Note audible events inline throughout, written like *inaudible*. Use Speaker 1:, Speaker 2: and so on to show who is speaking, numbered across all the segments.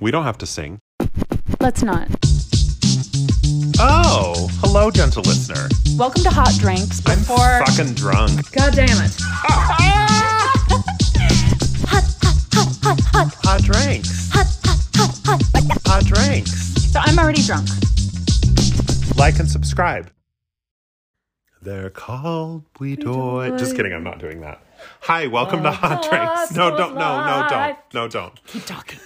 Speaker 1: We don't have to sing.
Speaker 2: Let's not.
Speaker 1: Oh, hello, gentle listener.
Speaker 2: Welcome to Hot Drinks.
Speaker 1: I'm
Speaker 2: Before.
Speaker 1: fucking drunk.
Speaker 2: God damn it.
Speaker 1: Hot drinks. Hot drinks.
Speaker 2: So I'm already drunk.
Speaker 1: Like and subscribe. They're called We Doy. Just kidding, I'm not doing that. Hi, welcome to Hot Drinks. No, don't, no, no, don't. No, don't.
Speaker 2: Keep talking.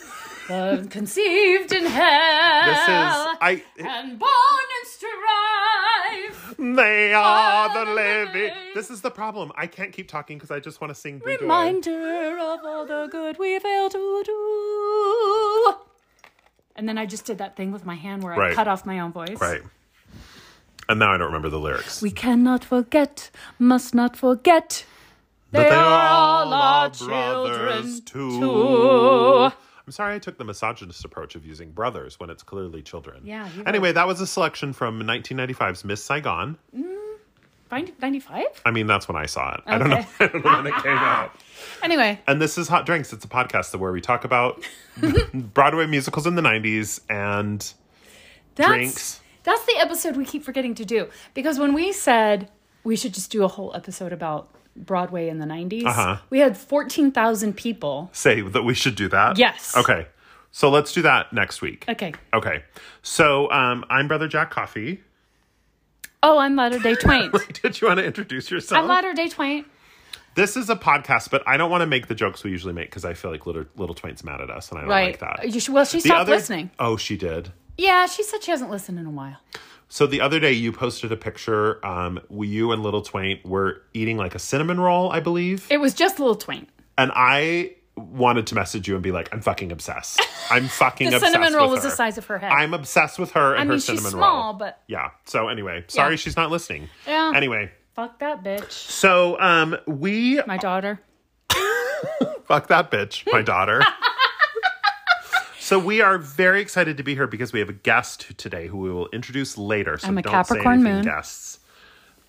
Speaker 2: Love conceived in hell.
Speaker 1: This is, I,
Speaker 2: And born in strife.
Speaker 1: they are the living. This is the problem. I can't keep talking because I just want to sing We Doy.
Speaker 2: Reminder of all the good we fail to do. And then I just did that thing with my hand where
Speaker 1: Right.
Speaker 2: I cut off my own voice.
Speaker 1: Right. And now I don't remember the lyrics.
Speaker 2: We cannot forget, must not forget.
Speaker 1: But
Speaker 2: They are all our children too.
Speaker 1: I'm sorry I took the misogynist approach of using brothers when it's clearly children.
Speaker 2: Yeah, you
Speaker 1: Anyway, that was a selection from 1995's Miss Saigon.
Speaker 2: Find 95?
Speaker 1: I mean, that's when I saw it. I don't know.
Speaker 2: Okay.
Speaker 1: I don't know when it came
Speaker 2: *laughs*
Speaker 1: out.
Speaker 2: Anyway,
Speaker 1: And this is Hot Drinks. It's a podcast where we talk about *laughs* Broadway musicals in the 90s and *laughs*
Speaker 2: that's,
Speaker 1: Drinks.
Speaker 2: that's the episode we keep forgetting to do. Because when we said we should just do a whole episode about Broadway in the 90s,
Speaker 1: Uh-huh.
Speaker 2: we had 14,000 people.
Speaker 1: say that we should do that.
Speaker 2: Yes.
Speaker 1: Okay. So let's do that next week.
Speaker 2: Okay.
Speaker 1: Okay. So um, I'm Brother Jack Coffee. *laughs*
Speaker 2: Oh, I'm Latter *laughs* day Twaint.
Speaker 1: Did you want to introduce yourself?
Speaker 2: I'm Latter day Twaint.
Speaker 1: This is a podcast, but I don't want to make the jokes we usually make because I feel like little, little Twain's mad at us, and I don't
Speaker 2: Right.
Speaker 1: like that.
Speaker 2: You should, well, she stopped
Speaker 1: other-
Speaker 2: listening.
Speaker 1: Oh, she did.
Speaker 2: Yeah, she said she hasn't listened in a while.
Speaker 1: So the other day, you posted a picture. Um, we, you and Little Twain were eating like a cinnamon roll, I believe,
Speaker 2: It was just Little Twain.
Speaker 1: and I wanted to message you and be like, "I'm fucking obsessed. I'm
Speaker 2: *laughs*
Speaker 1: fucking
Speaker 2: The
Speaker 1: obsessed."
Speaker 2: cinnamon roll
Speaker 1: with
Speaker 2: was the
Speaker 1: her.
Speaker 2: size of her head.
Speaker 1: I'm obsessed with her and
Speaker 2: I
Speaker 1: her
Speaker 2: mean, she's
Speaker 1: cinnamon
Speaker 2: small,
Speaker 1: roll.
Speaker 2: but
Speaker 1: Yeah. So anyway, sorry she's not listening.
Speaker 2: Yeah.
Speaker 1: Anyway,
Speaker 2: fuck that bitch.
Speaker 1: so um, we
Speaker 2: My daughter.
Speaker 1: Fuck that bitch,
Speaker 2: *laughs*
Speaker 1: my daughter. so we are very excited to be here because we have a guest today who we will introduce later. So
Speaker 2: I'm a
Speaker 1: don't
Speaker 2: Capricorn
Speaker 1: say anything,
Speaker 2: moon.
Speaker 1: guests.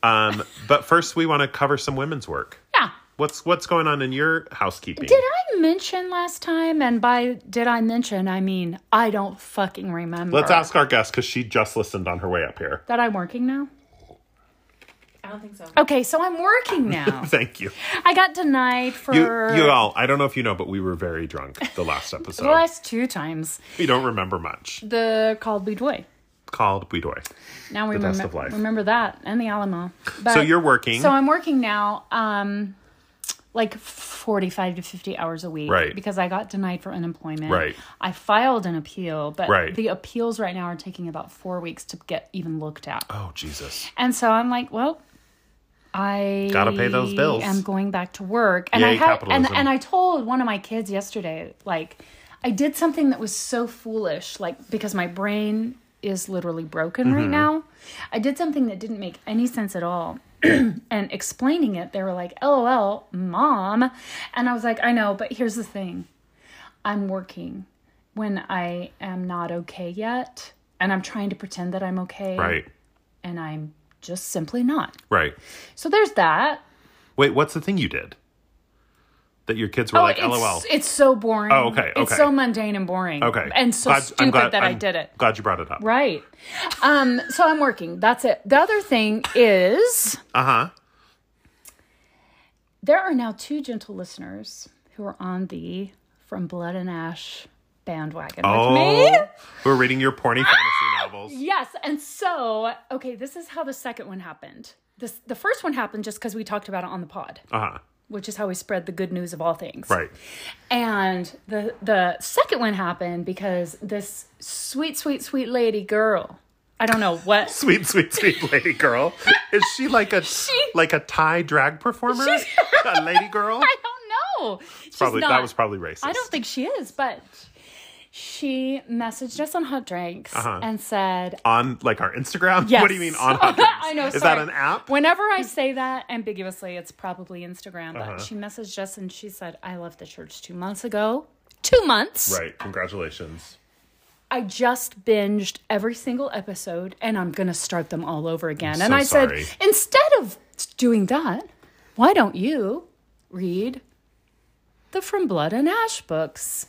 Speaker 1: Um, but first, we want to cover some women's work.
Speaker 2: Yeah.
Speaker 1: What's what's going on in your housekeeping?
Speaker 2: Did I mention last time? And by did I mention, I mean I don't fucking remember.
Speaker 1: Let's ask our guest because she just listened on her way up here. *laughs*
Speaker 2: that I'm working now.
Speaker 3: I don't think so.
Speaker 2: Okay, so I'm
Speaker 1: *laughs*
Speaker 2: working now.
Speaker 1: Thank you.
Speaker 2: I got denied for
Speaker 1: You, you all, I don't know if you know, but we were very drunk the
Speaker 2: *laughs*
Speaker 1: last
Speaker 2: the
Speaker 1: episode.
Speaker 2: last two times.
Speaker 1: We don't remember much.
Speaker 2: The called Bedoy.
Speaker 1: Called Bidoy.
Speaker 2: Now we
Speaker 1: best
Speaker 2: remember,
Speaker 1: of life.
Speaker 2: remember that and the Alamo. But,
Speaker 1: So you're working.
Speaker 2: So I'm working now. Um, like 45 to 50 hours a week
Speaker 1: Right.
Speaker 2: because i got denied for unemployment
Speaker 1: Right.
Speaker 2: i filed an appeal but
Speaker 1: Right.
Speaker 2: the appeals right now are taking about four weeks to get even looked at
Speaker 1: oh, Jesus.
Speaker 2: And so I'm like, well, I
Speaker 1: Gotta pay those bills.
Speaker 2: I'm going back to work, and I
Speaker 1: Yay,
Speaker 2: had, and
Speaker 1: capitalism.
Speaker 2: and I told one of my kids yesterday, like, I did something that was so foolish, like because my brain is literally broken right
Speaker 1: Mm-hmm.
Speaker 2: now. I did something that didn't make any sense at all. *clears throat* and explaining it, they were like, "LOL, mom," and I was like, "I know, but here's the thing: I'm working when I am not okay yet, and I'm trying to pretend that I'm okay,
Speaker 1: Right.
Speaker 2: and I'm just simply not.
Speaker 1: Right.
Speaker 2: So there's that.
Speaker 1: Wait, what's the thing you did that your kids were like,
Speaker 2: Oh, it's,
Speaker 1: "LOL"?
Speaker 2: It's so boring.
Speaker 1: Oh, okay,
Speaker 2: It's
Speaker 1: okay.
Speaker 2: so mundane and boring.
Speaker 1: Okay,
Speaker 2: And so
Speaker 1: Glad- I'm
Speaker 2: stupid
Speaker 1: glad-
Speaker 2: that i
Speaker 1: I'm
Speaker 2: did it.
Speaker 1: Glad you brought it up.
Speaker 2: Right. Um, so I'm working. That's it. The other thing is
Speaker 1: Uh huh.
Speaker 2: there are now two gentle listeners who are on the From Blood and Ash bandwagon with me.
Speaker 1: Oh, we're reading your porny fantasy novels.
Speaker 2: Ah! Yes, and so okay, this is how the second one happened. This the first one happened just because we talked about it on the pod,
Speaker 1: Uh huh.
Speaker 2: which is how we spread the good news of all things.
Speaker 1: Right.
Speaker 2: And the the second one happened because this sweet, sweet, sweet lady girl. I don't know
Speaker 1: *laughs*
Speaker 2: what *laughs*
Speaker 1: Sweet, sweet, sweet lady girl. Is she like a like a Thai drag performer? *laughs* a lady girl?
Speaker 2: *laughs* I don't know. She's
Speaker 1: Probably
Speaker 2: not.
Speaker 1: that was probably racist.
Speaker 2: I don't think she is, but she messaged us on Hot Drinks
Speaker 1: Uh-huh.
Speaker 2: and said,
Speaker 1: on like our Instagram. *laughs*
Speaker 2: Yes.
Speaker 1: What do you mean
Speaker 2: *laughs*
Speaker 1: on? Hot Dogs?
Speaker 2: I know.
Speaker 1: Is
Speaker 2: sorry.
Speaker 1: that an app?
Speaker 2: Whenever I say that ambiguously, it's probably Instagram.
Speaker 1: Uh-huh.
Speaker 2: But she messaged us and she said, "I left the church two months ago. Two months.
Speaker 1: right. Congratulations.
Speaker 2: I just binged every single episode, and I'm gonna start them all over again."
Speaker 1: so
Speaker 2: and I
Speaker 1: sorry.
Speaker 2: said, instead of doing that, why don't you read the From Blood and Ash books?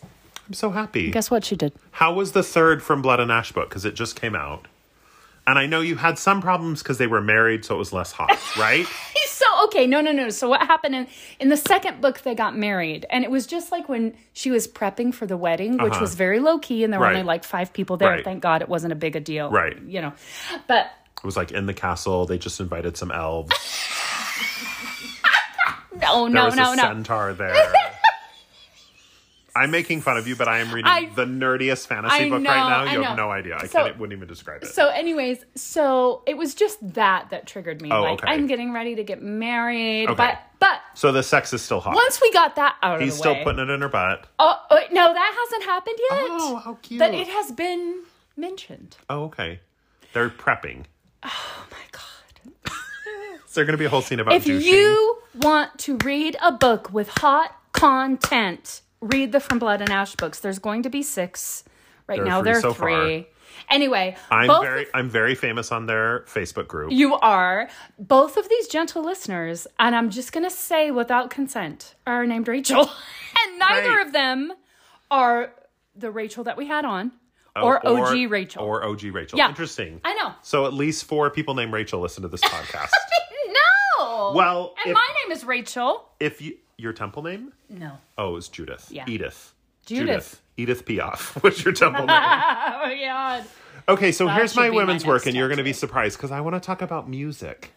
Speaker 1: I'm so happy.
Speaker 2: Guess what she did?
Speaker 1: How was the third from Blood and Ash book? Because it just came out. And I know you had some problems because they were married, so it was less
Speaker 2: *laughs*
Speaker 1: hot, right?
Speaker 2: So okay, no, no, no. So what happened in in the second book? They got married, and it was just like when she was prepping for the wedding, which was very low key, and there were
Speaker 1: Uh-huh. Right.
Speaker 2: only like five people there.
Speaker 1: Right.
Speaker 2: Thank God it wasn't a big a deal,
Speaker 1: Right.
Speaker 2: You know, but
Speaker 1: It was like in the castle. They just invited some elves.
Speaker 2: no,
Speaker 1: There
Speaker 2: no,
Speaker 1: was
Speaker 2: no,
Speaker 1: a
Speaker 2: no.
Speaker 1: centaur
Speaker 2: *laughs*
Speaker 1: there. I'm making fun of you, but I am reading
Speaker 2: I-
Speaker 1: the nerdiest fantasy
Speaker 2: I
Speaker 1: book
Speaker 2: know,
Speaker 1: right now.
Speaker 2: I
Speaker 1: You have
Speaker 2: know.
Speaker 1: no idea. I
Speaker 2: So-
Speaker 1: can't, wouldn't even describe it.
Speaker 2: So, anyways, so it was just that that triggered me.
Speaker 1: Oh,
Speaker 2: like
Speaker 1: okay.
Speaker 2: I'm getting ready to get married,
Speaker 1: Okay.
Speaker 2: but but
Speaker 1: so the sex is still hot.
Speaker 2: once we got that out
Speaker 1: He's
Speaker 2: of the
Speaker 1: still
Speaker 2: way,
Speaker 1: putting it in her butt.
Speaker 2: oh, oh, no, that hasn't happened yet.
Speaker 1: Oh, how cute.
Speaker 2: But it has been mentioned.
Speaker 1: oh, okay. They're prepping.
Speaker 2: Oh my god.
Speaker 1: *laughs* Is there going to be a whole scene about
Speaker 2: If
Speaker 1: douching?
Speaker 2: you want to read a book with hot content, read the From Blood and Ash books. There's going to be six. Right
Speaker 1: There are
Speaker 2: now,
Speaker 1: three
Speaker 2: there are
Speaker 1: so far.
Speaker 2: three. Anyway,
Speaker 1: I'm
Speaker 2: both
Speaker 1: very, I'm very famous on their Facebook group.
Speaker 2: you are both of these gentle listeners, and I'm just going to say without consent are named Rachel, *laughs* and neither
Speaker 1: Great.
Speaker 2: of them are the Rachel that we had on, or, OG Rachel.
Speaker 1: Oh, Or OG Rachel.
Speaker 2: Yeah.
Speaker 1: Interesting.
Speaker 2: I know. *laughs*
Speaker 1: So at least four people named Rachel listen to this podcast.
Speaker 2: no.
Speaker 1: Well,
Speaker 2: and
Speaker 1: if-
Speaker 2: my name is Rachel.
Speaker 1: if you, your temple name?
Speaker 2: No.
Speaker 1: Oh, it's Judith.
Speaker 2: Yeah.
Speaker 1: Edith.
Speaker 2: Judith.
Speaker 1: Edith Piaf *laughs* was your temple name.
Speaker 2: *laughs* Oh my god.
Speaker 1: Okay, so here's
Speaker 2: should
Speaker 1: my
Speaker 2: be my
Speaker 1: women's work,
Speaker 2: next
Speaker 1: and you're going to be
Speaker 2: tattoo.
Speaker 1: surprised because I want to talk about music.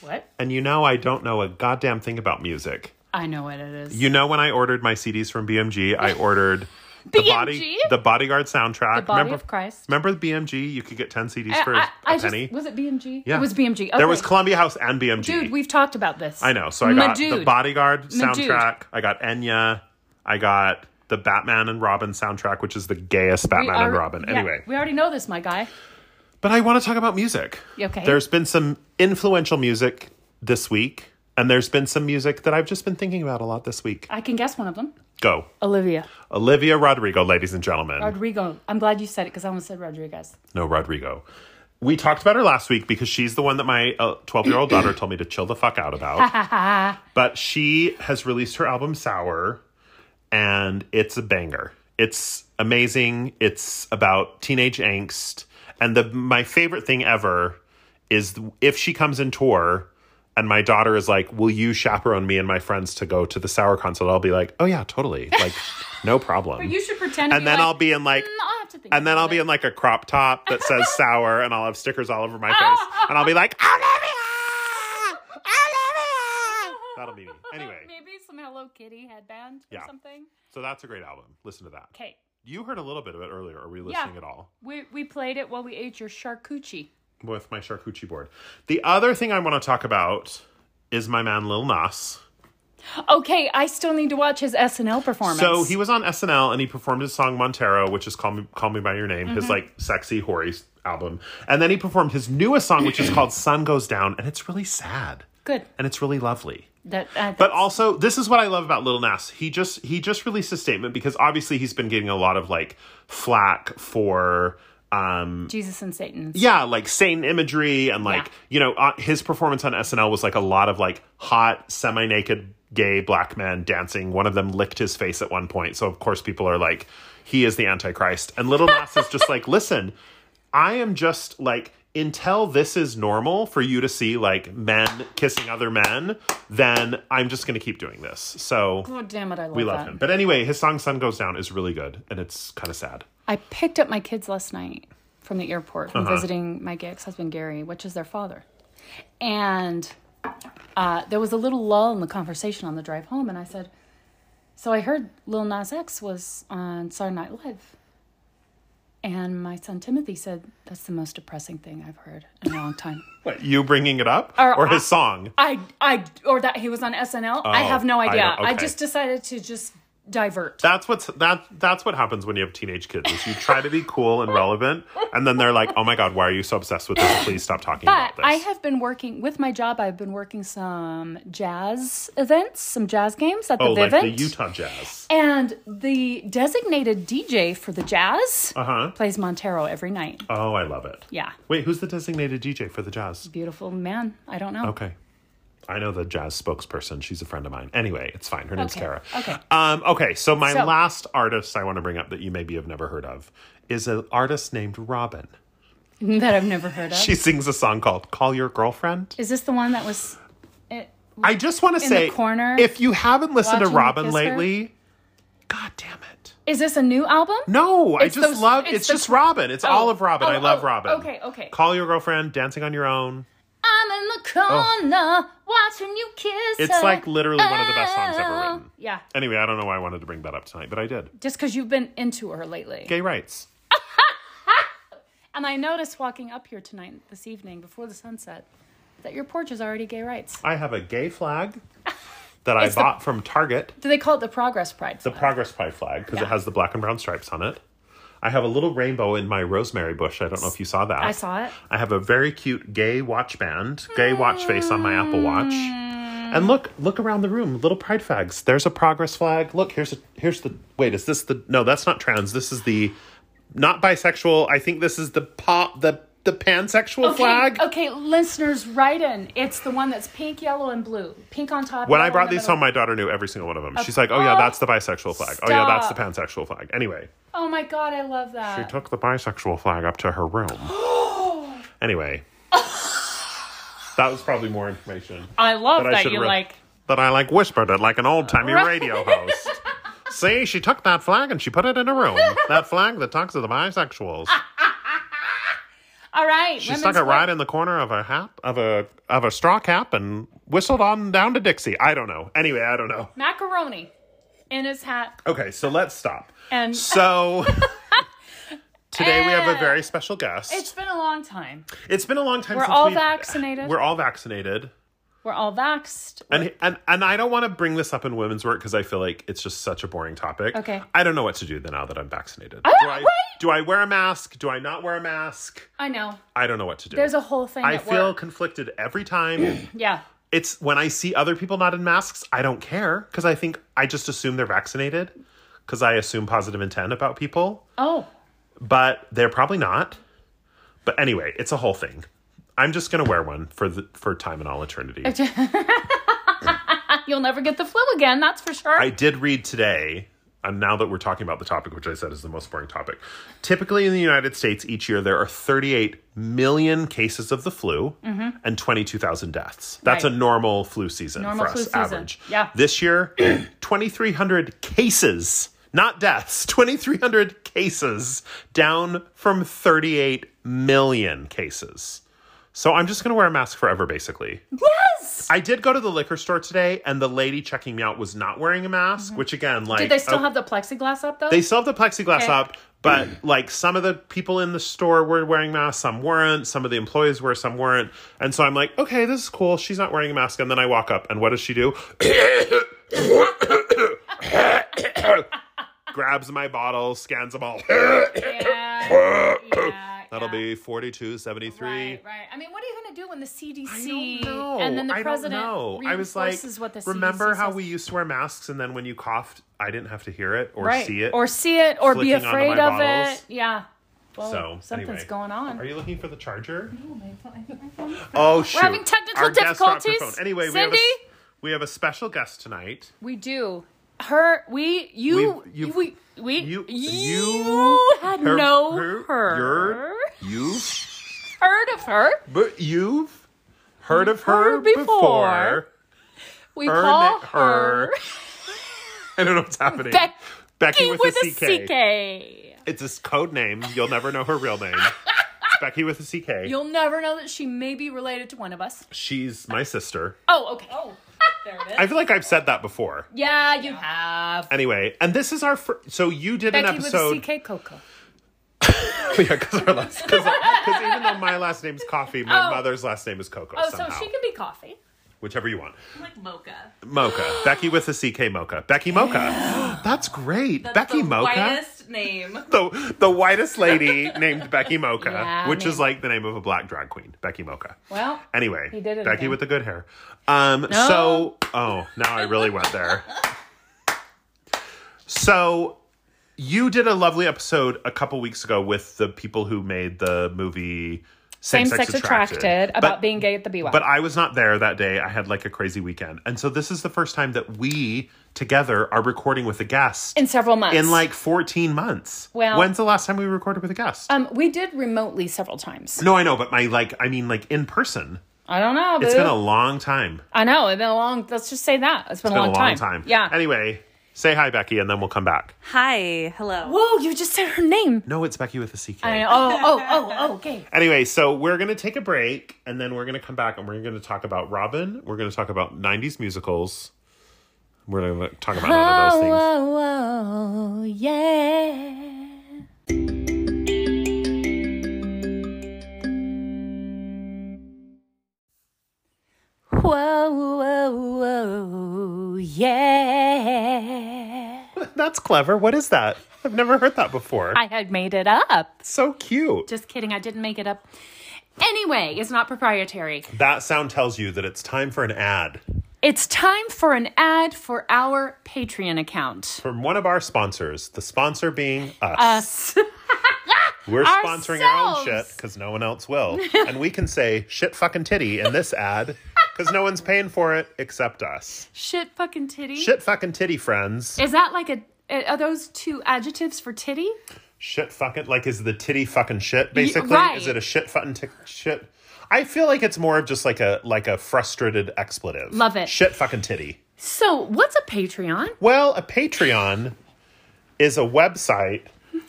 Speaker 2: What?
Speaker 1: And you know, I don't know a goddamn thing about music.
Speaker 2: I know what it is.
Speaker 1: You know, when I ordered my CDs from BMG,
Speaker 2: *laughs*
Speaker 1: I ordered the body,
Speaker 2: BMG?
Speaker 1: the Bodyguard soundtrack.
Speaker 2: The Body
Speaker 1: remember,
Speaker 2: of Christ.
Speaker 1: Remember the BMG? You could get ten CDs
Speaker 2: I-
Speaker 1: for
Speaker 2: I-
Speaker 1: a
Speaker 2: I just-
Speaker 1: penny.
Speaker 2: was it BMG?
Speaker 1: Yeah.
Speaker 2: It was BMG. Okay.
Speaker 1: There was Columbia House and BMG.
Speaker 2: Dude, we've talked about this.
Speaker 1: I know. So I got the
Speaker 2: Madood.
Speaker 1: Bodyguard
Speaker 2: Madood.
Speaker 1: soundtrack. I got Enya. I got the Batman and Robin soundtrack, which is the gayest
Speaker 2: We
Speaker 1: Batman and
Speaker 2: are-
Speaker 1: Robin.
Speaker 2: yeah,
Speaker 1: Anyway,
Speaker 2: we already know this, my guy.
Speaker 1: But I want to talk about music.
Speaker 2: Okay.
Speaker 1: There's been some influential music this week, and there's been some music that I've just been thinking about a lot this week.
Speaker 2: I can guess one of them.
Speaker 1: Go.
Speaker 2: Olivia
Speaker 1: Olivia Rodrigo, ladies and gentlemen.
Speaker 2: Rodrigo. I'm glad you said it because I almost said Rodriguez.
Speaker 1: no, Rodrigo. We talked about her last week because she's the one that my 12 year old daughter told me to chill the fuck out about. but she has released her album Sour, and it's a banger. It's amazing. It's about teenage angst. And the my favorite thing ever is th- if she comes in tour and my daughter is like, "Will you chaperone me and my friends to go to the Sour concert?" I'll be like, "Oh yeah, totally. Like *laughs* no problem."
Speaker 2: You should pretend.
Speaker 1: and then I'll be in like
Speaker 2: "Mm, I'll have to think.
Speaker 1: and then I'll be in like a crop top that *laughs* says sour, and I'll have stickers all over my face, and I'll be like, Olivia, *laughs*
Speaker 2: *laughs*
Speaker 1: Olivia. That'll be me. Anyway,
Speaker 2: Maybe some Hello Kitty headband
Speaker 1: Yeah.
Speaker 2: or something.
Speaker 1: so that's a great album. Listen to that.
Speaker 2: Okay,
Speaker 1: You heard a little bit of it earlier. Are we listening at all
Speaker 2: we we played it while we ate your charcuterie.
Speaker 1: with my charcuterie board? The other thing I want to talk about is my man Lil Nas.
Speaker 2: Okay, I still need to watch his SNL performance.
Speaker 1: So he was on SNL and he performed his song Montero, which is Call Me, Call Me By Your Name, his like sexy, hoary s- album. And then he performed his newest song, which *clears throat* is called Sun Goes Down, and it's really sad.
Speaker 2: good.
Speaker 1: and it's really lovely.
Speaker 2: That, uh,
Speaker 1: But also, this is what I love about Little Nas. He just he just released a statement because obviously he's been getting a lot of like flack for um
Speaker 2: Jesus and Satan.
Speaker 1: yeah, like Satan imagery and like
Speaker 2: Yeah.
Speaker 1: you know uh, his performance on SNL was like a lot of like hot semi-naked gay black men dancing. One of them licked his face at one point. So of course people are like he is the antichrist. And Little Nas is just like, *laughs* "Listen, I am just like until this is normal for you to see like men kissing other men, then I'm just going to keep doing this." So
Speaker 2: Oh damn it! I love,
Speaker 1: we love
Speaker 2: that.
Speaker 1: him. But anyway, his song Sun Goes Down is really good and it's kind of sad.
Speaker 2: I picked up my kids last night from the airport
Speaker 1: Uh-huh.
Speaker 2: from visiting my ex husband Gary, which is their father. And uh, there was a little lull in the conversation on the drive home, and I said, So I heard Lil Nas X was on Saturday Night Live. And my son Timothy said, That's the most depressing thing I've heard in a
Speaker 1: *laughs*
Speaker 2: long time.
Speaker 1: What, you bringing it up
Speaker 2: Or
Speaker 1: or his
Speaker 2: I-
Speaker 1: song?
Speaker 2: I, I, or that he was on SNL. I
Speaker 1: Oh,
Speaker 2: have no
Speaker 1: I
Speaker 2: idea.
Speaker 1: don't-
Speaker 2: I
Speaker 1: okay.
Speaker 2: just decided to just divert.
Speaker 1: That's what's that that's what happens when you have teenage kids. Is you try to be cool and relevant, and then they're like, "Oh my god, why are you so obsessed with this? Please stop talking
Speaker 2: But
Speaker 1: about this."
Speaker 2: I have been working with my job. I've been working some jazz events, some jazz games at the
Speaker 1: oh, like
Speaker 2: Vivint,
Speaker 1: the Utah Jazz.
Speaker 2: and the designated DJ for the jazz
Speaker 1: Uh huh.
Speaker 2: plays Montero every night.
Speaker 1: Oh, I love it.
Speaker 2: Yeah,
Speaker 1: Wait, who's the designated DJ for the Jazz?
Speaker 2: beautiful man. I don't know.
Speaker 1: Okay, I know the jazz spokesperson. She's a friend of mine. Anyway, it's fine. Her name's
Speaker 2: Okay,
Speaker 1: Kara.
Speaker 2: okay.
Speaker 1: Um, okay. So my
Speaker 2: So-
Speaker 1: last artist I want to bring up that you maybe have never heard of is an artist named Robin.
Speaker 2: *laughs* that I've never heard of.
Speaker 1: She sings a song called "Call Your Girlfriend."
Speaker 2: Is this the one that was? It,
Speaker 1: I just want to
Speaker 2: the
Speaker 1: say,
Speaker 2: corner,
Speaker 1: if you haven't listened to
Speaker 2: watching me
Speaker 1: Robin
Speaker 2: kiss her?
Speaker 1: lately, god damn it.
Speaker 2: is this a new album?
Speaker 1: No,
Speaker 2: It's
Speaker 1: I just
Speaker 2: those-
Speaker 1: love.
Speaker 2: it's
Speaker 1: It's,
Speaker 2: the-
Speaker 1: just Robin. It's all of Robin.
Speaker 2: oh,
Speaker 1: I love
Speaker 2: oh,
Speaker 1: Robin.
Speaker 2: okay, okay.
Speaker 1: Call your girlfriend. Dancing on your own.
Speaker 2: I'm in the corner watching you kiss.
Speaker 1: Oh. It's
Speaker 2: her.
Speaker 1: like literally one of the best songs ever
Speaker 2: Oh.
Speaker 1: written.
Speaker 2: Yeah,
Speaker 1: Anyway, I don't know why I wanted to bring that up tonight, but I did.
Speaker 2: just because you've been into her lately.
Speaker 1: Gay rights.
Speaker 2: And I noticed walking up here tonight, this evening, before the sunset, that your porch is already gay rights.
Speaker 1: I have a gay
Speaker 2: *laughs*
Speaker 1: flag that I
Speaker 2: It's the-
Speaker 1: bought from Target.
Speaker 2: Do they call it the Progress Pride?
Speaker 1: The Progress Pie flag because it has the black and brown stripes on it. I have a little rainbow in my rosemary bush. I don't know if you saw that.
Speaker 2: I saw it.
Speaker 1: I have a very cute gay watch band, gay watch face on my Apple Watch. And look, look around the room, little pride flags. There's a progress flag. Look, here's a here's the wait, is this the no, that's not trans. This is the not bisexual. I think this is the pop the the pansexual
Speaker 2: Okay,
Speaker 1: flag.
Speaker 2: Okay, listeners, write in. It's the one that's pink, yellow, and blue. Pink on top.
Speaker 1: When
Speaker 2: yellow
Speaker 1: I
Speaker 2: in
Speaker 1: brought
Speaker 2: the
Speaker 1: these
Speaker 2: middle.
Speaker 1: home, my daughter knew every single one of them. She's like, "Oh yeah,
Speaker 2: Oh,
Speaker 1: that's the bisexual flag. Oh yeah, that's the
Speaker 2: stop.
Speaker 1: pansexual flag." Anyway,
Speaker 2: Oh my god, I love
Speaker 1: she
Speaker 2: that.
Speaker 1: took the bisexual flag up to her
Speaker 2: *gasps*
Speaker 1: room. anyway, that was probably more information.
Speaker 2: I love
Speaker 1: that I
Speaker 2: that,
Speaker 1: should
Speaker 2: you
Speaker 1: re-
Speaker 2: like.
Speaker 1: that I like whispered it like an old timey
Speaker 2: Right.
Speaker 1: radio host. See, she took that flag and she put it in a room. That flag that talks to the bisexuals.
Speaker 2: Ah, All right,
Speaker 1: She stuck it right in the corner of a hat of a of a straw cap and whistled on down to Dixie. I don't know. Anyway, I don't know.
Speaker 2: macaroni in his hat.
Speaker 1: Okay, so let's stop.
Speaker 2: And- *laughs*
Speaker 1: so today we have a very special guest.
Speaker 2: It's been a long time.
Speaker 1: it's been a long time.
Speaker 2: We're
Speaker 1: since
Speaker 2: all
Speaker 1: we've-
Speaker 2: vaccinated.
Speaker 1: We're all vaccinated.
Speaker 2: We're all vaxxed.
Speaker 1: And, and and I don't want to bring this up in women's work because I feel like it's just such a boring topic.
Speaker 2: Okay.
Speaker 1: I don't know what to do now that I'm vaccinated.
Speaker 2: Ah,
Speaker 1: do I
Speaker 2: right.
Speaker 1: do I wear a mask? Do I not wear a mask?
Speaker 2: I know.
Speaker 1: I don't know what to do.
Speaker 2: There's a whole thing.
Speaker 1: I
Speaker 2: at
Speaker 1: feel
Speaker 2: work.
Speaker 1: conflicted every time. *clears throat*
Speaker 2: Yeah.
Speaker 1: it's when I see other people not in masks, I don't care because I think I just assume they're vaccinated because I assume positive intent about people,
Speaker 2: Oh.
Speaker 1: but they're probably not. But anyway, it's a whole thing. I'm just gonna wear one for the, for time and all eternity.
Speaker 2: You'll never get the flu again, that's for sure.
Speaker 1: I did read today, and now that we're talking about the topic, which I said is the most boring topic, typically in the United States each year there are 38 million cases of the flu and 22,000 deaths. That's
Speaker 2: Mm-hmm. Right.
Speaker 1: a normal flu season
Speaker 2: Normal
Speaker 1: for
Speaker 2: flu
Speaker 1: us,
Speaker 2: season.
Speaker 1: average.
Speaker 2: Yeah.
Speaker 1: This
Speaker 2: *clears throat*
Speaker 1: year, 2,300 cases, not deaths, 2,300 cases down from 38 million cases. So I'm just going to wear a mask forever, basically.
Speaker 2: yes!
Speaker 1: I did go to the liquor store today, and the lady checking me out was not wearing a mask, which again, like,
Speaker 2: Mm-hmm. Did they still
Speaker 1: oh,
Speaker 2: have the plexiglass up though?
Speaker 1: they still have the plexiglass
Speaker 2: Okay.
Speaker 1: up, but like some of the people in the store were wearing masks, some weren't. Some of the employees were, some weren't. And so I'm like, okay, this is cool. She's not wearing a mask, and then I walk up, and what does she do? *coughs* Grabs my bottle, scans them all. *laughs*
Speaker 2: yeah, yeah,
Speaker 1: That'll
Speaker 2: yeah.
Speaker 1: be forty-two seventy-three.
Speaker 2: Right, right. I mean, what are you going to do when the
Speaker 1: I
Speaker 2: CDC
Speaker 1: don't know.
Speaker 2: and then the
Speaker 1: I
Speaker 2: president
Speaker 1: don't know. I was like,
Speaker 2: reinforces what the
Speaker 1: remember
Speaker 2: CDC
Speaker 1: how
Speaker 2: says?
Speaker 1: we used to wear masks, and then when you coughed, I didn't have to hear it or
Speaker 2: right.
Speaker 1: see it.
Speaker 2: or see it or be
Speaker 1: flicking onto my
Speaker 2: afraid of
Speaker 1: bottles.
Speaker 2: it? Yeah. Well,
Speaker 1: so
Speaker 2: something's
Speaker 1: anyway.
Speaker 2: going on.
Speaker 1: Are you looking for the charger? Oh shoot!
Speaker 2: having technical
Speaker 1: Our guest dropped her
Speaker 2: difficulties.
Speaker 1: phone. Anyway, we have a,
Speaker 2: Cindy?
Speaker 1: s- we have a special guest tonight.
Speaker 2: we do. Her, we, you,
Speaker 1: We've- you've-
Speaker 2: we, we,
Speaker 1: you-
Speaker 2: you,
Speaker 1: you-
Speaker 2: had
Speaker 1: her-
Speaker 2: no
Speaker 1: her-
Speaker 2: her,
Speaker 1: your- You,
Speaker 2: heard of her.
Speaker 1: but you've heard of her,
Speaker 2: Heard before. We
Speaker 1: Her
Speaker 2: call
Speaker 1: na-
Speaker 2: her,
Speaker 1: her. I don't know what's happening.
Speaker 2: Becky
Speaker 1: Becky
Speaker 2: with,
Speaker 1: *laughs* with,
Speaker 2: a CK.
Speaker 1: It's this code name. You'll never know her real
Speaker 2: *laughs*
Speaker 1: name. It's Becky with a CK.
Speaker 2: You'll never know that she may be related to one of us.
Speaker 1: She's my sister.
Speaker 2: Oh, okay.
Speaker 3: Oh, there it is.
Speaker 1: I feel like I've said that before.
Speaker 2: Yeah, you have.
Speaker 1: Anyway, and this is our fir- so you did an
Speaker 2: Becky
Speaker 1: episode.
Speaker 2: with a CK Coco.
Speaker 1: *laughs* yeah, because our last because even though my last name's Coffee, my
Speaker 2: Oh.
Speaker 1: mother's last name is Coco.
Speaker 2: Oh,
Speaker 1: somehow.
Speaker 2: so she can be coffee.
Speaker 1: whichever you want.
Speaker 3: I'm like mocha.
Speaker 1: Mocha, Becky with a CK Mocha, Becky Mocha. *gasps* That's great,
Speaker 3: That's
Speaker 1: Becky
Speaker 3: the
Speaker 1: Mocha.
Speaker 3: Whitest name.
Speaker 1: The the whitest
Speaker 2: *laughs*
Speaker 1: lady named Becky Mocha,
Speaker 2: Yeah,
Speaker 1: which is
Speaker 2: maybe.
Speaker 1: like the name of a black drag queen, Becky Mocha.
Speaker 2: Well,
Speaker 1: Anyway,
Speaker 2: He did it
Speaker 1: Becky
Speaker 2: again.
Speaker 1: with the good hair. Um, So, oh, now I really went there. So, you did a lovely episode a couple weeks ago with the people who made the movie
Speaker 2: same
Speaker 1: Same-sex
Speaker 2: sex attracted,
Speaker 1: But-
Speaker 2: about being gay at the BY.
Speaker 1: But I was not there that day. I had like a crazy weekend. And so this is the first time that we together are recording with a guest
Speaker 2: in several months.
Speaker 1: in like 14 months.
Speaker 2: Well-
Speaker 1: when's the last time we recorded with a guest?
Speaker 2: um, we did remotely several times.
Speaker 1: no, I know, but my like, I mean, like in person.
Speaker 2: I don't know. Boo.
Speaker 1: It's been a long time.
Speaker 2: I know. It's been a long. Let's just say that it's
Speaker 1: It's been
Speaker 2: been, a, long
Speaker 1: a long time.
Speaker 2: time. Yeah.
Speaker 1: Anyway, say hi, Becky, and then we'll come back.
Speaker 3: Hi. Hello.
Speaker 2: Whoa! You just said her name.
Speaker 1: No, it's Becky with a CK.
Speaker 2: I know. Oh, oh, oh, oh, okay.
Speaker 1: Anyway, so we're going to take a break and then we're going to come back and we're going to talk about Robin. We're going to talk about 90s musicals. We're going to talk about none of those things.
Speaker 2: oh, oh, yeah. Whoa, whoa, whoa, yeah.
Speaker 1: That's clever. What is that? I've never heard that before.
Speaker 2: I had made it up.
Speaker 1: so cute.
Speaker 2: Just kidding, I didn't make it up. Anyway, it's not proprietary.
Speaker 1: That sound tells you that it's time for an ad
Speaker 2: It's time for an ad for our Patreon account.
Speaker 1: from one of our sponsors, the sponsor being us.
Speaker 2: Us.
Speaker 1: We're sponsoring our own shit
Speaker 2: Ourselves.
Speaker 1: because no one else
Speaker 2: *laughs*
Speaker 1: will. and we can say shit fucking titty in this ad because no one's paying for it except us.
Speaker 2: *laughs* Shit fucking titty.
Speaker 1: Shit fucking titty, friends.
Speaker 2: Is that like a are those two adjectives for titty?
Speaker 1: Shit fucking, like, is the titty fucking shit, basically?
Speaker 2: right.
Speaker 1: Is it a shit fucking tick shit? I feel like it's more of just like a like a frustrated expletive.
Speaker 2: Love it.
Speaker 1: Shit fucking titty.
Speaker 2: So, what's a Patreon?
Speaker 1: Well, a Patreon is a website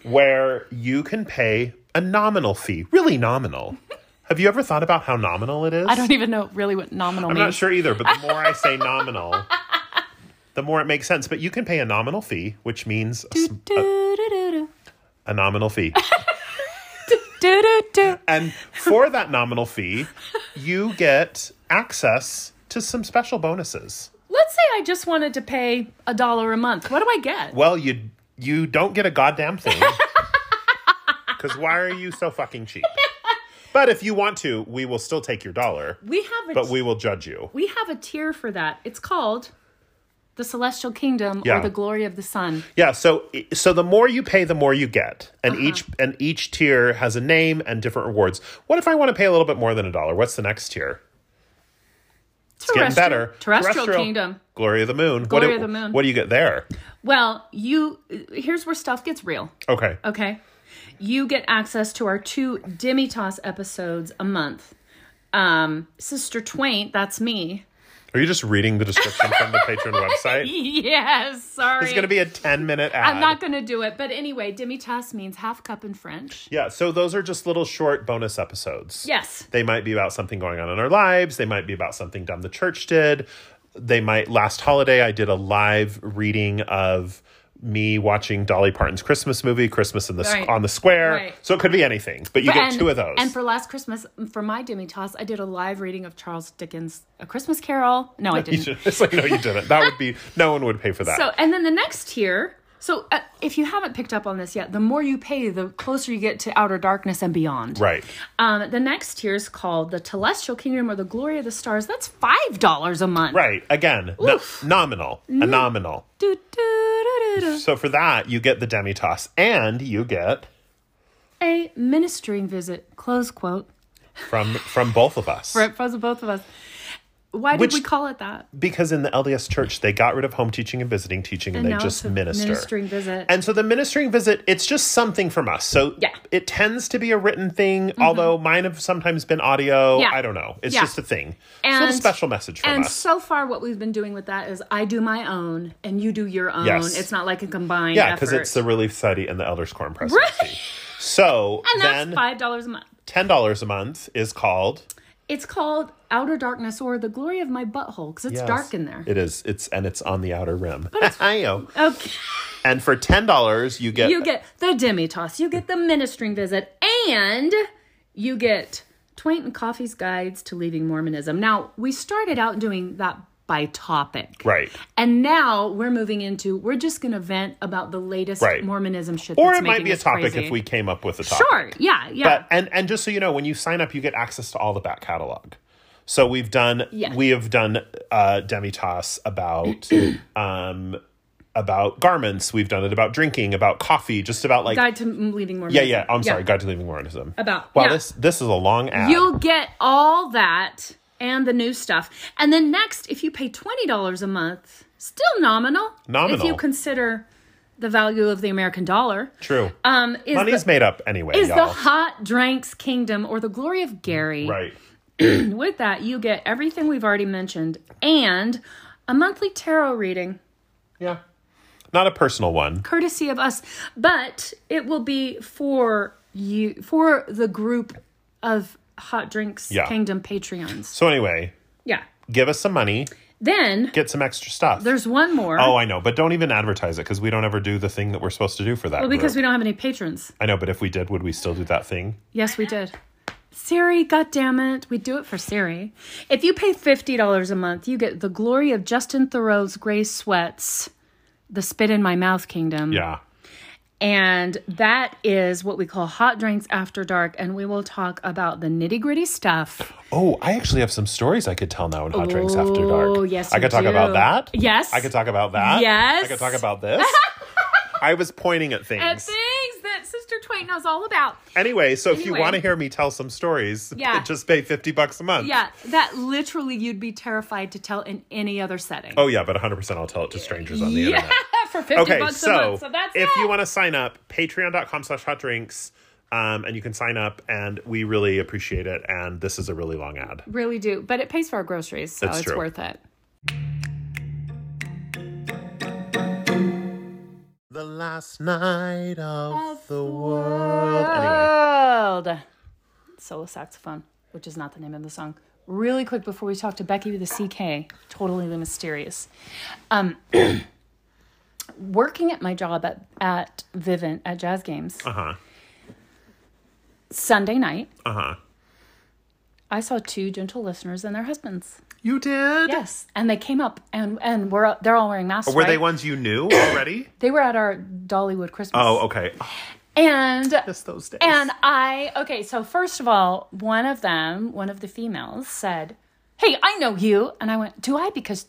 Speaker 1: where you can pay a nominal fee, really nominal. Have you ever thought about how nominal it is?
Speaker 2: I don't even know really what nominal
Speaker 1: I'm
Speaker 2: means.
Speaker 1: not sure either, but
Speaker 2: *laughs*
Speaker 1: the more I say nominal, the more it makes sense. But you can pay a nominal fee, which means a, s-
Speaker 2: Do-do-do-do.
Speaker 1: a nominal fee.
Speaker 2: Do-do-do.
Speaker 1: And for that nominal fee, you get access to some special bonuses.
Speaker 2: Let's say I just wanted to pay a dollar a month. What do I get?
Speaker 1: Well, you you don't get a goddamn thing. *laughs* Cuz why are you so fucking cheap? But if you want to, we will still take your dollar,
Speaker 2: We have a
Speaker 1: but we will judge you.
Speaker 2: we have a tier for that. It's called the Celestial Kingdom
Speaker 1: Yeah.
Speaker 2: or the Glory of the Sun.
Speaker 1: Yeah, so so the more you pay, the more you get. And
Speaker 2: Uh-huh.
Speaker 1: each and each tier has a name and different rewards. What if I want to pay a little bit more than a dollar? What's the next tier? It's getting
Speaker 2: Terrestrial-
Speaker 1: better.
Speaker 2: Terrestrial, Kingdom.
Speaker 1: Glory of the Moon. what
Speaker 2: Glory
Speaker 1: do,
Speaker 2: of the Moon.
Speaker 1: What do you get there?
Speaker 2: Well, you here's where stuff gets real.
Speaker 1: Okay.
Speaker 2: Okay. You get access to our two Demitas episodes a month. Um, Sister Twain, that's me. *laughs*
Speaker 1: Are you just reading the description from the Patreon website?
Speaker 2: Yes, sorry.
Speaker 1: It's going to be a 10 minute ad.
Speaker 2: I'm not going to do it. But anyway, Demitas means half cup in French.
Speaker 1: Yeah, so those are just little short bonus episodes.
Speaker 2: Yes.
Speaker 1: They might be about something going on in our lives. They might be about something dumb the church did. They might, last holiday, I did a live reading of me watching Dolly Parton's Christmas movie, Christmas in the
Speaker 2: Right.
Speaker 1: on the Square.
Speaker 2: Right.
Speaker 1: So it could be anything, but you get
Speaker 2: and,
Speaker 1: two of those.
Speaker 2: And for last Christmas, for my Demitas, I did a live reading of Charles Dickens' A Christmas Carol. No,
Speaker 1: *laughs*
Speaker 2: I
Speaker 1: You
Speaker 2: didn't.
Speaker 1: should- *laughs* it's like, no, you didn't. That would be, no one would pay for that.
Speaker 2: So, and then the next tier. So, uh, if you haven't picked up on this yet, the more you pay, the closer you get to outer darkness and beyond.
Speaker 1: right.
Speaker 2: Um, the next tier is called the Telestial Kingdom or the Glory of the Stars. That's five dollars a month.
Speaker 1: Right. Again, no, nominal.
Speaker 2: Mm-hmm.
Speaker 1: A nominal.
Speaker 2: Do, do, do, do, do.
Speaker 1: So for that, you get the demi toss and you get
Speaker 2: A ministering visit. Close quote.
Speaker 1: from from both of us.
Speaker 2: For for both of us. Why did
Speaker 1: Which-
Speaker 2: we call it that?
Speaker 1: Because in the LDS church, they got rid of home teaching and visiting teaching and,
Speaker 2: And
Speaker 1: they
Speaker 2: now
Speaker 1: just
Speaker 2: it's a
Speaker 1: minister.
Speaker 2: ministering visit.
Speaker 1: And so the ministering visit, it's just something from us. So
Speaker 2: Yeah. Mm-hmm.
Speaker 1: it tends to be a written thing, although mine have sometimes been audio.
Speaker 2: Yeah.
Speaker 1: I don't know. It's
Speaker 2: Yeah.
Speaker 1: just a thing. it's a little
Speaker 2: And-
Speaker 1: special message from
Speaker 2: And
Speaker 1: us.
Speaker 2: so far, what we've been doing with that is I do my own and you do your own.
Speaker 1: Yes.
Speaker 2: It's not like a combined
Speaker 1: yeah,
Speaker 2: effort.
Speaker 1: because it's the Relief Society and the Elders Quorum Presidency.
Speaker 2: Right. *laughs*
Speaker 1: So
Speaker 2: and that's
Speaker 1: then
Speaker 2: five dollars a month.
Speaker 1: $10 a month is called.
Speaker 2: It's called Outer Darkness or the Glory of My Butthole because it's
Speaker 1: Yes,
Speaker 2: dark in there.
Speaker 1: It is. It's And it's on the outer rim. *laughs* I know.
Speaker 2: okay.
Speaker 1: And for $10, you get.
Speaker 2: You get the demi toss, you get the ministering visit, and you get Twain and Coffee's Guides to Leaving Mormonism. Now, we started out doing that by topic.
Speaker 1: Right.
Speaker 2: And now we're moving into we're just going to vent about the latest
Speaker 1: Right.
Speaker 2: Mormonism shit.
Speaker 1: Or
Speaker 2: that's
Speaker 1: it might
Speaker 2: making
Speaker 1: be a
Speaker 2: us
Speaker 1: topic
Speaker 2: crazy.
Speaker 1: if we came up with a topic.
Speaker 2: Sure. Yeah. Yeah.
Speaker 1: But Uh, and and just so you know, when you sign up, you get access to all the back catalog. So we've done
Speaker 2: Yeah.
Speaker 1: we have done uh demitas about um about garments. We've done it about drinking, about coffee, just about like
Speaker 2: Guide to leading more.
Speaker 1: yeah, yeah. I'm sorry, Guide to Leaving Mormonism.
Speaker 2: About-
Speaker 1: wow,
Speaker 2: yeah.
Speaker 1: this this is a long ad.
Speaker 2: You'll get all that and the new stuff. And then next, if you pay $20 a month, still nominal.
Speaker 1: Nominal.
Speaker 2: If you consider the value of the American dollar.
Speaker 1: True.
Speaker 2: Um, is
Speaker 1: Money's
Speaker 2: the,
Speaker 1: made up anyway,
Speaker 2: is the
Speaker 1: y'all.
Speaker 2: Hot Drinks Kingdom or the Glory of Gary.
Speaker 1: right.
Speaker 2: With that, you get everything we've already mentioned and a monthly tarot reading,
Speaker 1: Yeah. Not a personal one.
Speaker 2: courtesy of us. But it will be for you, for the group of Hot Drinks
Speaker 1: Yeah.
Speaker 2: Kingdom Patreons.
Speaker 1: So anyway,
Speaker 2: Yeah.
Speaker 1: give us some money,
Speaker 2: Then
Speaker 1: get some extra stuff.
Speaker 2: there's one more.
Speaker 1: oh, I know, but don't even advertise it because we don't ever do the thing that we're supposed to do for that.
Speaker 2: Well, Oh, because
Speaker 1: group.
Speaker 2: we don't have any patrons.
Speaker 1: I know, but if we did, would we still do that thing?
Speaker 2: Yes, we did. Siri, God damn it, we do it for Siri. If you pay fifty dollars a month, you get the glory of Justin Thoreau's gray sweats, the spit in my mouth kingdom,
Speaker 1: Yeah.
Speaker 2: and that is what we call hot drinks after dark, and we will talk about the nitty gritty stuff.
Speaker 1: Oh, I actually have some stories I could tell now in Hot Drinks After Dark.
Speaker 2: Oh, yes,
Speaker 1: I
Speaker 2: you
Speaker 1: could talk
Speaker 2: do.
Speaker 1: about that.
Speaker 2: Yes.
Speaker 1: I could talk about that.
Speaker 2: Yes.
Speaker 1: I could talk about
Speaker 2: *laughs*
Speaker 1: this. I was pointing at things.
Speaker 2: And things that Sister Twain knows all about.
Speaker 1: Anyway, so if you
Speaker 2: Anyway.
Speaker 1: want to hear me tell some stories, *laughs*
Speaker 2: Yeah.
Speaker 1: just pay 50 bucks a month.
Speaker 2: Yeah, that literally you'd be terrified to tell in any other setting.
Speaker 1: Oh, yeah, but 100% I'll tell it to strangers on the
Speaker 2: yeah,
Speaker 1: internet.
Speaker 2: for *laughs* fifty
Speaker 1: Okay,
Speaker 2: bucks
Speaker 1: so,
Speaker 2: a month. So that's
Speaker 1: if
Speaker 2: it.
Speaker 1: you want to sign up, patreon.com slash hot drinks, um, and you can sign up, and we really appreciate it. And this is a really long ad.
Speaker 2: Really do, but it pays for our groceries, so
Speaker 1: That's
Speaker 2: it's
Speaker 1: true.
Speaker 2: worth it.
Speaker 1: The last night of, the world. Anyway,
Speaker 2: World. Solo saxophone, which is not the name of the song. Really quick before we talk to Becky with the CK, totally the mysterious. Um, *clears throat* working at my job at, at Vivint at Jazz Games
Speaker 1: uh huh,
Speaker 2: Sunday night,
Speaker 1: uh huh.
Speaker 2: I saw two gentle listeners and their husbands.
Speaker 1: You did?
Speaker 2: Yes, and they came up and and were they're all wearing masks.
Speaker 1: Were
Speaker 2: right?
Speaker 1: they ones you knew already?
Speaker 2: They were at our Dollywood Christmas.
Speaker 1: oh, okay. Oh,
Speaker 2: and
Speaker 1: Miss those days.
Speaker 2: And I, okay, so first of all, one of them, one of the females said, Hey, I know you. And I went, Do I? Because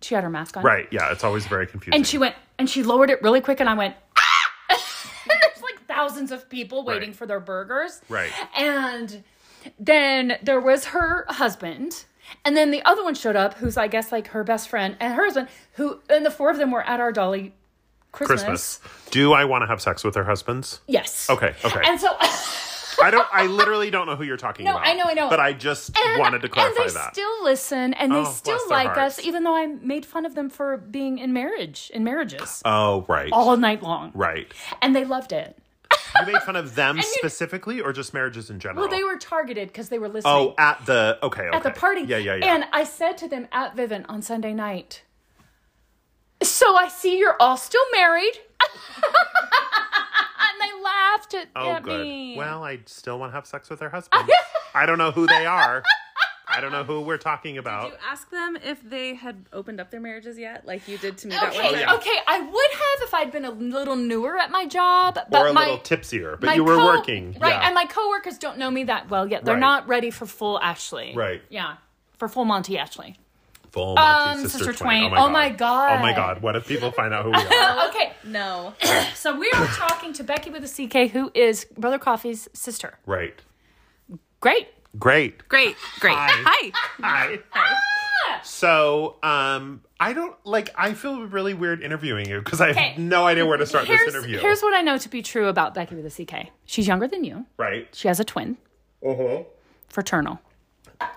Speaker 2: she had her mask on.
Speaker 1: right, yeah, it's always very confusing.
Speaker 2: And she went, and she lowered it really quick. And I went, Ah! *laughs* and there's like thousands of people waiting
Speaker 1: Right.
Speaker 2: for their burgers.
Speaker 1: Right.
Speaker 2: And then there was her husband. And then the other one showed up, who's, I guess, like her best friend and her husband, who, and the four of them were at our Dolly
Speaker 1: Christmas. Do I want to have sex with their husbands?
Speaker 2: Yes.
Speaker 1: Okay, okay.
Speaker 2: And so. *laughs*
Speaker 1: I don't. I literally don't know who you're talking about.
Speaker 2: I know, I know.
Speaker 1: But I just
Speaker 2: And-
Speaker 1: wanted to clarify
Speaker 2: and they
Speaker 1: that.
Speaker 2: still listen and they
Speaker 1: Oh,
Speaker 2: still
Speaker 1: bless their
Speaker 2: like
Speaker 1: hearts.
Speaker 2: us even though i made fun of them for being in marriage in marriages
Speaker 1: oh, right,
Speaker 2: all night long
Speaker 1: right.
Speaker 2: *laughs* and they loved it
Speaker 1: You made fun of them specifically, or just marriages in general?
Speaker 2: well they were targeted because they were listening
Speaker 1: Oh, at the okay,
Speaker 2: at the
Speaker 1: okay.
Speaker 2: party
Speaker 1: Yeah, yeah, yeah.
Speaker 2: and i said to them at vivint on sunday night so i see you're all still married *laughs* and they laughed at,
Speaker 1: oh,
Speaker 2: at
Speaker 1: good.
Speaker 2: me
Speaker 1: Well, I still want to have sex with
Speaker 2: *laughs*
Speaker 1: their husbands. I don't know who they are. I don't know who we're talking about.
Speaker 3: You ask them if they had opened up their marriages yet, like you did to me that
Speaker 2: Okay,
Speaker 3: one time.
Speaker 1: oh, yeah.
Speaker 2: okay. I would have if I'd been a little newer at my job, but
Speaker 1: or a
Speaker 2: my
Speaker 1: little tipsier, but
Speaker 2: my
Speaker 1: you were
Speaker 2: co-
Speaker 1: working,
Speaker 2: right?
Speaker 1: Yeah.
Speaker 2: And my coworkers don't know me that well yet. They're
Speaker 1: Right.
Speaker 2: not ready for full Ashley,
Speaker 1: Right.
Speaker 2: Yeah, for full Monty Ashley.
Speaker 1: Full Monty,
Speaker 2: Um,
Speaker 1: Sister,
Speaker 2: Sister
Speaker 1: Twain.
Speaker 2: Twain. Oh,
Speaker 1: Oh my
Speaker 2: my God.
Speaker 1: god! What if people find out who we
Speaker 2: *laughs*
Speaker 1: are?
Speaker 2: okay,
Speaker 3: No.
Speaker 2: so we are talking to Becky with a CK, who is Brother Coffee's sister.
Speaker 1: right.
Speaker 2: Great.
Speaker 1: Great.
Speaker 3: Great. Great.
Speaker 1: Hi. Hi.
Speaker 2: Ah,
Speaker 1: So, um, I don't like. I feel really weird interviewing you because I have
Speaker 2: Okay.
Speaker 1: no idea where to start
Speaker 2: Here's
Speaker 1: this interview.
Speaker 2: here's what I know to be true about Becky with a CK. She's younger than you.
Speaker 1: right.
Speaker 2: She has a twin,
Speaker 1: Uh huh.
Speaker 2: fraternal.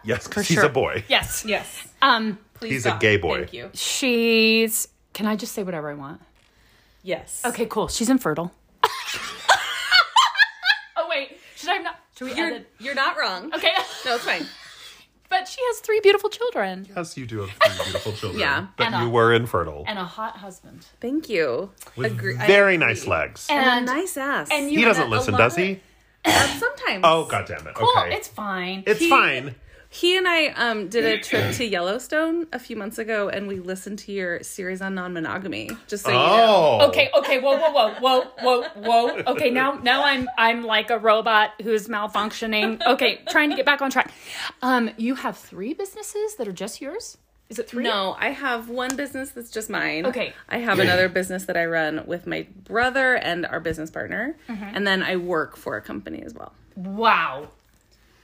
Speaker 1: Yes, because he's
Speaker 2: sure.
Speaker 1: a boy.
Speaker 2: Yes.
Speaker 3: Yes.
Speaker 2: Um,
Speaker 3: Please
Speaker 1: He's a
Speaker 3: stop.
Speaker 1: gay boy.
Speaker 3: Thank you.
Speaker 2: she's. Can I just say whatever I want?
Speaker 3: Yes.
Speaker 2: Okay, cool. She's infertile. *laughs* oh wait, should I not? Should we
Speaker 3: You're,
Speaker 2: edit?
Speaker 3: you're not wrong.
Speaker 2: Okay. *laughs*
Speaker 3: No, it's fine.
Speaker 2: But she has three beautiful children
Speaker 1: Yes, you do have three beautiful children.
Speaker 3: Yeah.
Speaker 1: but
Speaker 2: And a-
Speaker 1: you were infertile.
Speaker 2: and a hot husband.
Speaker 3: Thank you.
Speaker 1: with
Speaker 3: Agree- I
Speaker 1: very
Speaker 3: agree.
Speaker 1: nice legs.
Speaker 3: And a nice ass.
Speaker 2: and you
Speaker 1: he
Speaker 2: and
Speaker 1: doesn't
Speaker 2: a
Speaker 1: listen,
Speaker 2: lot
Speaker 1: does
Speaker 2: of-
Speaker 1: he?
Speaker 3: Uh, sometimes.
Speaker 1: Oh god damn it!
Speaker 2: Cool,
Speaker 1: okay,
Speaker 2: it's fine.
Speaker 1: It's
Speaker 3: he-
Speaker 1: fine.
Speaker 3: He and I um, did a trip to Yellowstone a few months ago, and we listened to your series on non-monogamy. Just so you know.
Speaker 1: Oh,
Speaker 2: okay, okay, whoa, whoa, whoa, whoa, whoa, whoa. Okay, now now I'm I'm like a robot who's malfunctioning. Okay, trying to get back on track. Um, you have three businesses that are just yours? Is it three?
Speaker 3: No, I have one business that's just mine.
Speaker 2: Okay.
Speaker 3: I have another business that I run with my brother and our business partner. And then I work for a company as well.
Speaker 2: Wow.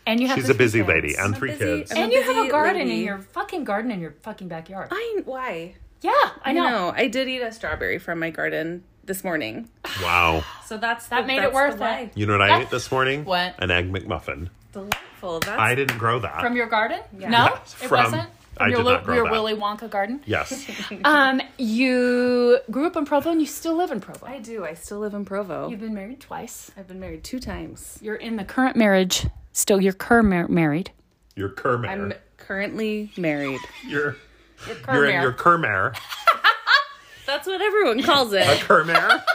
Speaker 2: And you have
Speaker 1: She's
Speaker 2: the
Speaker 1: a busy
Speaker 2: three
Speaker 1: lady
Speaker 2: kids.
Speaker 1: and three
Speaker 3: busy-
Speaker 1: kids.
Speaker 3: I'm
Speaker 2: and you
Speaker 3: busy
Speaker 2: have a garden in
Speaker 3: lady.
Speaker 2: your fucking garden in your fucking backyard.
Speaker 3: I why?
Speaker 2: yeah, I know.
Speaker 3: No. I did eat a strawberry from my garden this morning.
Speaker 1: Wow.
Speaker 3: So that's
Speaker 2: That
Speaker 3: the-
Speaker 2: made it
Speaker 3: that's the
Speaker 2: worth it.
Speaker 3: way.
Speaker 1: You know what I ate this morning?
Speaker 2: What?
Speaker 1: An egg McMuffin.
Speaker 3: Delightful. That's
Speaker 1: I didn't grow that.
Speaker 2: From your garden? No,
Speaker 1: Yes, *laughs*
Speaker 2: it
Speaker 1: from-
Speaker 2: wasn't. From
Speaker 1: I
Speaker 2: your,
Speaker 1: did
Speaker 2: little-
Speaker 1: not grow
Speaker 2: your
Speaker 1: that.
Speaker 2: Willy Wonka garden.
Speaker 1: yes.
Speaker 2: Um, you grew up in Provo and you still live in Provo.
Speaker 3: I do. I still live in Provo.
Speaker 2: You've been married twice.
Speaker 3: I've been married two times.
Speaker 2: You're in the current marriage. Still, you're cur mar- married.
Speaker 1: Your Kermare.
Speaker 3: I'm currently married.
Speaker 1: Your, you're in
Speaker 2: Kermare.
Speaker 1: your Kermare.
Speaker 3: That's what everyone calls it.
Speaker 1: A Kermare? *laughs*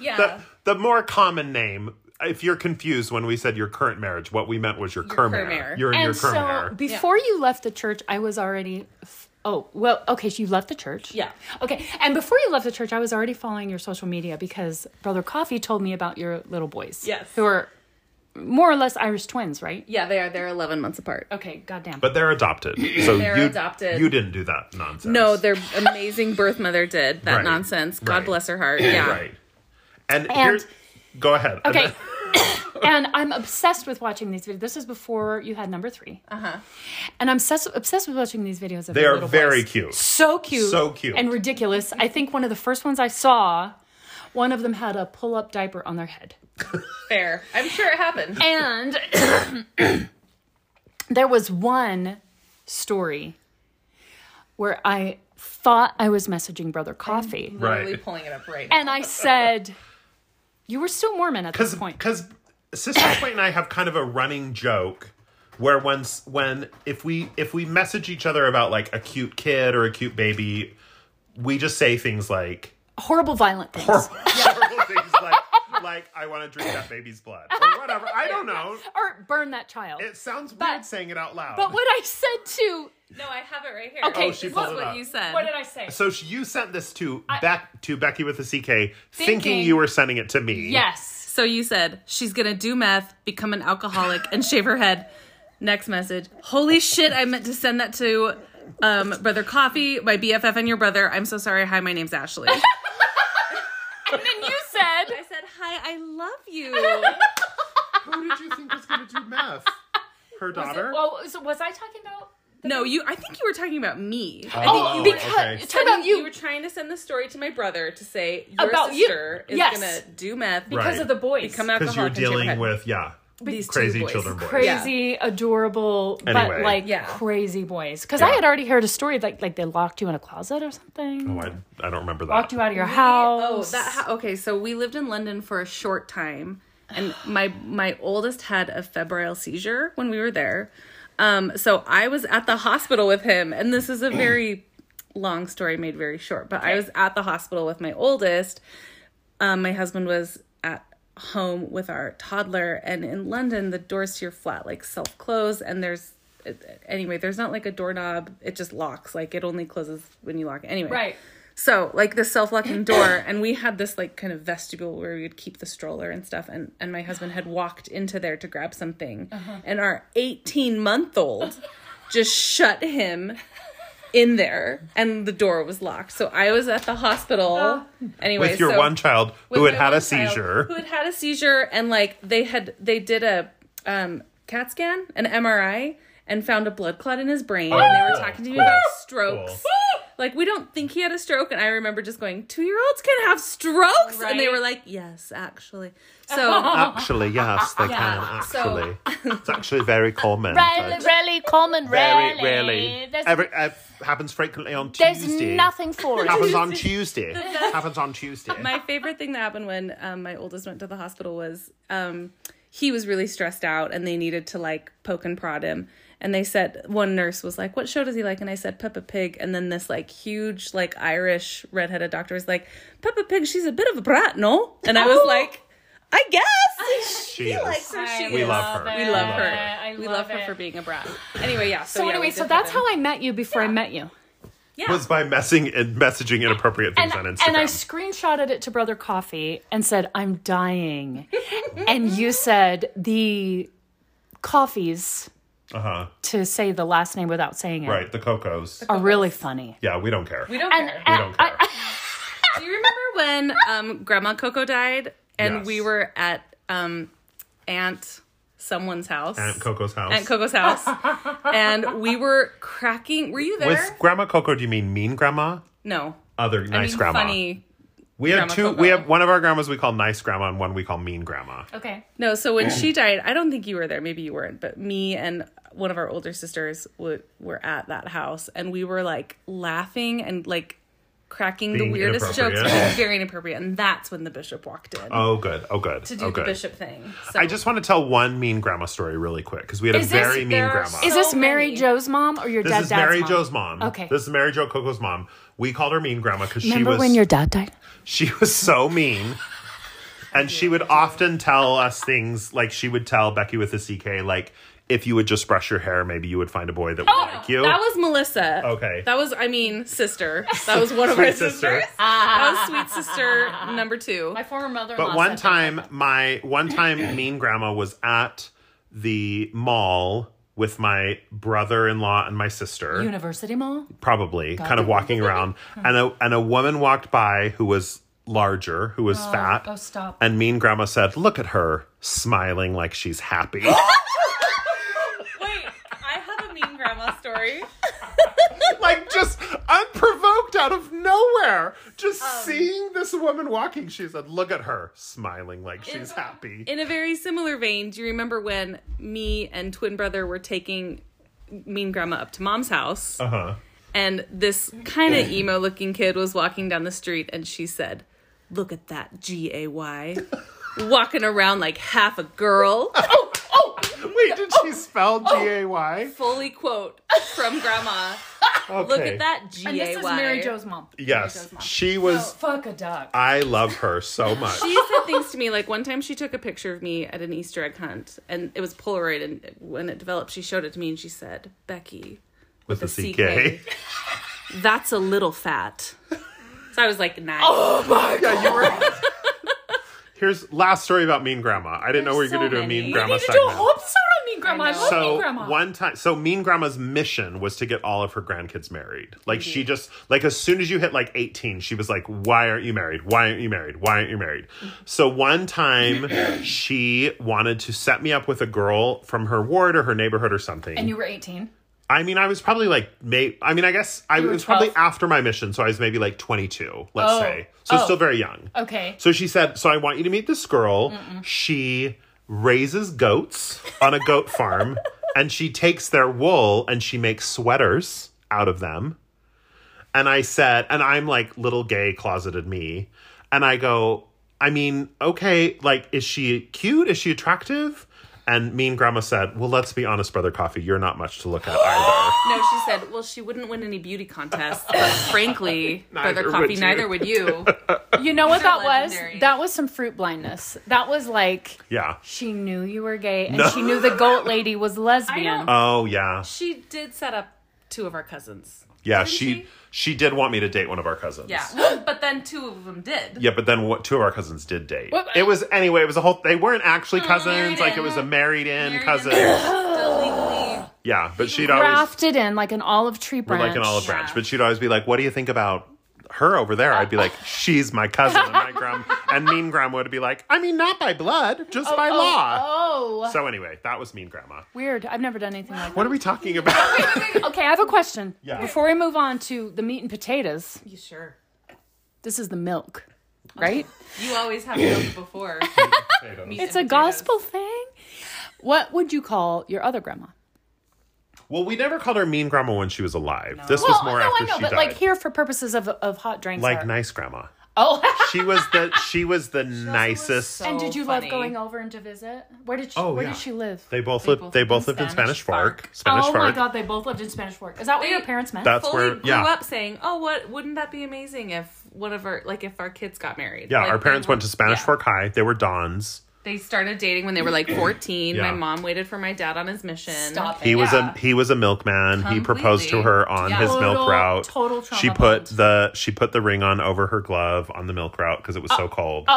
Speaker 3: Yeah.
Speaker 1: the, the more common name. If you're confused when we said your current marriage, what we meant was your, Kermare.
Speaker 3: Kermare.
Speaker 1: You're in your
Speaker 2: and so,
Speaker 1: Kermare.
Speaker 2: before you left the church, I was already. f- Oh well, okay. So you left the church.
Speaker 3: Yeah.
Speaker 2: Okay, and before you left the church, I was already following your social media because Brother Coffee told me about your little boys.
Speaker 3: Yes.
Speaker 2: Who are more or less Irish twins, right?
Speaker 3: yeah, they are. They're 11 months apart.
Speaker 2: Okay. Goddamn.
Speaker 1: but they're adopted. So
Speaker 3: They're
Speaker 1: you,
Speaker 3: adopted.
Speaker 1: You didn't do that nonsense.
Speaker 3: No, their amazing birth mother did that
Speaker 1: Right.
Speaker 3: nonsense. God
Speaker 1: Right.
Speaker 3: bless her heart. Yeah.
Speaker 1: Right. And,
Speaker 2: And-
Speaker 1: here's go ahead. *coughs*
Speaker 2: Okay. and I'm obsessed with watching these videos. This is before you had number three. Uh huh. And I'm obsessed, obsessed with watching these videos. Of
Speaker 1: Uh-huh. They
Speaker 2: your
Speaker 1: are
Speaker 2: little
Speaker 1: very
Speaker 2: boys.
Speaker 1: cute.
Speaker 2: So cute.
Speaker 1: So cute.
Speaker 2: And ridiculous. I think one of the first ones I saw, one of them had a pull up diaper on their head.
Speaker 3: Fair. I'm sure it happened.
Speaker 2: And *coughs* there was one story where I thought I was messaging Brother Coffee.
Speaker 1: Mm.
Speaker 3: Literally
Speaker 1: Right.
Speaker 3: pulling it up right now.
Speaker 2: And I said, You were still Mormon at this point.
Speaker 1: Because Sister Point and I have kind of a running joke where once when if we if we message each other about like a cute kid or a cute baby, we just say things like *laughs*
Speaker 2: Horrible, violent things.
Speaker 1: horrible, horrible things like like I want to drink that baby's blood or whatever. I don't know.
Speaker 2: or burn that child.
Speaker 1: It sounds weird
Speaker 2: But-
Speaker 1: saying it out loud.
Speaker 2: But what I said to
Speaker 3: No, I have it right here.
Speaker 2: Okay,
Speaker 1: Oh, she
Speaker 3: this
Speaker 1: pulled
Speaker 3: is
Speaker 1: it
Speaker 3: what
Speaker 1: up.
Speaker 3: you said.
Speaker 2: what did I say?
Speaker 1: so she, you sent this to back to Becky with a CK, thinking,
Speaker 2: Thinking-
Speaker 1: you were sending it to me.
Speaker 2: yes.
Speaker 3: so you said she's gonna do meth, become an alcoholic, and shave her head. Next message. Holy shit! I meant to send that to um, brother Coffee, my BFF, and your brother. I'm so sorry. Hi, my name's Ashley. *laughs* I
Speaker 2: And then you said
Speaker 3: said hi. I love you.
Speaker 1: Who did you think was going to do meth?
Speaker 2: *laughs*
Speaker 1: Her daughter.
Speaker 2: Well, so was I talking about
Speaker 3: No, you. I think you were talking about me.
Speaker 2: Oh, because
Speaker 1: okay.
Speaker 2: talk about you,
Speaker 3: You were trying to send the story to my brother to say your
Speaker 2: About you.
Speaker 3: sister is
Speaker 2: Yes.
Speaker 3: gonna do meth,
Speaker 1: Right.
Speaker 2: because of the boys.
Speaker 3: become
Speaker 1: because
Speaker 3: alcoholic,
Speaker 1: you're
Speaker 3: and shave her
Speaker 1: dealing
Speaker 3: head.
Speaker 1: with yeah
Speaker 3: these two
Speaker 1: crazy
Speaker 3: boys.
Speaker 1: children boys.
Speaker 2: crazy, adorable, but
Speaker 1: Anyway.
Speaker 2: like
Speaker 3: Yeah.
Speaker 2: crazy boys. Because I
Speaker 1: Yeah.
Speaker 2: had already heard a story like like they locked you in a closet or something,
Speaker 1: Oh, I, I don't remember
Speaker 2: locked
Speaker 1: that.
Speaker 2: you out of your house.
Speaker 3: Oh, that ho- okay. So we lived in London for a short time, and my my oldest had a febrile seizure when we were there. Um, so I was at the hospital with him, and this is a very long story made very short. But I was at the hospital with my oldest. Um, my husband was at home with our toddler, and in London, the doors to your flat like self close, and there's anyway, there's not like a doorknob. It just locks. Like it only closes when you lock. it. Anyway,
Speaker 2: Right.
Speaker 3: so like this self-locking door and we had this like kind of vestibule where we would keep the stroller and stuff and and my husband had walked into there to grab something and our 18 month old just shut him in there and the door was locked so i was at the hospital anyway
Speaker 1: With your
Speaker 3: so-
Speaker 1: one child who
Speaker 3: with
Speaker 1: had
Speaker 3: my
Speaker 1: had a
Speaker 3: one child
Speaker 1: seizure.
Speaker 3: who had had a seizure and like they had they did a um cat scan an mri and found a blood clot in his brain and they were
Speaker 1: cool,
Speaker 3: talking to me
Speaker 1: Oh, cool,
Speaker 3: about
Speaker 1: cool.
Speaker 3: strokes like we don't think he had a stroke and i remember just going two year olds can have strokes and they
Speaker 2: Right.
Speaker 3: were like yes
Speaker 1: *laughs*
Speaker 3: actually so
Speaker 1: Actually, yes, they
Speaker 3: Yeah, so- *laughs*
Speaker 1: it's actually very common.
Speaker 2: Rarely, rarely common, rarely. There's,
Speaker 1: uh, happens frequently on
Speaker 2: there's nothing for
Speaker 1: *laughs*
Speaker 2: it.
Speaker 1: on
Speaker 3: *laughs*
Speaker 1: Tuesday. happens on Tuesday.
Speaker 3: my favorite thing that happened when um, my oldest went to the hospital was um, he was really stressed out and they needed to like poke and prod him and they said one nurse was like what show does he like and i said peppa pig and then this like huge like irish redheaded doctor was like peppa pig she's a bit of a brat no and i
Speaker 2: Oh.
Speaker 3: was like i *laughs* guess
Speaker 1: she is.
Speaker 3: her. She
Speaker 1: We
Speaker 3: is.
Speaker 1: love her.
Speaker 2: it.
Speaker 3: we love her
Speaker 2: I
Speaker 3: we love her
Speaker 2: it.
Speaker 3: for being a brat anyway yeah so,
Speaker 2: So
Speaker 3: yeah,
Speaker 2: anyway,
Speaker 3: we
Speaker 2: so
Speaker 3: did
Speaker 2: that's
Speaker 3: that.
Speaker 2: how I met you before I met you.
Speaker 3: yeah.
Speaker 1: was by messing and messaging inappropriate things on Instagram.
Speaker 2: and I screenshotted it to Brother Coffee and said, I'm dying. and you said, the coffees to say the last name without saying it
Speaker 1: Uh-huh. Right, the Cocos.
Speaker 2: are really funny.
Speaker 1: Yeah, we don't care. We
Speaker 3: We
Speaker 1: don't,
Speaker 3: don't
Speaker 2: And
Speaker 3: care.
Speaker 1: care.
Speaker 3: Do you remember when um, Grandma Coco died and
Speaker 1: Yes.
Speaker 3: we were at um, Aunt someone's house?
Speaker 1: Aunt Coco's house.
Speaker 3: Aunt Coco's house. and we were cracking. Were you there?
Speaker 1: With Grandma Coco, do you mean mean grandma?
Speaker 3: no.
Speaker 1: Other nice
Speaker 3: I mean,
Speaker 1: grandma.
Speaker 3: funny.
Speaker 1: we have
Speaker 3: Grandma
Speaker 1: two.
Speaker 3: Coco.
Speaker 1: We have one of our grandmas we call nice grandma and one we call mean grandma.
Speaker 2: Okay.
Speaker 3: No, so
Speaker 1: *clears throat*
Speaker 3: when she died, I don't think you were there. Maybe you weren't, but me and one of our older sisters w- were at that house, and we were like laughing and like cracking
Speaker 1: Being
Speaker 3: the weirdest jokes,
Speaker 1: inappropriate.
Speaker 3: which is *laughs* very inappropriate. And that's when the bishop walked in
Speaker 1: Oh good. Oh good.
Speaker 3: to do
Speaker 1: oh
Speaker 3: the
Speaker 1: good.
Speaker 3: bishop thing. So
Speaker 1: I just want to tell one mean grandma story really quick because we had
Speaker 2: Is
Speaker 1: a
Speaker 2: this-
Speaker 1: very mean
Speaker 3: there are
Speaker 1: grandma.
Speaker 3: so
Speaker 2: Is this Mary
Speaker 3: many.
Speaker 2: Jo's mom or your
Speaker 1: this
Speaker 2: dead
Speaker 1: is
Speaker 2: dad's
Speaker 1: Mary
Speaker 2: mom?
Speaker 1: Joe's mom.
Speaker 2: Okay.
Speaker 1: This is Mary Joe Coco's mom. We called her mean grandma because she
Speaker 2: Remember
Speaker 1: was
Speaker 2: when your dad died?
Speaker 1: she was so mean.
Speaker 3: *laughs*
Speaker 1: And she would often tell us things like she would tell Becky with the CK, like, if you would just brush your hair, maybe you would find a boy that would like you.
Speaker 3: Oh, that was Melissa.
Speaker 1: Okay.
Speaker 3: that was I mean *laughs* sister. That was one of our
Speaker 1: Sweet sister.
Speaker 3: sisters. That was sweet sister number two.
Speaker 2: My former mother.
Speaker 1: But one time, my one time, *coughs* mean grandma was at the mall with my brother-in-law and my sister,
Speaker 2: University Mall.
Speaker 1: probably kind of walking around, and a and a woman walked by who was larger, who was fat.
Speaker 2: oh, stop.
Speaker 1: And mean grandma said, "Look at her smiling like she's happy." *laughs*
Speaker 3: Wait, I have a mean grandma story.
Speaker 1: like just unprovoked out of nowhere. Just seeing this woman walking, she said, "Look at her smiling like she's happy."
Speaker 3: In a very similar vein, do you remember when me and twin brother were taking mean grandma up to mom's house? Uh
Speaker 1: Uh-huh.
Speaker 3: huh. And this kind of emo looking kid was walking down the street and she said, Look at that G
Speaker 1: *laughs*
Speaker 3: A Y. Walking around like half a girl.
Speaker 1: Wait, did she spell G A Y?
Speaker 3: Fully quote from grandma.
Speaker 1: Okay.
Speaker 3: Look at that G A Y.
Speaker 2: And this is Mary Jo's mom.
Speaker 1: Yes, she was.
Speaker 2: Oh, Fuck a duck.
Speaker 1: I love her
Speaker 2: *laughs*
Speaker 1: so much.
Speaker 3: she said things to me like one time she took a picture of me at an Easter egg hunt and it was Polaroid and when it developed she showed it to me and she said, Becky,
Speaker 1: with the
Speaker 3: with a
Speaker 1: CK.
Speaker 3: that's a little fat. So I was like, nice.
Speaker 1: *laughs* yeah, you
Speaker 2: *laughs*
Speaker 1: were. Here's last story about Mean Grandma. I didn't know we were
Speaker 3: There's
Speaker 1: going
Speaker 3: so
Speaker 1: to do a Mean
Speaker 3: many.
Speaker 1: Grandma
Speaker 2: need to do a
Speaker 1: segment.
Speaker 2: whole episode on Mean Grandma. I,
Speaker 3: I know.
Speaker 2: love
Speaker 1: so
Speaker 2: Mean Grandma.
Speaker 1: one time so mean grandma's mission was to get all of her grandkids married like she
Speaker 2: Mm-hmm.
Speaker 1: just like as soon as you hit like 18 she was like why aren't you married why aren't you married why aren't you married
Speaker 2: Mm-hmm.
Speaker 1: so one time she wanted to set me up with a girl from her ward or her neighborhood or something
Speaker 2: and you were 18.
Speaker 1: i mean i was probably like may i mean i guess i
Speaker 2: were
Speaker 1: was probably
Speaker 2: 12?
Speaker 1: after my mission so i was maybe like 22 let's
Speaker 2: Oh.
Speaker 1: say so
Speaker 2: Oh.
Speaker 1: still very young
Speaker 2: Okay.
Speaker 1: so she said, So I want you to meet this girl. She raises goats on a goat farm and she takes their wool and she makes sweaters out of them. And I said, and I'm like little gay closeted me. And I go, I mean, okay, like, is she cute? Is she attractive? And mean grandma said, Well, let's be honest, brother Coffee, you're not much to look at
Speaker 3: *gasps*
Speaker 1: either.
Speaker 3: No, she said, well, she wouldn't win any beauty contests. But frankly,
Speaker 1: *laughs* Neither
Speaker 3: Brother
Speaker 1: would
Speaker 3: Coffee,
Speaker 1: you.
Speaker 3: neither would you.
Speaker 2: You know what
Speaker 3: These are
Speaker 2: that was?
Speaker 3: legendary.
Speaker 2: That was some fruit blindness. That was like
Speaker 1: yeah.
Speaker 2: she knew you were gay and she knew the goat
Speaker 1: *laughs*
Speaker 2: lady was lesbian.
Speaker 3: don't-
Speaker 1: Oh, yeah.
Speaker 3: She did set up two of our cousins.
Speaker 1: Yeah.
Speaker 3: Didn't
Speaker 1: She
Speaker 3: she?
Speaker 1: she did want me to date one of our cousins.
Speaker 3: Yeah. Well, *gasps* but then two of them did.
Speaker 1: Yeah, but then what, two of our cousins did date.
Speaker 2: What-
Speaker 1: It was anyway. It was a whole. They weren't actually cousins.
Speaker 3: married
Speaker 1: Like it
Speaker 3: in.
Speaker 1: was a married in
Speaker 3: Married
Speaker 1: cousin.
Speaker 2: *coughs*
Speaker 3: and still legally-
Speaker 1: Yeah, but she'd always
Speaker 2: Grafted in like an olive tree branch.
Speaker 1: like an olive branch.
Speaker 3: Yeah.
Speaker 1: But she'd always be like, "What do you think about her over there?" I'd be
Speaker 2: *laughs*
Speaker 1: like, "She's my cousin." And my gram and mean grandma would be like, "I mean, not by blood, just by law."
Speaker 2: Oh,
Speaker 1: So anyway, that was mean grandma.
Speaker 2: weird. I've never done anything like that.
Speaker 1: What are we talking
Speaker 2: *laughs*
Speaker 1: about?
Speaker 2: Okay, I have a question.
Speaker 1: Yeah.
Speaker 2: Before we move on to the meat and potatoes,
Speaker 3: You sure?
Speaker 2: this is the milk, *laughs* right?
Speaker 3: You always have milk *laughs* before.
Speaker 2: It's a gospel thing. What would you call your other grandma?
Speaker 1: well, we never called her mean grandma when she was alive. This was more
Speaker 2: Oh, no,
Speaker 1: after
Speaker 2: I know,
Speaker 1: she
Speaker 2: but
Speaker 1: died.
Speaker 2: like here for purposes of of hot drinks.
Speaker 1: like
Speaker 2: are-
Speaker 1: nice grandma.
Speaker 2: Oh,
Speaker 1: She was the she was
Speaker 2: *laughs*
Speaker 1: the nicest.
Speaker 2: and did you
Speaker 3: funny.
Speaker 2: love going over and to visit? Where did she?
Speaker 1: Oh,
Speaker 2: where
Speaker 1: yeah.
Speaker 2: did she live?
Speaker 1: they both lived.
Speaker 3: both
Speaker 1: they
Speaker 3: lived
Speaker 1: both
Speaker 3: in
Speaker 1: lived in
Speaker 3: Spanish
Speaker 1: Spanish Fork.
Speaker 3: Fork.
Speaker 1: Spanish
Speaker 2: oh
Speaker 1: Fork.
Speaker 2: my god, they both lived in Spanish Fork. Is that what
Speaker 3: They-
Speaker 2: your parents met?
Speaker 1: That's
Speaker 3: fully
Speaker 1: where yeah.
Speaker 3: grew up saying, "Oh, what wouldn't that be amazing if one of our like if our kids got married?"
Speaker 1: Yeah,
Speaker 3: Like,
Speaker 1: our parents
Speaker 3: they were-
Speaker 1: went to Spanish
Speaker 3: yeah.
Speaker 1: Fork High. They were dons.
Speaker 3: They started dating when they were like 14.
Speaker 1: Yeah.
Speaker 3: My mom waited for my dad on his mission.
Speaker 2: Stop it.
Speaker 1: He was
Speaker 2: Yeah.
Speaker 1: a he was a milkman. He proposed to
Speaker 3: Completely.
Speaker 1: her on
Speaker 3: Yeah.
Speaker 1: his milk
Speaker 2: Total-
Speaker 1: route.
Speaker 2: total trauma
Speaker 1: she put
Speaker 2: bond.
Speaker 1: the she put the ring on over her glove on the milk route because it
Speaker 3: Uh,
Speaker 1: was so cold.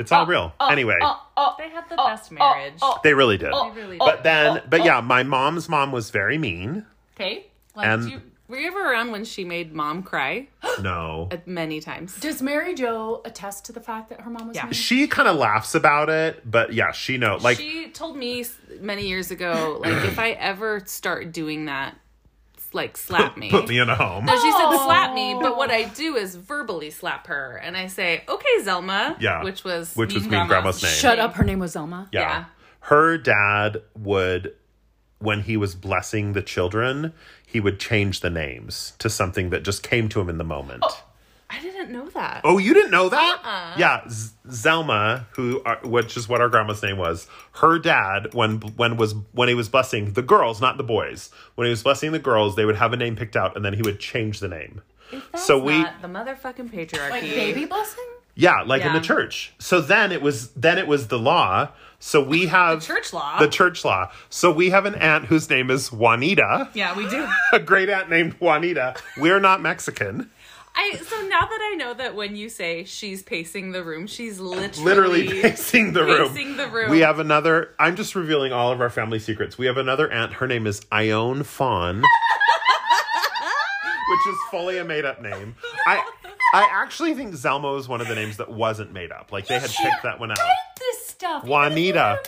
Speaker 1: it's all real. anyway,
Speaker 2: Oh,
Speaker 3: They had the best marriage.
Speaker 1: they really did.
Speaker 3: They really
Speaker 1: but
Speaker 3: Uh,
Speaker 1: then, but yeah, my mom's mom was very mean.
Speaker 2: Okay.
Speaker 3: Like,
Speaker 1: and-
Speaker 3: do you- were you ever around when she made mom cry? *gasps*
Speaker 1: No,
Speaker 3: Many times.
Speaker 2: Does Mary Jo attest to the fact that her mom was
Speaker 3: Yeah.
Speaker 2: mean?
Speaker 1: she kind of laughs about it, but yeah, she know like
Speaker 3: she told me s- many years ago, like if I ever start doing that, s- like slap me.
Speaker 1: put me in a home.
Speaker 3: She said slap me, but what I do is verbally slap her, and I say, "Okay, Zelma,"
Speaker 1: Yeah.
Speaker 3: which was
Speaker 1: Which was Mean Grandma's name.
Speaker 2: Shut up. Her name was Zelma.
Speaker 1: Yeah.
Speaker 3: Yeah.
Speaker 1: Her dad would, when he was blessing the children, he would change the names to something that just came to him in the moment. Uh-uh. Oh,
Speaker 3: I didn't know that.
Speaker 1: you didn't know that? Yeah. Z- Zelma, who, are, which is what our grandma's name was, her dad, when when was when he was blessing the girls, not the boys, when he was blessing the girls, they would have a name picked out, and then he would change the name. so we,
Speaker 3: Not the motherfucking patriarchy.
Speaker 2: Like baby blessing?
Speaker 1: yeah, like in
Speaker 3: Yeah.
Speaker 1: the church. So then it was then it was the law. So we have
Speaker 3: church law.
Speaker 1: the church law. So we have an aunt whose name is Juanita,
Speaker 3: yeah, we do.
Speaker 1: *laughs* a great aunt named Juanita. We're not Mexican.
Speaker 3: I so now that I know that when you say she's pacing the room, she's literally
Speaker 1: Literally pacing the room.
Speaker 3: Pacing the room.
Speaker 1: We have another. I'm just revealing all of our family secrets. We have another aunt. Her name is Ione
Speaker 3: *laughs*
Speaker 1: Fawn, which is fully a made up name. I I actually think Zelma was one of the names that wasn't made up. Like they had picked that one out.
Speaker 2: This stuff.
Speaker 1: Juanita.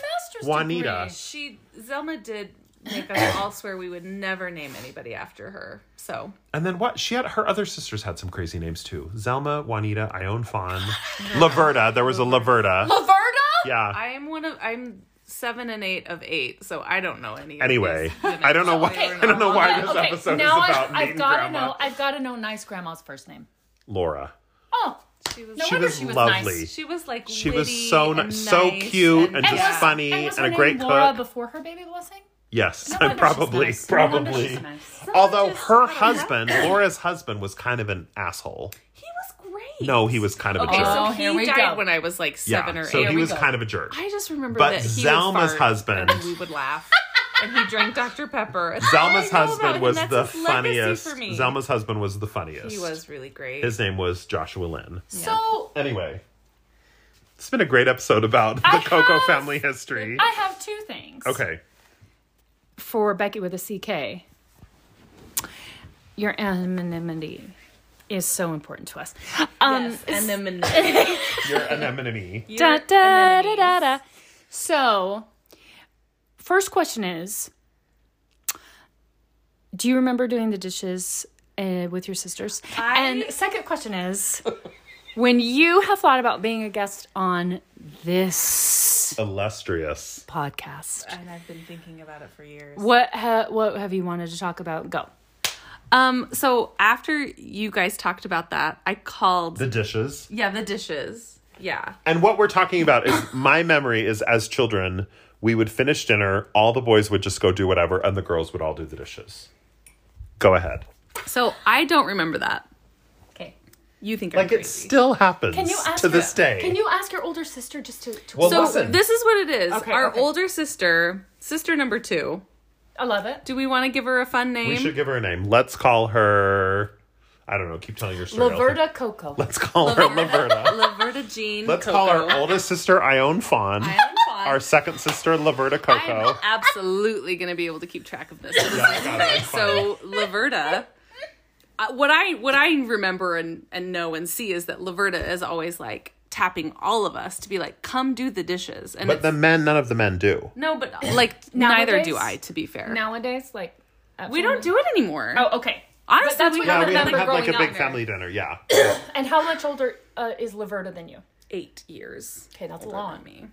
Speaker 1: Juanita.
Speaker 2: Juanita.
Speaker 3: she Zelma did make us all swear we would never name anybody after her. So
Speaker 1: And then what? She had her other sisters had some crazy names too. Zelma, Juanita, Ione Fawn, Laverta. There was a Laverta.
Speaker 2: Laverda?
Speaker 1: Yeah.
Speaker 3: I am one of I'm seven and eight of eight, so I don't know any. of
Speaker 1: Anyway,
Speaker 3: these women,
Speaker 1: I don't know
Speaker 3: so
Speaker 1: why.
Speaker 3: they were
Speaker 1: I don't know
Speaker 3: not
Speaker 1: why
Speaker 3: on
Speaker 1: this
Speaker 3: it.
Speaker 2: Okay,
Speaker 1: episode
Speaker 2: now
Speaker 1: is
Speaker 2: I've,
Speaker 1: about
Speaker 2: I've
Speaker 1: mean
Speaker 2: gotta
Speaker 1: grandma.
Speaker 2: know. I've got to know nice grandma's first name.
Speaker 1: Laura.
Speaker 2: Oh,
Speaker 3: She was,
Speaker 2: no
Speaker 1: She
Speaker 2: wonder
Speaker 1: was
Speaker 2: she was
Speaker 1: lovely.
Speaker 2: nice.
Speaker 3: she was like
Speaker 1: She was
Speaker 3: witty
Speaker 1: so
Speaker 3: and
Speaker 1: ni- so
Speaker 3: nice
Speaker 1: cute and
Speaker 2: And
Speaker 1: just
Speaker 2: was,
Speaker 1: funny
Speaker 2: and, was
Speaker 1: and
Speaker 2: her
Speaker 1: a great
Speaker 2: name Laura
Speaker 1: cook.
Speaker 2: before her baby blessing.
Speaker 1: Yes,
Speaker 2: No wonder
Speaker 1: *laughs*
Speaker 2: she's
Speaker 1: probably,
Speaker 2: nice. No wonder
Speaker 1: probably.
Speaker 2: she's nice.
Speaker 1: Although
Speaker 3: just
Speaker 1: her
Speaker 3: fine.
Speaker 1: husband, Laura's husband, was kind of an asshole.
Speaker 3: he was great.
Speaker 1: No, he was kind of a
Speaker 3: Okay,
Speaker 1: jerk.
Speaker 3: so
Speaker 2: Oh,
Speaker 3: he
Speaker 2: here we
Speaker 3: died
Speaker 2: go.
Speaker 3: when I was like
Speaker 1: yeah,
Speaker 3: seven or eight.
Speaker 1: so
Speaker 3: Here
Speaker 1: he
Speaker 3: we
Speaker 1: was
Speaker 2: go.
Speaker 1: kind of a jerk.
Speaker 3: I just remember
Speaker 1: But
Speaker 3: that he
Speaker 1: Zelma's
Speaker 3: would fart
Speaker 1: husband-
Speaker 3: and we would laugh, and he drank Dr
Speaker 1: *laughs*
Speaker 3: Pepper. And
Speaker 1: Zelma's
Speaker 3: all I know about
Speaker 1: husband
Speaker 3: him,
Speaker 1: was
Speaker 3: that's
Speaker 1: the
Speaker 3: his legacy
Speaker 1: funniest.
Speaker 3: For me.
Speaker 1: Zelma's husband was the funniest.
Speaker 3: he was really great.
Speaker 1: His name was Joshua Lynn.
Speaker 2: So
Speaker 1: Anyway, it's been a great episode about the
Speaker 2: I
Speaker 1: Coco
Speaker 2: have-
Speaker 1: family history.
Speaker 2: I have two things.
Speaker 1: okay.
Speaker 2: For Becky with a CK, your anonymity is so important to us. Um,
Speaker 3: yes, and then
Speaker 1: You're an anemone.
Speaker 2: da, da, da, da, da. So, first question is Do you remember doing the dishes uh, with your sisters? and second question is *laughs* When you have thought about being a guest on this
Speaker 1: Illustrious.
Speaker 2: podcast,
Speaker 3: and I've been thinking about it for years.
Speaker 2: what, ha- what have you wanted to talk about? Go.
Speaker 3: Um, so after you guys talked about that, I called.
Speaker 1: The dishes.
Speaker 3: yeah, the dishes. Yeah,
Speaker 1: And what we're talking about is my memory is as children, we would finish dinner, all the boys would just go do whatever, and the girls would all do the dishes. Go ahead.
Speaker 3: so I don't remember that.
Speaker 2: Okay.
Speaker 3: You think I'm
Speaker 1: Like it
Speaker 3: crazy?
Speaker 1: still happens
Speaker 2: Can you ask
Speaker 1: to this
Speaker 2: your-
Speaker 1: day.
Speaker 2: Can you ask your older sister just to, to
Speaker 1: Well,
Speaker 3: so
Speaker 1: Listen.
Speaker 3: this is what it is.
Speaker 2: Okay,
Speaker 3: Our
Speaker 2: okay.
Speaker 3: older sister, sister number two.
Speaker 2: I love it.
Speaker 3: Do we want to give her a fun name?
Speaker 1: we should give her a name. Let's call her. I don't know. Keep telling your story. I'll think-
Speaker 2: Laverda Coco.
Speaker 1: Let's call her Laverta.
Speaker 3: Laverta Jean.
Speaker 1: Let's call our
Speaker 3: Coco.
Speaker 1: oldest sister Ione Fawn.
Speaker 3: Ione Fawn.
Speaker 1: Our E second sister Laverta Coco.
Speaker 3: I'm absolutely going to be able to keep
Speaker 1: *laughs*
Speaker 3: track of this. so Laverta. Uh, what I what I remember and, and know and see is that Laverta is always like tapping all of us to be like, come do the dishes. And
Speaker 1: But
Speaker 3: it's-
Speaker 1: the men, none of the men do.
Speaker 3: no, but
Speaker 1: *coughs*
Speaker 3: like neither do
Speaker 2: Nowadays-
Speaker 3: I. To be fair,
Speaker 2: Nowadays, like. at
Speaker 3: we don't
Speaker 2: home-
Speaker 3: do it anymore.
Speaker 2: Oh, okay.
Speaker 3: Honestly,
Speaker 2: But that's
Speaker 3: we
Speaker 2: what
Speaker 1: Yeah,
Speaker 3: haven't
Speaker 1: we
Speaker 3: done
Speaker 1: haven't
Speaker 3: it
Speaker 1: had like a
Speaker 3: growing
Speaker 1: big
Speaker 3: up.
Speaker 1: family dinner. Yeah.
Speaker 2: And how much older uh, is Laverta than you?
Speaker 3: Eight years.
Speaker 2: Okay, that's a
Speaker 3: older
Speaker 2: lot.
Speaker 3: than me.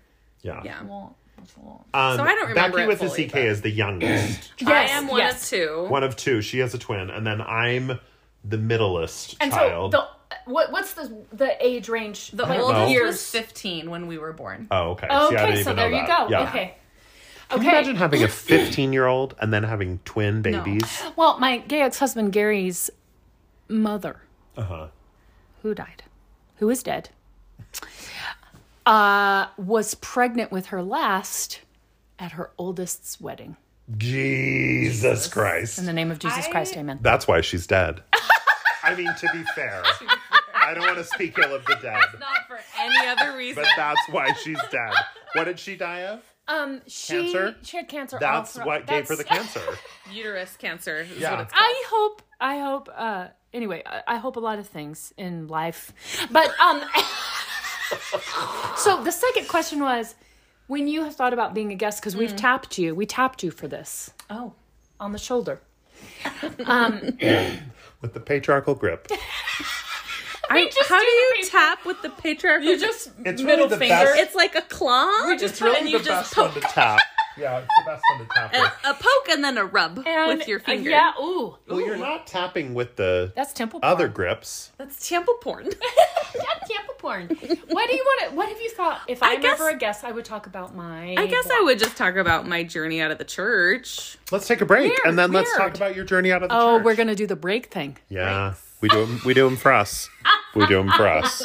Speaker 1: Yeah.
Speaker 3: Yeah.
Speaker 2: Long. That's long.
Speaker 1: Um,
Speaker 3: So I don't remember
Speaker 1: Becky
Speaker 3: it
Speaker 1: with
Speaker 3: fully,
Speaker 1: the CK
Speaker 3: but-
Speaker 1: is the youngest.
Speaker 2: Yes,
Speaker 3: I am one
Speaker 2: yes.
Speaker 3: of two.
Speaker 1: One of two. She has a twin. And then I'm the middlest
Speaker 2: and
Speaker 1: child.
Speaker 2: so the what what's the the age range?
Speaker 3: The
Speaker 2: Like,
Speaker 1: know.
Speaker 3: oldest
Speaker 1: year
Speaker 3: was 15 when we were born.
Speaker 1: oh, okay. See, I didn't
Speaker 2: okay, so
Speaker 1: even
Speaker 2: there
Speaker 1: know
Speaker 2: you
Speaker 1: that.
Speaker 2: go.
Speaker 1: Yeah.
Speaker 2: Okay.
Speaker 1: Can
Speaker 2: Okay.
Speaker 1: you imagine having a 15 year old and then having twin babies?
Speaker 2: *gasps* well, my gay ex-husband Gary's mother,
Speaker 1: Uh huh.
Speaker 2: who died, who is dead, uh, was pregnant with her last at her oldest's wedding.
Speaker 1: Jesus Christ.
Speaker 2: In the name of Jesus
Speaker 3: I-
Speaker 2: Christ, amen.
Speaker 1: That's why she's dead. I mean, to be fair, I don't want to speak ill of the dead,
Speaker 3: Not for any other
Speaker 1: *laughs*
Speaker 3: reason.
Speaker 1: but that's why she's dead. What did she die of?
Speaker 2: Um, she,
Speaker 1: Cancer?
Speaker 2: she had cancer. all
Speaker 1: That's
Speaker 2: throughout-
Speaker 1: what gave her the
Speaker 2: that's-
Speaker 1: cancer.
Speaker 3: Uterus cancer. Is
Speaker 1: Yeah.
Speaker 3: what it's
Speaker 2: *laughs*
Speaker 3: called.
Speaker 2: I hope. I hope. Uh, anyway, I, I hope a lot of things in life, but um. *laughs* so the second question was, when you have thought about being a guest, because
Speaker 3: Mm.
Speaker 2: we've tapped you, we tapped you for this
Speaker 3: oh.
Speaker 2: on the shoulder.
Speaker 1: With the patriarchal grip.
Speaker 3: I,
Speaker 2: just
Speaker 3: how
Speaker 2: do
Speaker 3: do
Speaker 2: the
Speaker 3: you
Speaker 2: paper-
Speaker 3: tap with the patriarchal?
Speaker 2: just
Speaker 1: It's really middle the finger. best-
Speaker 3: It's like a claw.
Speaker 2: We just
Speaker 1: It's
Speaker 2: put-
Speaker 1: really
Speaker 2: and
Speaker 1: the
Speaker 2: you
Speaker 1: best
Speaker 2: just
Speaker 1: one to
Speaker 2: *laughs*
Speaker 1: tap. Yeah, it's the best one to tap with.
Speaker 3: a poke and then a rub
Speaker 2: and- uh,
Speaker 3: with your finger.
Speaker 2: Yeah. Ooh.
Speaker 1: Well, you're not tapping with the
Speaker 2: That's temple. Porn.
Speaker 1: other grips.
Speaker 3: That's temple porn.
Speaker 2: That's temple porn. what do you want to? What have you thought? If I'm
Speaker 3: guess-
Speaker 2: ever a guest, I would talk about my.
Speaker 3: I guess I would just talk about my journey out of the church.
Speaker 1: Let's take a break
Speaker 2: Weird,
Speaker 1: and then let's
Speaker 2: weird.
Speaker 1: talk about your journey out of the
Speaker 2: Oh,
Speaker 1: church.
Speaker 2: we're gonna do the break thing.
Speaker 1: Yeah, we do 'em- we do them for us. We do them for
Speaker 2: *laughs*
Speaker 1: us.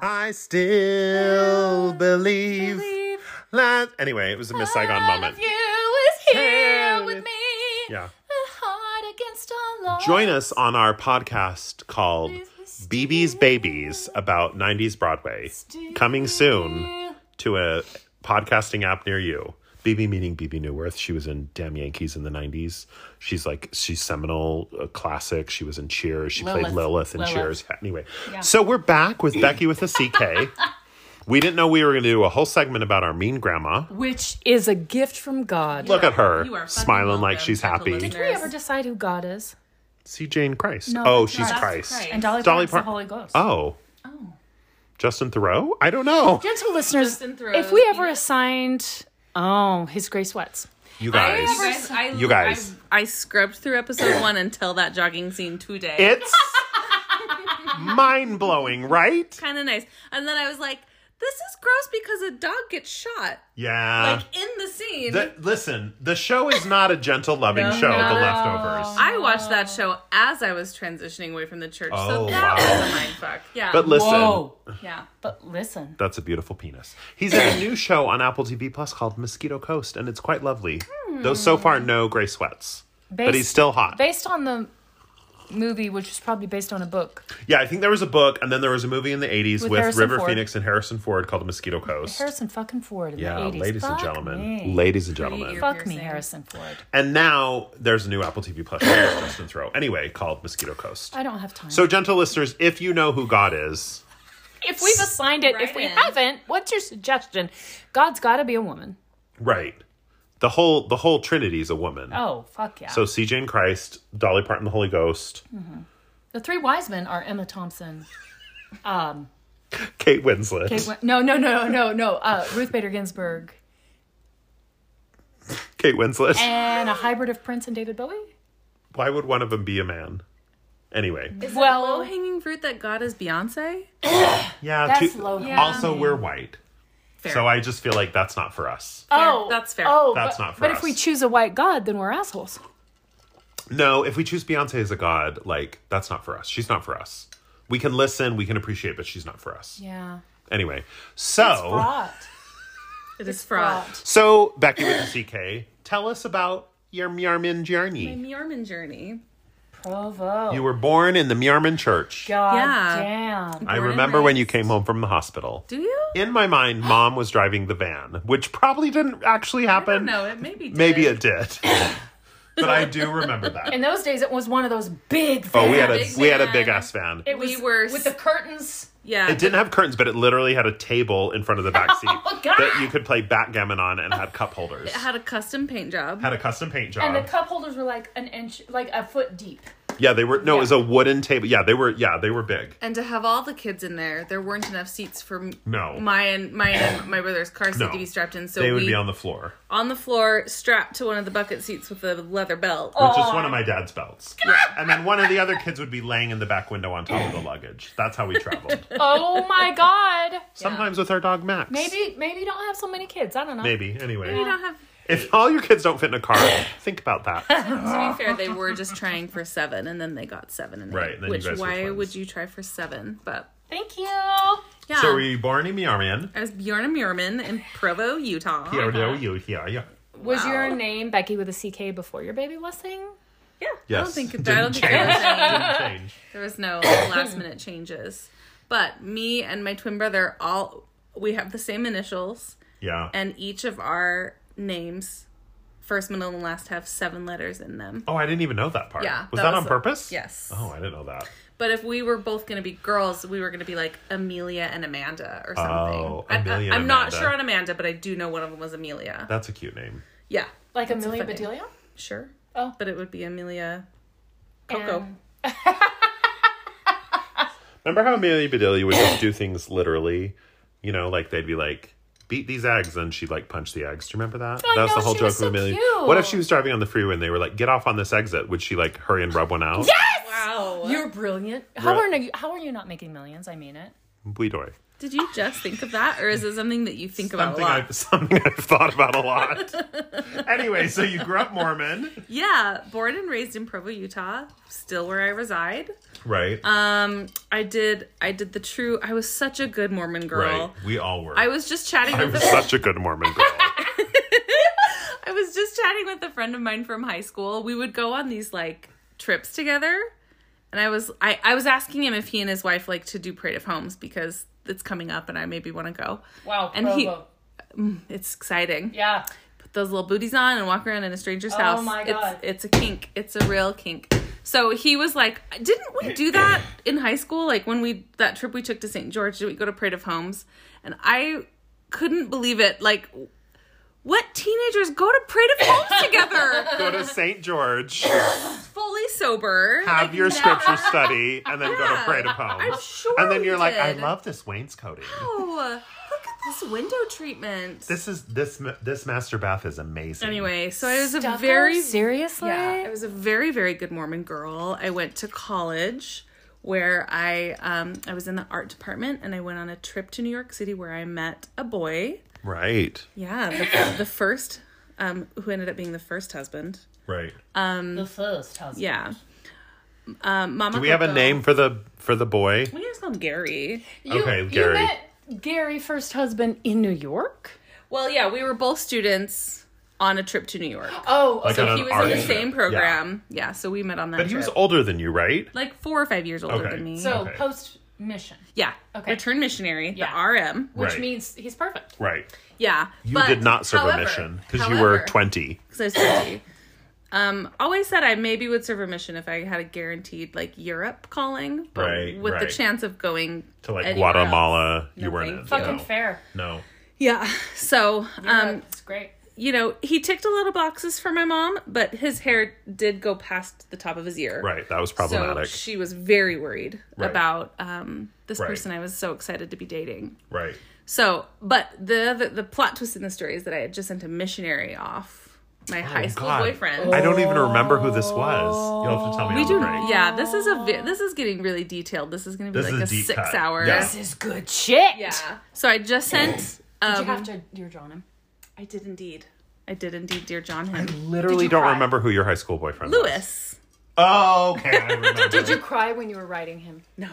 Speaker 1: I still believe. that. Anyway, it was a Miss Saigon moment. here with me. Yeah. Join us on our podcast called BB's Babies about 90s Broadway. Coming soon to a podcasting app near you. BB meaning BB Newworth. She was in Damn Yankees in the 90s. She's like, she's seminal, a classic. She was in Cheers. She played Lilith
Speaker 2: Lilith.
Speaker 1: in
Speaker 2: Lilith.
Speaker 1: Cheers. Yeah, Anyway, so we're back with Becky with a
Speaker 2: *laughs*
Speaker 1: CK. we didn't know we were going to do a whole segment about our mean grandma.
Speaker 2: Which is a gift from God.
Speaker 1: Look at her
Speaker 3: You are fucking
Speaker 1: smiling like
Speaker 3: welcome,
Speaker 1: she's
Speaker 3: gentle
Speaker 1: happy.
Speaker 2: Did we ever decide who God is?
Speaker 1: See Jane Christ.
Speaker 2: No,
Speaker 1: oh,
Speaker 2: that's
Speaker 1: she's
Speaker 2: not-
Speaker 1: Christ.
Speaker 3: Christ.
Speaker 2: And Dolly,
Speaker 1: Dolly
Speaker 2: Parton's
Speaker 1: Parton-
Speaker 2: the Holy Ghost.
Speaker 1: Oh. Justin Thoreau? I don't know.
Speaker 2: Gentle listeners,
Speaker 3: Justin Thoreau,
Speaker 2: if we ever
Speaker 3: Venus.
Speaker 2: assigned, oh, His Grace Wets.
Speaker 1: You guys.
Speaker 3: You guys, I,
Speaker 1: You guys.
Speaker 3: I, I scrubbed
Speaker 1: *coughs*
Speaker 3: through episode one until that jogging scene today.
Speaker 1: It's
Speaker 2: *laughs*
Speaker 1: mind blowing, right?
Speaker 3: kind of nice. And then I was like, this is gross because a dog gets shot.
Speaker 1: Yeah.
Speaker 3: like in the scene.
Speaker 1: The- listen, the show is not a gentle, loving show,
Speaker 3: no.
Speaker 1: The Leftovers.
Speaker 3: I watched that show as I was transitioning away from the church,
Speaker 1: Oh,
Speaker 3: so that
Speaker 1: wow.
Speaker 3: was a mind fuck. Yeah.
Speaker 1: But listen,
Speaker 3: yeah.
Speaker 2: But listen.
Speaker 1: that's a beautiful penis. He's in a new show on Apple TV Plus called Mosquito Coast, and it's quite lovely. Though so far, no gray sweats. but
Speaker 2: Hmm. Based-
Speaker 1: he's still hot.
Speaker 2: Based on the movie, which was probably based on a book,
Speaker 1: Yeah, I think there was a book, and then there was a movie in the 80s with,
Speaker 2: With Harrison
Speaker 1: River
Speaker 2: Ford.
Speaker 1: Phoenix and Harrison Ford called Mosquito Coast.
Speaker 2: Harrison fucking Ford in
Speaker 1: yeah,
Speaker 2: the 80s.
Speaker 1: ladies and
Speaker 2: Fuck
Speaker 1: gentlemen.
Speaker 2: me.
Speaker 1: Ladies and gentlemen.
Speaker 3: Create
Speaker 2: Fuck me,
Speaker 3: Piercing.
Speaker 2: Harrison Ford.
Speaker 1: And now there's a new Apple TV Plus show, with *coughs* Justin Throw, anyway, called Mosquito Coast.
Speaker 2: I don't have time.
Speaker 1: So, gentle listeners, if you know who God is,
Speaker 2: if we've assigned it, if
Speaker 3: Right
Speaker 2: we
Speaker 3: in.
Speaker 2: haven't, what's your suggestion? God's got to be a woman.
Speaker 1: right, the whole the whole Trinity is a woman.
Speaker 2: Oh, fuck yeah.
Speaker 1: So, CJ and Christ, Dolly Parton, the Holy Ghost,
Speaker 2: Hmm. the three wise men are Emma Thompson. Um,
Speaker 1: Kate Winslet.
Speaker 2: Kate, Win- no, no, no, no, no. Uh, Ruth Bader Ginsburg
Speaker 1: Kate Winslet.
Speaker 2: and a hybrid of Prince and David Bowie.
Speaker 1: Why would one of them be a man? Anyway,
Speaker 3: Low
Speaker 2: well,
Speaker 3: hanging fruit that God is Beyonce?
Speaker 1: yeah.
Speaker 2: That's low hanging.
Speaker 1: Also, we're white,
Speaker 3: Fair.
Speaker 1: so I just feel like that's not for us.
Speaker 2: oh,
Speaker 3: That's fair.
Speaker 2: Oh,
Speaker 1: That's
Speaker 2: but,
Speaker 1: not for
Speaker 2: But
Speaker 1: us.
Speaker 2: if we choose a white god, then we're assholes.
Speaker 1: No, if we choose Beyonce as a god, like that's not for us. She's not for us. We can listen, we can appreciate, but she's not for us.
Speaker 2: Yeah.
Speaker 1: Anyway, so.
Speaker 3: it is fraud.
Speaker 1: So, Becky with the CK, tell us about your Mjarmin journey.
Speaker 3: Mjorman journey.
Speaker 2: Provo.
Speaker 1: You were born in the Mjarmin church.
Speaker 2: God
Speaker 3: Yeah.
Speaker 2: damn.
Speaker 1: I
Speaker 3: Born and
Speaker 1: remember when
Speaker 3: raised.
Speaker 1: you came home from the hospital.
Speaker 3: Do you?
Speaker 1: In my mind, mom was driving the van, which probably didn't actually
Speaker 3: I don't
Speaker 1: happen.
Speaker 3: know. It maybe did.
Speaker 1: Maybe it did. *laughs* but I do remember that.
Speaker 2: In those days, it was one of those big.
Speaker 1: Oh, we had a
Speaker 3: Big
Speaker 1: we had a
Speaker 3: van.
Speaker 1: big ass van. It,
Speaker 2: It
Speaker 3: We
Speaker 2: was
Speaker 3: were
Speaker 2: with the curtains.
Speaker 3: Yeah.
Speaker 1: didn't have curtains, but it literally had a table in front of the back seat
Speaker 2: God.
Speaker 1: that you could play backgammon on and had cup holders.
Speaker 3: It had a custom paint job.
Speaker 1: Had a custom paint job.
Speaker 2: And the cup holders were like an inch, like a foot deep.
Speaker 1: yeah, they were no, it was a wooden table. Yeah, they were yeah, they were big.
Speaker 3: and to have all the kids in there, there weren't enough seats for m-
Speaker 1: No.
Speaker 3: my and my and my brother's car seat
Speaker 1: No.
Speaker 3: to be strapped in. So
Speaker 1: they would
Speaker 3: we
Speaker 1: be on the floor.
Speaker 3: on the floor, strapped to one of the bucket seats with a leather belt.
Speaker 1: which is one of my dad's belts. And then one of the other kids would be laying in the back window on top of the luggage. That's how we
Speaker 3: *laughs*
Speaker 1: traveled.
Speaker 2: Oh
Speaker 1: *laughs*
Speaker 2: my god.
Speaker 1: Sometimes with our dog Max.
Speaker 2: Maybe maybe you don't have so many kids. I don't know.
Speaker 1: Maybe. Anyway.
Speaker 3: We don't have
Speaker 1: If all your kids don't fit in a
Speaker 3: *laughs*
Speaker 1: car, think about that.
Speaker 3: To be fair, they were just trying for seven, and then they got seven and
Speaker 1: Ah. Right,
Speaker 3: eight.
Speaker 1: and then you
Speaker 3: which
Speaker 1: guys were
Speaker 3: why
Speaker 1: twins.
Speaker 3: would you try for seven? But
Speaker 2: Thank you.
Speaker 3: yeah,
Speaker 1: So were you born in Miarmian?
Speaker 3: I was Bjorn Muirman in Provo, Utah.
Speaker 1: Here, there, you, here, yeah.
Speaker 4: Was
Speaker 3: Wow.
Speaker 4: your name Becky with a CK before your baby blessing?
Speaker 3: Yeah, I
Speaker 1: Yes.
Speaker 3: don't
Speaker 1: *laughs*
Speaker 3: think
Speaker 1: Didn't
Speaker 3: I don't think there
Speaker 1: change.
Speaker 3: was any
Speaker 1: Didn't change.
Speaker 3: There
Speaker 1: *coughs*
Speaker 3: was no last minute changes. But me and my twin brother all we have the same initials
Speaker 1: Yeah.
Speaker 3: and each of our names first middle and last have seven letters in them.
Speaker 1: oh, I didn't even know that part.
Speaker 3: Yeah,
Speaker 1: Was
Speaker 3: that
Speaker 1: that,
Speaker 3: was
Speaker 1: on
Speaker 3: a-
Speaker 1: purpose?
Speaker 3: yes.
Speaker 1: Oh, I didn't know that.
Speaker 3: But if we were both going to be girls, we were going to be like Amelia and Amanda or something.
Speaker 1: Oh,
Speaker 3: I,
Speaker 1: Amelia
Speaker 3: am
Speaker 1: and
Speaker 3: not
Speaker 1: Amanda.
Speaker 3: sure on Amanda, but I do know one of them was Amelia.
Speaker 1: That's a cute name.
Speaker 3: yeah.
Speaker 4: Like
Speaker 3: That's a
Speaker 4: Amelia
Speaker 3: funny-
Speaker 4: Bedelia?
Speaker 3: Sure.
Speaker 4: Oh.
Speaker 3: But it would be Amelia Coco.
Speaker 4: And-
Speaker 1: Remember how Amelia Bedelia would just do things literally? You know, like they'd be like, beat these eggs, and she'd like punch the eggs. Do you remember that?
Speaker 4: I
Speaker 1: that was
Speaker 4: know,
Speaker 1: the whole
Speaker 4: she
Speaker 1: joke
Speaker 4: was
Speaker 1: of
Speaker 4: so
Speaker 1: Amelia.
Speaker 4: cute.
Speaker 1: What if she was driving on the freeway and they were like, get off on this exit? Would she like hurry and rub one out? Yeah!
Speaker 3: Wow.
Speaker 4: You're brilliant. How
Speaker 1: Right.
Speaker 4: are you? How are you not making millions? I mean it.
Speaker 1: We do.
Speaker 3: Did you just think of that or is it something that you think about a
Speaker 1: Something
Speaker 3: lot?
Speaker 1: I've, something I've thought about a lot.
Speaker 3: *laughs*
Speaker 1: anyway, so you grew up Mormon.
Speaker 3: Yeah, born and raised in Provo, Utah, still where I reside.
Speaker 1: Right.
Speaker 3: Um, I did I did the true I was such a good Mormon girl.
Speaker 1: right. We all were.
Speaker 3: I was just chatting
Speaker 1: I
Speaker 3: with
Speaker 1: was
Speaker 3: a,
Speaker 1: such a good Mormon girl.
Speaker 3: I was just chatting with a friend of mine from high school. We would go on these like trips together. And I was I, I was asking him if he and his wife like to do Parade of Homes because it's coming up and I maybe want to go.
Speaker 4: Wow.
Speaker 3: And he- Provo. It's exciting.
Speaker 4: Yeah.
Speaker 3: those little booties on and walk around in a stranger's
Speaker 4: Oh
Speaker 3: house.
Speaker 4: my God.
Speaker 3: It's, it's a kink. It's a real kink. So he was like, "Didn't we do that in high school? Like when we that trip we took to St. George, did we go to Parade of Homes?" And I couldn't believe it. Like, what teenagers go to Parade of Homes together?
Speaker 1: go to St. George,
Speaker 3: Fully sober.
Speaker 1: have
Speaker 3: Like,
Speaker 1: your
Speaker 3: never-
Speaker 1: scripture study, and then go to
Speaker 3: Yeah.
Speaker 1: Parade of Homes.
Speaker 3: I'm sure
Speaker 1: and then
Speaker 3: we
Speaker 1: you're like, I
Speaker 3: did.
Speaker 1: love this wainscoting.
Speaker 3: Oh, look at this window treatment.
Speaker 1: This is this ma- this master bath is amazing.
Speaker 3: anyway, so I was a
Speaker 4: Stucco?
Speaker 3: very
Speaker 4: seriously.
Speaker 3: Yeah, I was a very, very good Mormon girl. I went to college where I um, I was in the art department and I went on a trip to New York City where I met a boy.
Speaker 1: Right.
Speaker 3: Yeah, the, *coughs* the first um, who ended up being the first husband.
Speaker 1: Right.
Speaker 3: Uh,
Speaker 2: The first husband.
Speaker 3: Yeah. Um, Mama.
Speaker 1: Do we have a
Speaker 3: Coco-
Speaker 1: name for the for the boy?
Speaker 3: We just called Gary.
Speaker 4: You,
Speaker 1: Okay,
Speaker 4: you
Speaker 1: Gary.
Speaker 4: met Gary, first husband in New York.
Speaker 3: Well, yeah, we were both students on a trip to New York.
Speaker 4: Oh,
Speaker 1: Like
Speaker 4: okay.
Speaker 1: on
Speaker 3: He
Speaker 1: an
Speaker 3: was
Speaker 1: art
Speaker 3: in the
Speaker 1: trip.
Speaker 3: same
Speaker 1: Yeah.
Speaker 3: program. Yeah. so we met on that.
Speaker 1: But he was
Speaker 3: trip.
Speaker 1: older than you, right?
Speaker 3: like four or five years older
Speaker 1: Okay.
Speaker 3: than me.
Speaker 4: so
Speaker 1: Okay.
Speaker 4: post mission,
Speaker 3: yeah,
Speaker 4: Okay.
Speaker 3: return missionary,
Speaker 4: Yeah.
Speaker 3: the RM.
Speaker 4: which
Speaker 1: Right.
Speaker 4: means he's perfect.
Speaker 1: Right.
Speaker 3: Yeah.
Speaker 1: You
Speaker 3: but,
Speaker 1: did not serve
Speaker 3: however-
Speaker 1: a mission because you were
Speaker 3: however,
Speaker 1: twenty.
Speaker 3: 'cause I was 20. Um, always said I maybe would serve a mission if I had a guaranteed like Europe calling, but
Speaker 1: Right,
Speaker 3: with the
Speaker 1: right.
Speaker 3: chance of going
Speaker 1: To like
Speaker 3: anywhere
Speaker 1: Guatemala,
Speaker 3: else.
Speaker 1: you
Speaker 3: No,
Speaker 1: weren't in.
Speaker 3: thank you.
Speaker 4: Fucking
Speaker 1: no.
Speaker 4: fair.
Speaker 1: No.
Speaker 3: Yeah. *laughs* So, um,
Speaker 4: it's great.
Speaker 3: you know, he ticked a lot of boxes for my mom, but his hair did go past the top of his ear.
Speaker 1: Right. That was
Speaker 3: So
Speaker 1: problematic.
Speaker 3: she was very worried
Speaker 1: Right.
Speaker 3: about um, this
Speaker 1: Right.
Speaker 3: person I was so excited to be dating.
Speaker 1: right.
Speaker 3: So, but the, the the plot twist in the story is that I had just sent a missionary off my high school
Speaker 1: Oh, God. Oh,
Speaker 3: boyfriend.
Speaker 1: I don't even remember who this was. You'll have to tell me.
Speaker 3: we
Speaker 1: on the
Speaker 3: do,
Speaker 1: break.
Speaker 3: yeah. This is a vi- this is getting really detailed. This is going to be
Speaker 1: This
Speaker 3: like a
Speaker 1: is a deep
Speaker 3: six
Speaker 1: cut. Oh.
Speaker 3: hour.
Speaker 1: Yeah.
Speaker 4: This is good shit.
Speaker 3: Yeah. So I just sent.
Speaker 4: Did you
Speaker 3: Um,
Speaker 4: have to dear John him?
Speaker 3: I did indeed. I did indeed, dear John.
Speaker 1: I
Speaker 3: Him.
Speaker 1: literally
Speaker 4: you
Speaker 1: don't
Speaker 4: cry?
Speaker 1: remember who your high school boyfriend was.
Speaker 3: Lewis.
Speaker 1: Oh, okay. I remember.
Speaker 4: Did you cry when you were writing him?
Speaker 3: No.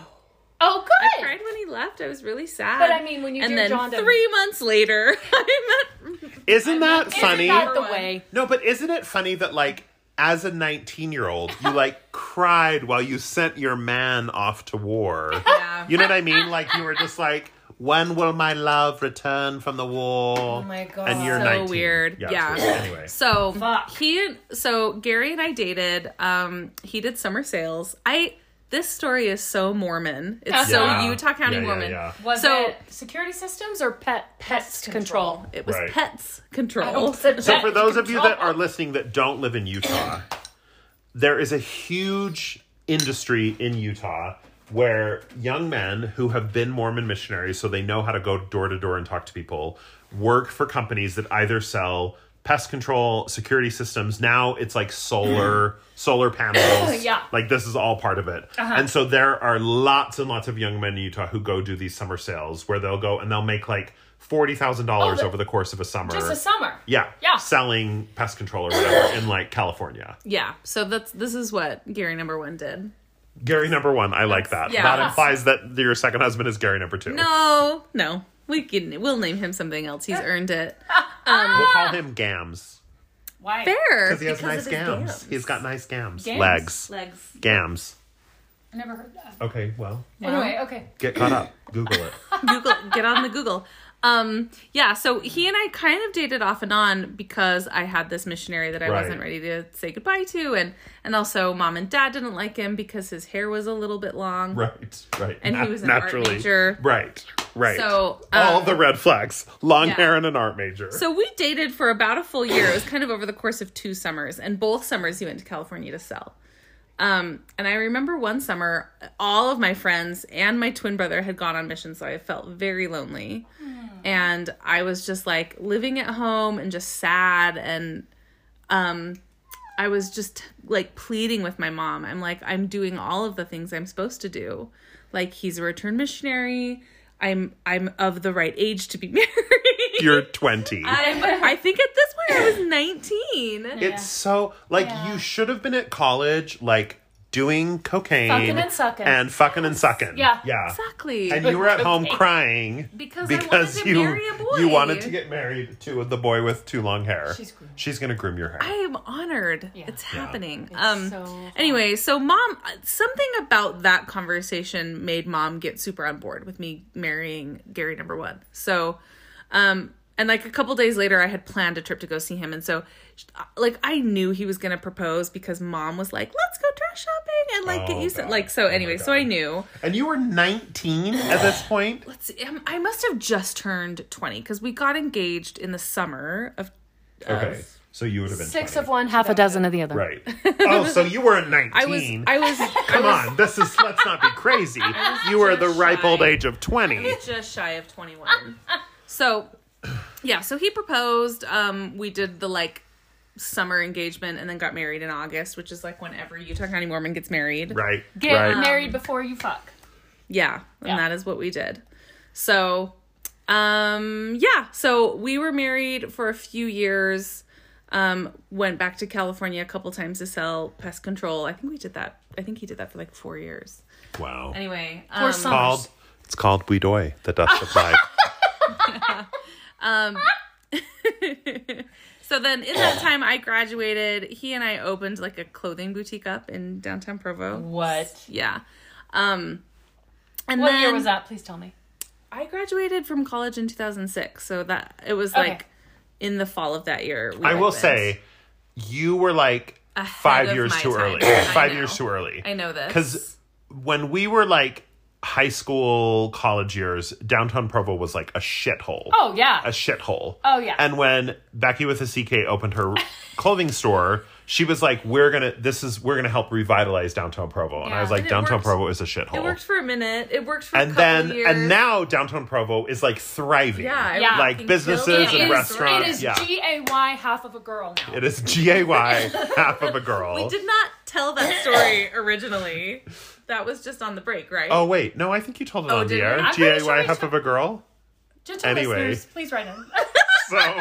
Speaker 4: Oh,
Speaker 3: I
Speaker 4: good.
Speaker 3: cried when he left. I was really sad.
Speaker 4: But I mean, when you
Speaker 3: and
Speaker 4: Dear
Speaker 3: then
Speaker 4: John'd him-
Speaker 3: three months later, *laughs* I met.
Speaker 1: Isn't that funny?
Speaker 4: Not the
Speaker 3: Everyone.
Speaker 4: way.
Speaker 1: No, but isn't it funny that like as a 19-year-old, you like *laughs* cried while you sent your man off to war.
Speaker 3: Yeah.
Speaker 1: You know what I mean? Like you were just like, when will my love return from the war? Oh
Speaker 4: my God.
Speaker 1: And you're
Speaker 3: So
Speaker 1: 19.
Speaker 3: weird.
Speaker 1: it's
Speaker 3: Yeah.
Speaker 1: weird. Anyway.
Speaker 3: So
Speaker 4: Fuck.
Speaker 3: he and so Gary and I dated. Um, he did summer sales. I this story is so Mormon. It's
Speaker 1: Yeah.
Speaker 3: so Utah County
Speaker 1: Yeah, yeah,
Speaker 3: Mormon.
Speaker 1: yeah.
Speaker 4: Was
Speaker 3: so
Speaker 4: it security systems or pet pest control?
Speaker 3: it was
Speaker 1: Right.
Speaker 3: pets control.
Speaker 4: Oh,
Speaker 1: So for those of you that are listening that don't live in Utah, there is a huge industry in Utah where young men who have been Mormon missionaries, so they know how to go door to door and talk to people, work for companies that either sell pest control, security systems. Now it's like solar solar panels.
Speaker 4: Mm. *coughs* Yeah. Uh-huh.
Speaker 1: Like this is all part of it. And so there are lots and lots of young men in Utah who go do these summer sales where they'll go and they'll make like forty thousand dollars
Speaker 4: the-
Speaker 1: over the course of a summer.
Speaker 4: Oh, Just a summer.
Speaker 1: yeah.
Speaker 4: Yeah.
Speaker 1: Selling pest control or whatever in like California.
Speaker 3: Yeah. So that's this is what Gary number one did.
Speaker 1: Gary number one, I like that.
Speaker 3: yeah.
Speaker 1: That implies that your second husband is Gary number two.
Speaker 3: No, no. We can we'll name him something else. He's earned it.
Speaker 1: We'll call him Gams.
Speaker 4: Why?
Speaker 3: Fair.
Speaker 1: Because he has nice
Speaker 3: of his
Speaker 1: gams. He's got nice gams.
Speaker 4: Gams?
Speaker 1: Legs.
Speaker 3: legs.
Speaker 1: Gams.
Speaker 4: I never heard that.
Speaker 1: Okay, well,
Speaker 4: Anyway, okay.
Speaker 1: get caught up. *laughs* Google it.
Speaker 3: Google get on the Google. Um yeah, so he and I kind of dated off and on because I had this missionary that I
Speaker 1: Right.
Speaker 3: wasn't ready to say goodbye to and and also mom and dad didn't like him because his hair was a little bit long.
Speaker 1: Right, right.
Speaker 3: And he was an art major.
Speaker 1: Right, right.
Speaker 3: So,
Speaker 1: all
Speaker 3: um,
Speaker 1: the red flags. Long
Speaker 3: yeah.
Speaker 1: hair and an art major.
Speaker 3: So we dated for about a full year. It was kind of over the course of two summers, and both summers he went to California to sell. Um, and I remember one summer, all of my friends and my twin brother had gone on mission, so I felt very lonely. And I was just like living at home and just sad. And um, I was just like pleading with my mom. I'm like, I'm doing all of the things I'm supposed to do. Like, he's a returned missionary. I'm I'm of the right age to be *laughs* married.
Speaker 1: You're 20.
Speaker 3: *laughs* I'm, I think at this point I was 19.
Speaker 1: it's so, like, you should have been at college, like, doing cocaine.
Speaker 4: Fucking and sucking.
Speaker 1: And fucking and sucking.
Speaker 4: Yeah.
Speaker 1: Yeah.
Speaker 3: Exactly.
Speaker 1: And you were at home crying
Speaker 3: Because I wanted to marry a boy.
Speaker 1: you wanted to get married to the boy with too long hair.
Speaker 4: She's grooming.
Speaker 1: She's gonna groom your hair.
Speaker 3: I am honored. It's happening. um
Speaker 4: so fun.
Speaker 3: anyway, so mom something about that conversation made mom get super on board with me marrying Gary number 1. So um and like a couple days later I had planned a trip to go see him and so sh- like I knew he was going to propose because mom was like, "Let's go dress shopping and like
Speaker 1: Oh,
Speaker 3: get you some
Speaker 1: God.
Speaker 3: like so
Speaker 1: Oh, my
Speaker 3: anyway, so I
Speaker 1: God.
Speaker 3: knew.
Speaker 1: and you were 19 at this point.
Speaker 3: Let's see. um, I must have just turned 20 cuz we got engaged in the summer of
Speaker 1: Okay, so you would have been
Speaker 4: Six
Speaker 1: 20.
Speaker 4: of one, half a dozen of the other.
Speaker 3: *laughs*
Speaker 1: Right. Oh, so you weren't 19.
Speaker 3: I was
Speaker 1: *laughs*
Speaker 3: I was
Speaker 1: Come on, this is let's
Speaker 3: *laughs*
Speaker 1: not be crazy. You were the
Speaker 3: just
Speaker 1: ripe old
Speaker 3: shy.
Speaker 1: age of
Speaker 3: *laughs*
Speaker 1: 20.
Speaker 3: just shy of 21. so, yeah, so he proposed. Um, we did the like summer engagement and then got married in August, which is like whenever Utah County Mormon gets married.
Speaker 1: Right.
Speaker 4: Get
Speaker 1: right.
Speaker 4: married before you fuck.
Speaker 3: Yeah, and
Speaker 4: Yeah.
Speaker 3: that is what we did. So, um, yeah, so we were married for a few years. Um, went back to California a couple times to sell pest control. I think we did that. I think he did that for like four years.
Speaker 1: Wow.
Speaker 3: Anyway,
Speaker 4: Or
Speaker 3: um,
Speaker 4: some.
Speaker 1: Called, it's called Widoi, the dust of life.
Speaker 3: So
Speaker 4: um,
Speaker 3: then in that time I graduated, he and I opened like a clothing boutique up in downtown Provo.
Speaker 4: What?
Speaker 3: Yeah. Um and
Speaker 4: What
Speaker 3: then
Speaker 4: year was that? Please tell me.
Speaker 3: I graduated from college in 2006. So that it was
Speaker 4: Okay.
Speaker 3: like in the fall of that year.
Speaker 1: *laughs*
Speaker 3: we
Speaker 1: I will
Speaker 3: opened.
Speaker 1: say, you were like
Speaker 3: Ahead
Speaker 1: five
Speaker 3: of
Speaker 1: years
Speaker 3: my
Speaker 1: too
Speaker 3: time.
Speaker 1: early. *clears throat*
Speaker 3: I
Speaker 1: Five
Speaker 3: know.
Speaker 1: years too early.
Speaker 3: I know this.
Speaker 1: Because when we were like high school, college years, downtown Provo was like a shithole.
Speaker 4: Oh, yeah.
Speaker 1: A shithole.
Speaker 4: Oh, yeah.
Speaker 1: And when Becky with a CK opened
Speaker 3: *laughs*
Speaker 1: her clothing store, she was like, "We're gonna. This is we're gonna help revitalize downtown Provo." And I
Speaker 3: Yeah.
Speaker 1: was like,
Speaker 3: And it
Speaker 1: "Downtown
Speaker 3: worked-
Speaker 1: Provo is a
Speaker 3: it
Speaker 1: shithole."
Speaker 3: worked for a minute. It worked for a
Speaker 1: and
Speaker 3: couple
Speaker 1: then
Speaker 3: years.
Speaker 1: and now downtown Provo is like thriving.
Speaker 3: yeah, it
Speaker 4: Yeah.
Speaker 1: Like
Speaker 3: fucking
Speaker 1: businesses
Speaker 3: killed
Speaker 1: and
Speaker 3: It is-
Speaker 1: restaurants.
Speaker 4: It is
Speaker 1: yeah.
Speaker 4: G A Y half of a girl now.
Speaker 1: It is G A
Speaker 3: *laughs*
Speaker 1: Y half of a girl.
Speaker 3: We did not tell that
Speaker 1: *coughs*
Speaker 3: story originally. That was just on the break, right?
Speaker 1: Oh wait, no, I think you told it on the
Speaker 3: did Oh, we?
Speaker 1: air.
Speaker 3: I'm
Speaker 1: G
Speaker 4: pretty
Speaker 1: A
Speaker 4: sure
Speaker 1: Y
Speaker 4: we
Speaker 1: half of a girl.
Speaker 4: Gentle
Speaker 1: Anyway.
Speaker 4: listeners, please write in.
Speaker 1: So,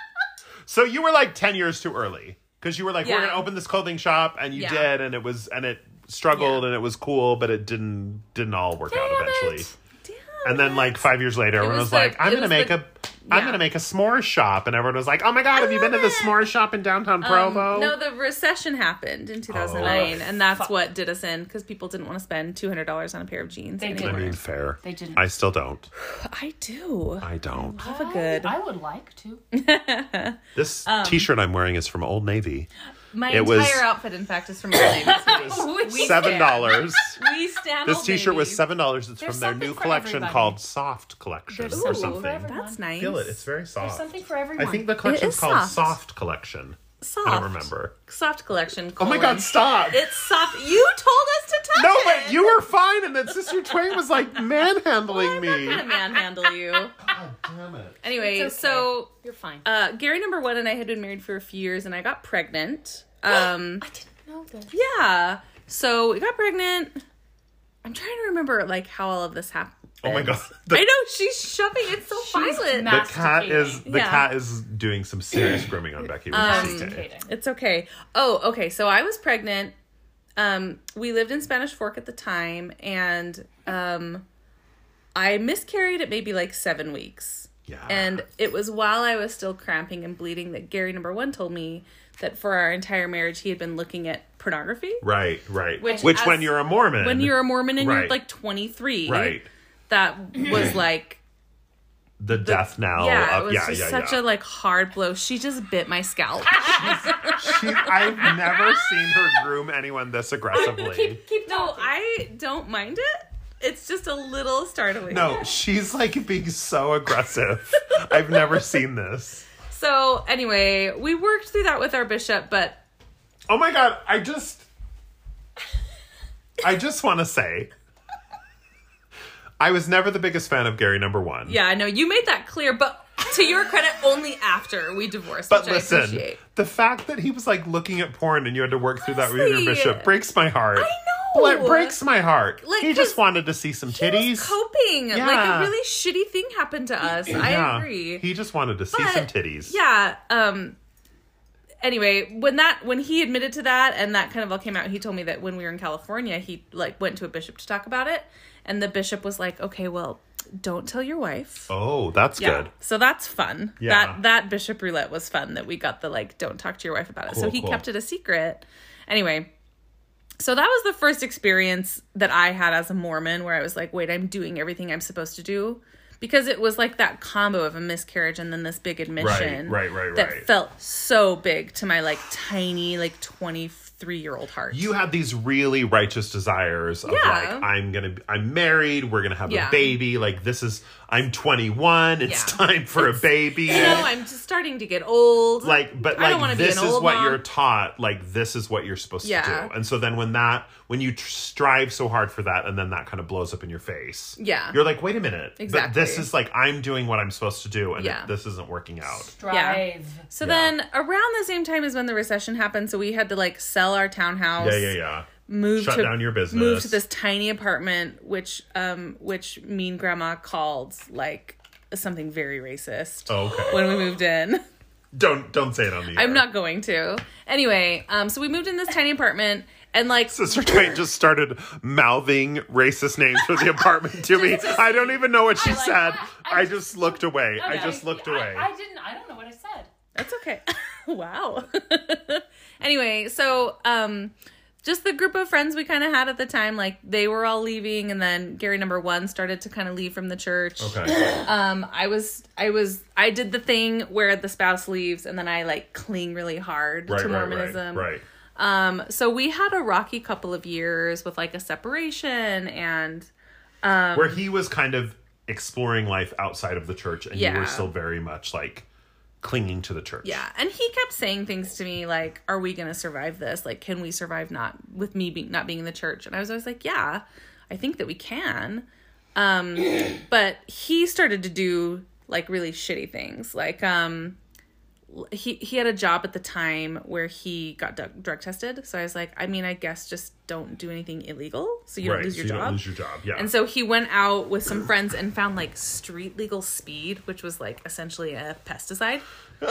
Speaker 1: *laughs* so you were like ten years too early because you were like, we're
Speaker 3: Yeah.
Speaker 1: gonna open this clothing shop, and you
Speaker 3: Yeah.
Speaker 1: did, and it was, and it struggled, and it was cool, but it didn't didn't all work out
Speaker 3: Damn
Speaker 1: eventually.
Speaker 3: it. Damn
Speaker 1: And then like five years later, everyone was,
Speaker 3: was the-
Speaker 1: like, I'm
Speaker 3: it
Speaker 1: gonna
Speaker 3: was
Speaker 1: make
Speaker 3: the-
Speaker 1: a. I'm
Speaker 3: yeah.
Speaker 1: gonna make a s'more shop, and everyone was like, "Oh my god, have you been to
Speaker 3: love
Speaker 1: the
Speaker 3: it.
Speaker 1: s'more shop in downtown
Speaker 3: Um,
Speaker 1: Provo?"
Speaker 3: no, the recession happened in 2009,
Speaker 1: Oh,
Speaker 3: and that's what did us in because people didn't want to spend $200 on a pair of jeans
Speaker 4: They did.
Speaker 1: I
Speaker 3: anymore.
Speaker 1: mean, fair.
Speaker 4: They didn't.
Speaker 1: I still don't.
Speaker 3: I do.
Speaker 1: I don't.
Speaker 3: Have a good.
Speaker 4: I would like to. *laughs*
Speaker 1: This T-shirt I'm wearing is from Old Navy.
Speaker 3: My
Speaker 1: It
Speaker 3: entire
Speaker 1: was-
Speaker 3: outfit, in fact, is from Old Navy. *laughs*
Speaker 1: Seven dollars.
Speaker 3: we stand
Speaker 1: This
Speaker 3: Old
Speaker 1: T-shirt was
Speaker 3: Navy.
Speaker 1: seven dollars. It's
Speaker 4: There's
Speaker 1: from their
Speaker 4: something
Speaker 1: new
Speaker 4: for
Speaker 1: collection
Speaker 4: everybody.
Speaker 1: called Soft Collection
Speaker 4: There's something
Speaker 1: or
Speaker 4: for
Speaker 1: something.
Speaker 4: everybody.
Speaker 3: That's nice.
Speaker 1: Feel it? It's very soft.
Speaker 4: Something for everyone.
Speaker 1: I think the collection's
Speaker 3: is
Speaker 1: called
Speaker 3: soft.
Speaker 1: Soft Collection.
Speaker 3: soft.
Speaker 1: I don't remember.
Speaker 3: Soft collection.
Speaker 1: Oh my
Speaker 3: colon.
Speaker 1: God! Stop.
Speaker 3: It's soft. You told us to touch
Speaker 1: no,
Speaker 3: it.
Speaker 1: but you were fine and that Sister Twain was like manhandling me.
Speaker 3: to manhandle *laughs* you.
Speaker 1: God damn it.
Speaker 3: Anyway,
Speaker 4: It's okay.
Speaker 3: so
Speaker 4: You're fine.
Speaker 3: uh, Gary number one and I had been married for a few years, and I got pregnant. Um,
Speaker 4: Oh, I didn't know this.
Speaker 3: yeah, so we got pregnant. I'm trying to remember like how all of this happened.
Speaker 1: Oh my god.
Speaker 3: I know she's shoving. It's so violent.
Speaker 1: The
Speaker 4: mad.
Speaker 1: cat is the
Speaker 3: Yeah. Um,
Speaker 1: cat is doing some serious grooming on Becky when she sees Dave.
Speaker 4: Kidding.
Speaker 3: It's okay. Oh, okay. So I was pregnant. Um, we lived in Spanish Fork at the time, and um, I miscarried at maybe like seven weeks.
Speaker 1: Yeah.
Speaker 3: And it was while I was still cramping and bleeding that Gary number one told me that for our entire marriage he had been looking at pornography.
Speaker 1: Right, right. Which,
Speaker 3: Which as-
Speaker 1: when you're a Mormon.
Speaker 3: When you're a Mormon and
Speaker 1: Right.
Speaker 3: you're like 23,
Speaker 1: Right. *clears throat*
Speaker 3: That was like
Speaker 1: The death knell
Speaker 3: yeah, it
Speaker 1: of
Speaker 3: was
Speaker 1: Oh, uh, yeah,
Speaker 3: just
Speaker 1: yeah,
Speaker 3: such
Speaker 1: yeah.
Speaker 3: a like hard blow. She just bit my scalp.
Speaker 1: She, I've never seen
Speaker 3: *laughs*
Speaker 1: her groom anyone this aggressively.
Speaker 4: Keep
Speaker 3: No,
Speaker 4: talking.
Speaker 3: I don't mind it. It's just a little startling.
Speaker 1: No, she's like being so aggressive. I've never seen this.
Speaker 3: So anyway, we worked through that with our bishop, but
Speaker 1: Oh my god, I just I just want to say I was never the biggest fan of Gary number 1.
Speaker 3: yeah, I know you made that clear, but to your credit, only after we divorced.
Speaker 1: But
Speaker 3: which I
Speaker 1: listen,
Speaker 3: appreciate.
Speaker 1: the fact that he was like looking at porn and you had to work through that with your
Speaker 3: Honestly.
Speaker 1: bishop breaks my heart.
Speaker 3: I know.
Speaker 1: Well, it breaks my heart.
Speaker 3: Like,
Speaker 1: he just
Speaker 3: 'cause
Speaker 1: wanted to see some
Speaker 3: He
Speaker 1: titties.
Speaker 3: was coping.
Speaker 1: Yeah.
Speaker 3: Like a really shitty thing happened to us.
Speaker 1: Yeah.
Speaker 3: I agree.
Speaker 1: He just wanted to see some
Speaker 3: But,
Speaker 1: titties.
Speaker 3: Yeah. Um. Anyway, when that when he admitted to that and that kind of all came out, he told me that when we were in California, he like went to a bishop to talk about it, and the bishop was like, "Okay, well, don't tell your wife."
Speaker 1: Oh, that's
Speaker 3: Yeah.
Speaker 1: good.
Speaker 3: So that's fun.
Speaker 1: Yeah.
Speaker 3: That that bishop roulette was fun that we got the like don't talk to your wife about it. so
Speaker 1: Cool,
Speaker 3: he
Speaker 1: cool.
Speaker 3: kept it a secret. Anyway, so that was the first experience that I had as a Mormon where I was like, wait, I'm doing everything I'm supposed to do. Because it was like that combo of a miscarriage and then this big admission
Speaker 1: right, right,
Speaker 3: that
Speaker 1: right.
Speaker 3: felt so big to my like tiny, like 23 year old heart.
Speaker 1: You had these really righteous desires of
Speaker 3: Yeah.
Speaker 1: like, I'm gonna, be, I'm married, we're gonna have
Speaker 3: Yeah.
Speaker 1: a baby. Like this is, I'm 21, it's
Speaker 3: Yeah.
Speaker 1: time for a baby.
Speaker 3: no, I'm just starting to get old.
Speaker 1: like but
Speaker 3: I don't wanna
Speaker 1: like
Speaker 3: be
Speaker 1: this
Speaker 3: an
Speaker 1: is
Speaker 3: old
Speaker 1: what
Speaker 3: mom.
Speaker 1: you're taught like this is what you're supposed
Speaker 3: Yeah.
Speaker 1: to do and so then when that when you tr- strive so hard for that and then that kind of blows up in your face
Speaker 3: Yeah.
Speaker 1: you're like wait a minute but this
Speaker 3: Exactly.
Speaker 1: is like i'm doing what i'm supposed to do and
Speaker 3: Yeah.
Speaker 1: it, this isn't working out
Speaker 4: Strive.
Speaker 3: So
Speaker 1: Yeah.
Speaker 3: then around the same time as when the recession happened, so we had to like sell our townhouse.
Speaker 1: yeah yeah yeah
Speaker 3: Move
Speaker 1: Shut
Speaker 3: to,
Speaker 1: down your business.
Speaker 3: Move to this tiny apartment, which um which mean grandma called like something very racist
Speaker 1: oh, okay
Speaker 3: when we
Speaker 1: *laughs*
Speaker 3: moved in.
Speaker 1: don't don't say it on the air.
Speaker 3: I'm not going to. Anyway, um so we moved in this tiny apartment and like
Speaker 1: Sister Twain just started mouthing racist names for *laughs* the apartment to me. I don't even know what she
Speaker 4: like,
Speaker 1: said.
Speaker 4: I-
Speaker 1: I,
Speaker 4: I
Speaker 1: just, looked away. I
Speaker 4: Okay.
Speaker 1: just looked
Speaker 4: I-
Speaker 1: away.
Speaker 4: I, didn't. I don't know what I said.
Speaker 3: That's okay. *laughs* wow. *laughs* anyway, so um just the group of friends we kind of had at the time, like they were all leaving, and then Gary number one started to kind of leave from the church.
Speaker 1: *laughs* okay.
Speaker 3: Um, I was, I was, I did the thing where the spouse leaves, and then I like cling really hard
Speaker 1: Right,
Speaker 3: to
Speaker 1: right,
Speaker 3: Mormonism.
Speaker 1: right, right.
Speaker 3: Um, so we had a rocky couple of years with like a separation, and
Speaker 1: where he was kind of exploring life outside of the church and you
Speaker 3: Yeah.
Speaker 1: were still very much like clinging to the church
Speaker 3: Yeah, and he kept saying things to me like, "Are we gonna survive this? Like, can we survive not with me being not being in the church?" And I was always like, "Yeah, I think that we can." Um, *coughs* but he started to do like really shitty things. Like, um, l- he he had a job at the time where he got drug, drug tested. So I was like, I mean, I guess just don't do anything illegal, so you don't
Speaker 1: right
Speaker 3: lose
Speaker 1: so
Speaker 3: your
Speaker 1: you
Speaker 3: job.
Speaker 1: don't lose your job yeah
Speaker 3: And so he went out with some friends and found like street legal speed, which was like essentially a
Speaker 1: *laughs*
Speaker 3: pesticide. and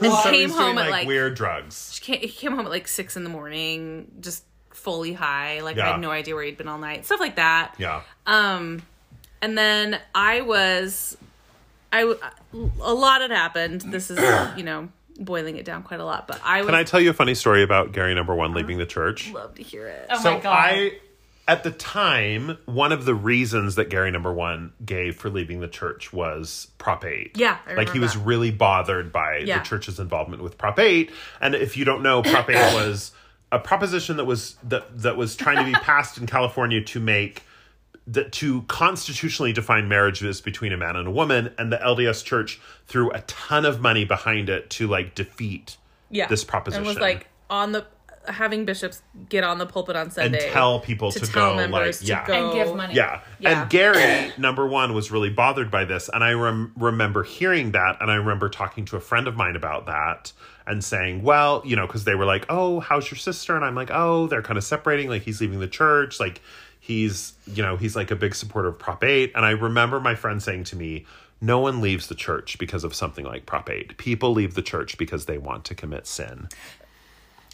Speaker 1: So
Speaker 3: came
Speaker 1: he's doing,
Speaker 3: home at
Speaker 1: like,
Speaker 3: like,
Speaker 1: weird drugs
Speaker 3: ca- he came home at like six in the morning, just fully high. Like I
Speaker 1: Yeah.
Speaker 3: had no idea where he'd been all night, stuff like that. Um,
Speaker 1: yeah
Speaker 3: And then I was, I w- a lot had happened.
Speaker 1: *clears throat*
Speaker 3: This is you know boiling it down quite a lot, but I was
Speaker 1: can i tell you a funny story about gary number one leaving the church
Speaker 3: love to hear it.
Speaker 4: Oh
Speaker 1: so
Speaker 4: my god.
Speaker 1: i at the time one of the reasons that gary number one gave for leaving the church was prop 8
Speaker 3: Yeah, I
Speaker 1: like he
Speaker 3: remember
Speaker 1: was
Speaker 3: that.
Speaker 1: really bothered by
Speaker 3: Yeah.
Speaker 1: the church's involvement with prop 8 and if you don't
Speaker 3: *coughs*
Speaker 1: know prop 8 was a proposition that was that that was trying to
Speaker 3: *laughs*
Speaker 1: be passed in california to make that to constitutionally define marriage is between a man and a woman and the lds church threw a ton of money behind it to like defeat
Speaker 3: yeah,
Speaker 1: this proposition
Speaker 3: and was like on the having bishops get on the pulpit on
Speaker 1: and
Speaker 3: Sunday
Speaker 1: tell people to,
Speaker 3: to tell
Speaker 1: go like
Speaker 3: members to
Speaker 1: yeah
Speaker 3: go.
Speaker 4: And give money.
Speaker 1: Yeah.
Speaker 3: Yeah.
Speaker 1: And Gary, number one, was really bothered by this. And I rem- remember hearing that. And I remember talking to a friend of mine about that and saying, well, you know, because they were like, oh, how's your sister? And I'm like, oh, they're kind of separating. Like, he's leaving the church. Like, he's, you know, he's like a big supporter of Prop 8. And I remember my friend saying to me, no one leaves the church because of something like Prop 8. People leave the church because they want to commit sin.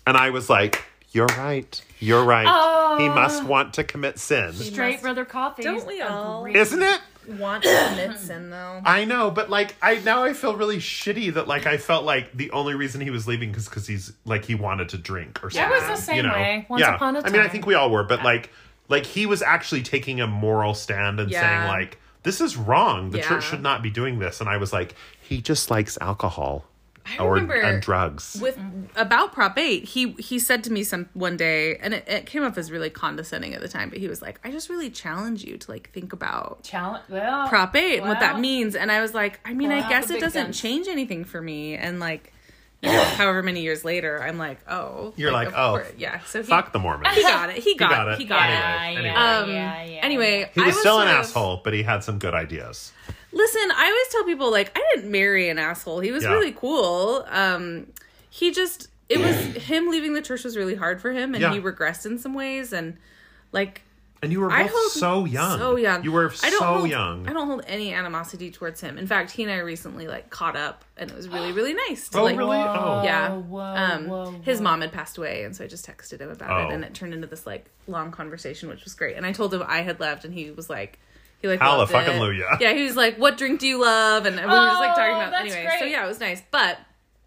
Speaker 1: And I was like, you're right. You're right. he must want to commit sin.
Speaker 4: Straight brother coffee.
Speaker 3: Don't we all?
Speaker 1: Isn't it?
Speaker 3: *coughs* want commits in though.
Speaker 1: I know, but like I now I feel really shitty that like I felt like the only reason he was leaving because because he's like he wanted to drink or something.
Speaker 2: was the same
Speaker 1: you know?
Speaker 2: way, once
Speaker 1: yeah.
Speaker 2: upon a
Speaker 1: I mean, I
Speaker 2: time.
Speaker 1: think we all were, but like like he was actually taking a moral stand and
Speaker 3: Yeah.
Speaker 1: saying like this is wrong. The
Speaker 3: Yeah.
Speaker 1: church should not be doing this. And I was like, he just likes alcohol or
Speaker 3: remember-
Speaker 1: and drugs.
Speaker 3: With about Prop 8, he he said to me some one day, and it, it came off as really condescending at the time, but he was like, "I just really challenge you to like think about
Speaker 4: Challenge. Well,
Speaker 3: Prop 8 and what that
Speaker 4: Wow.
Speaker 3: means." And I was like, "I mean, I
Speaker 4: Wow.
Speaker 3: guess
Speaker 4: The
Speaker 3: it
Speaker 4: big
Speaker 3: doesn't
Speaker 4: guns.
Speaker 3: change anything for me." And like, you know, *coughs* however many years later, I'm like, "Oh,
Speaker 1: You're like,
Speaker 3: of
Speaker 1: "Oh,
Speaker 3: course." yeah." So he,
Speaker 1: Fuck the
Speaker 3: *laughs*
Speaker 1: Mormons.
Speaker 3: he got it.
Speaker 1: *laughs*
Speaker 3: He got,
Speaker 1: got
Speaker 3: it.
Speaker 1: it.
Speaker 3: He got it.
Speaker 4: yeah,
Speaker 1: Anyway,
Speaker 4: yeah,
Speaker 3: Um,
Speaker 4: yeah, yeah.
Speaker 3: anyway,
Speaker 1: he
Speaker 3: I
Speaker 1: was still an
Speaker 3: sort of-
Speaker 1: asshole, but he had some good ideas.
Speaker 3: Listen, I always tell people like I didn't marry an asshole. He was
Speaker 1: Yeah.
Speaker 3: really cool. Um, he just it was him leaving the church was really hard for him, and
Speaker 1: Yeah.
Speaker 3: he regressed in some ways. And like
Speaker 1: And you were
Speaker 3: I
Speaker 1: both
Speaker 3: hold
Speaker 1: so young.
Speaker 3: so young.
Speaker 1: You were
Speaker 3: I don't
Speaker 1: so
Speaker 3: hold,
Speaker 1: young.
Speaker 3: I don't hold any animosity towards him. In fact, he and I recently like caught up, and it was
Speaker 1: *gasps*
Speaker 3: really really nice. To,
Speaker 1: oh
Speaker 3: like,
Speaker 1: really? Oh
Speaker 3: Yeah.
Speaker 2: whoa,
Speaker 3: um,
Speaker 2: whoa,
Speaker 3: his mom had passed away, and so I just texted him about
Speaker 1: Oh.
Speaker 3: it, and it turned into this like long conversation, which was great. And I told him I had left, and he was like, he like
Speaker 1: Holla
Speaker 3: loved it.
Speaker 1: fucking Luya.
Speaker 3: Yeah, he was like, "What drink do you love?" And we were just like talking
Speaker 4: Oh,
Speaker 3: about
Speaker 4: that's
Speaker 3: anyway.
Speaker 4: great.
Speaker 3: So yeah, it was nice. But *clears throat*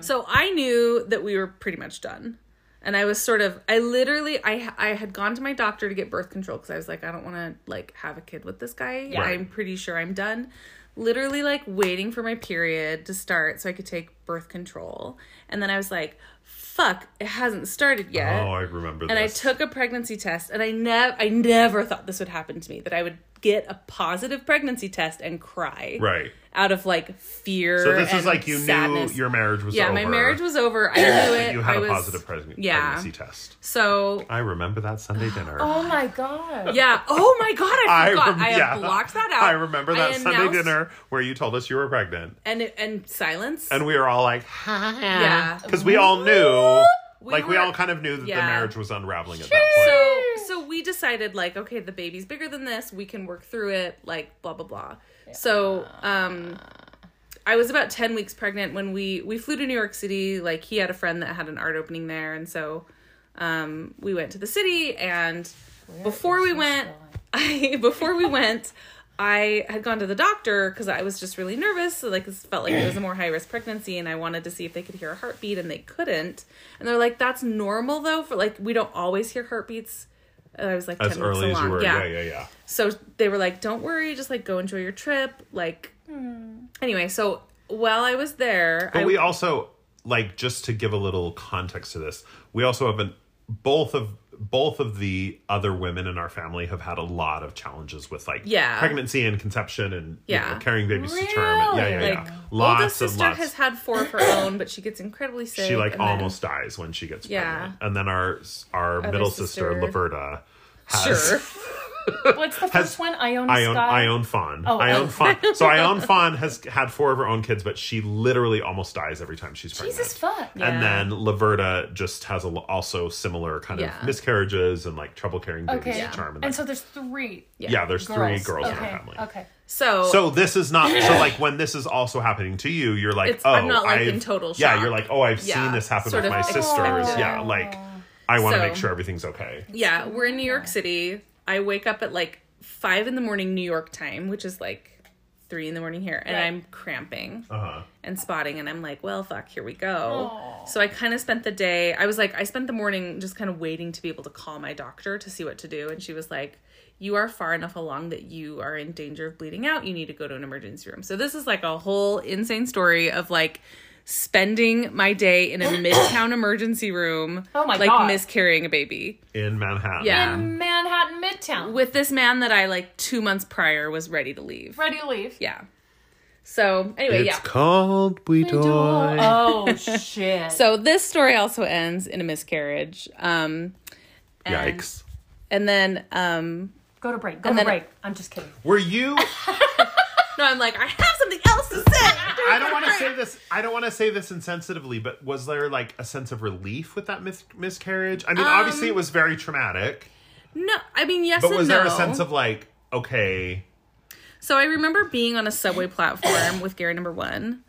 Speaker 3: so I knew that we were pretty much done. And I was sort of, I literally, I I had gone to my doctor to get birth control because I was like, I don't want to like have a kid with this guy.
Speaker 1: Right.
Speaker 3: I'm pretty sure I'm done. Literally, like waiting for my period to start so I could take birth control. And then I was like, fuck, it hasn't started yet.
Speaker 1: Oh, I remember
Speaker 3: and I
Speaker 1: this.
Speaker 3: took a pregnancy test, and I never, I never thought this would happen to me that I would get a positive pregnancy test and cry
Speaker 1: right.
Speaker 3: out of like fear.
Speaker 1: So this
Speaker 3: and
Speaker 1: is like you
Speaker 3: sadness.
Speaker 1: knew your marriage was
Speaker 3: yeah,
Speaker 1: over.
Speaker 3: my marriage was over.
Speaker 1: *coughs*
Speaker 3: I knew it.
Speaker 1: You had
Speaker 3: I
Speaker 1: a
Speaker 3: was-
Speaker 1: positive preg-
Speaker 3: yeah.
Speaker 1: pregnancy test.
Speaker 3: So
Speaker 1: I remember that
Speaker 3: *gasps*
Speaker 1: Sunday dinner.
Speaker 2: Oh my god.
Speaker 3: yeah. Oh my god,
Speaker 1: *laughs*
Speaker 3: I forgot. I,
Speaker 1: rem-
Speaker 3: had
Speaker 1: yeah.
Speaker 3: blocked that out.
Speaker 1: I remember that
Speaker 3: I
Speaker 1: Sunday
Speaker 3: announced-
Speaker 1: dinner where you told us you were pregnant,
Speaker 3: and and silence.
Speaker 1: and we were all like,
Speaker 3: yeah.
Speaker 1: because we all knew,
Speaker 3: We
Speaker 1: like we
Speaker 3: were-
Speaker 1: all kind of knew that the
Speaker 3: yeah.
Speaker 1: marriage was unraveling at that
Speaker 3: So so we decided like okay, the baby's bigger than this. We can work through it. Like blah blah blah. So um. I was about 10 weeks pregnant when we we flew to New York City like he had a friend that had an art opening there and so um we went to the city and before we went I *laughs* before we went I had gone to the doctor because I was just really nervous. So like, it felt like it was a more high risk pregnancy, and I wanted to see if they could hear a heartbeat, and they couldn't. And they're like, "That's normal, though. For like, we don't always hear heartbeats." And I was like,
Speaker 1: point. As
Speaker 3: 10 weeks
Speaker 1: early as you
Speaker 3: along.
Speaker 1: were, yeah, yeah, yeah.
Speaker 3: So they were like, "Don't worry, just like go enjoy your trip." Like, anyway, so while I was there,
Speaker 1: But
Speaker 3: I,
Speaker 1: we also like just to give a little context to this. We also have an both of both of the other women in our family have had a lot of challenges with like
Speaker 3: Yeah.
Speaker 1: pregnancy and conception and you
Speaker 3: Yeah.
Speaker 1: know, carrying babies to term. And, yeah, yeah,
Speaker 3: like
Speaker 1: yeah. Lots
Speaker 3: oldest
Speaker 1: and
Speaker 3: sister
Speaker 1: lots.
Speaker 3: has had four of her own, but she gets incredibly sick.
Speaker 1: she like
Speaker 3: and then-
Speaker 1: almost dies when she gets
Speaker 3: Yeah.
Speaker 1: pregnant. And then our our middle sister,
Speaker 3: sister.
Speaker 1: Laverta has
Speaker 3: sure.
Speaker 4: What's the
Speaker 1: has-
Speaker 4: first one? Iona
Speaker 1: I own
Speaker 4: Scott.
Speaker 1: I own Fawn.
Speaker 4: Oh,
Speaker 1: I own
Speaker 4: oh.
Speaker 1: Fawn. So I
Speaker 3: *laughs*
Speaker 1: own Fawn has had four of her own kids, but she literally almost dies every time she's pregnant.
Speaker 4: Jesus fuck.
Speaker 3: Yeah.
Speaker 1: And then Laverta just has a, also similar kind
Speaker 3: Yeah.
Speaker 1: of miscarriages and like trouble carrying babies
Speaker 4: Okay.
Speaker 1: to term. And
Speaker 4: And
Speaker 1: that-
Speaker 4: so there's three.
Speaker 1: yeah. there's three girls in our family.
Speaker 4: Okay.
Speaker 3: So
Speaker 1: So this is not so
Speaker 3: *laughs*
Speaker 1: like when this is also happening to you, you're like,
Speaker 3: It's-
Speaker 1: oh,
Speaker 3: I'm not, like, in
Speaker 1: I've-
Speaker 3: total
Speaker 1: Yeah,
Speaker 3: shock.
Speaker 1: you're like, oh, I've
Speaker 3: Yeah,
Speaker 1: seen this happen
Speaker 3: sort
Speaker 1: with
Speaker 3: of
Speaker 1: my sisters.
Speaker 3: expected.
Speaker 1: Yeah, like I want to
Speaker 3: So-
Speaker 1: make sure everything's okay.
Speaker 3: Yeah, we're in New York City. I wake up at like five in the morning New York time, which is like three in the morning here, and
Speaker 4: Right.
Speaker 3: I'm cramping
Speaker 1: Uh huh.
Speaker 3: and spotting, and I'm like, well, fuck, here we go. So I kind of spent the day. I was like, I spent the morning just kind of waiting to be able to call my doctor to see what to do, and she was like. You are far enough along that you are in danger of bleeding out. You need to go to an emergency room. So this is like a whole insane story of like spending my day
Speaker 4: *coughs*
Speaker 3: in a midtown emergency room,
Speaker 4: Oh my
Speaker 3: like
Speaker 4: God.
Speaker 3: miscarrying a baby.
Speaker 1: In Manhattan.
Speaker 3: Yeah.
Speaker 4: In Manhattan Midtown.
Speaker 3: with this man that I like two months prior was ready to leave.
Speaker 4: Ready to leave.
Speaker 3: Yeah. So anyway,
Speaker 1: It's
Speaker 3: yeah.
Speaker 1: called Boudoir.
Speaker 4: Oh shit.
Speaker 3: So this story also ends in a miscarriage. Um, and-
Speaker 1: Yikes.
Speaker 3: And then, um,
Speaker 4: Go to break. Go to
Speaker 3: then-
Speaker 4: break. I'm just kidding.
Speaker 1: Were you
Speaker 3: no, I'm like, I have something else to say.
Speaker 1: I don't want to say this. I don't want to say this insensitively, but was there like a sense of relief with that mis- miscarriage? I mean, obviously it was very traumatic,
Speaker 3: No, I mean, yes
Speaker 1: but
Speaker 3: and
Speaker 1: was
Speaker 3: Um, no.
Speaker 1: there a sense of like, okay,
Speaker 3: So I remember being on a subway platform with Gary number one,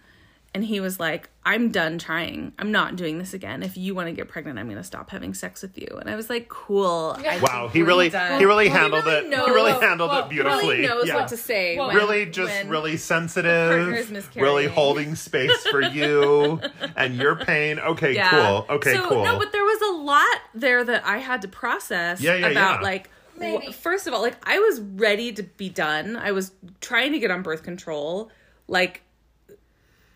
Speaker 3: and he was like, I'm done trying. I'm not doing this again. If you want to get pregnant, I'm going to stop having sex with you. And I was like, cool. I
Speaker 1: wow,
Speaker 3: think
Speaker 1: he
Speaker 3: we're
Speaker 1: really,
Speaker 3: done.
Speaker 1: he really
Speaker 3: Well,
Speaker 1: handled
Speaker 3: really
Speaker 1: it.
Speaker 3: knows-
Speaker 1: he really
Speaker 3: well,
Speaker 1: handled
Speaker 4: well,
Speaker 1: it
Speaker 4: he
Speaker 1: beautifully.
Speaker 3: really knows
Speaker 1: yeah.
Speaker 3: what to say.
Speaker 4: Well,
Speaker 3: when-
Speaker 1: Really, just
Speaker 3: when-
Speaker 1: really
Speaker 3: partner's
Speaker 1: sensitive,
Speaker 3: miscarrying.
Speaker 1: really holding space
Speaker 3: *laughs*
Speaker 1: for you and your pain. Okay,
Speaker 3: Yeah.
Speaker 1: cool. Okay,
Speaker 3: so,
Speaker 1: cool.
Speaker 3: No, but there was a lot there that I had to process
Speaker 1: Yeah, yeah, yeah.
Speaker 3: about like wh- first of all, like I was ready to be done. I was trying to get on birth control. Like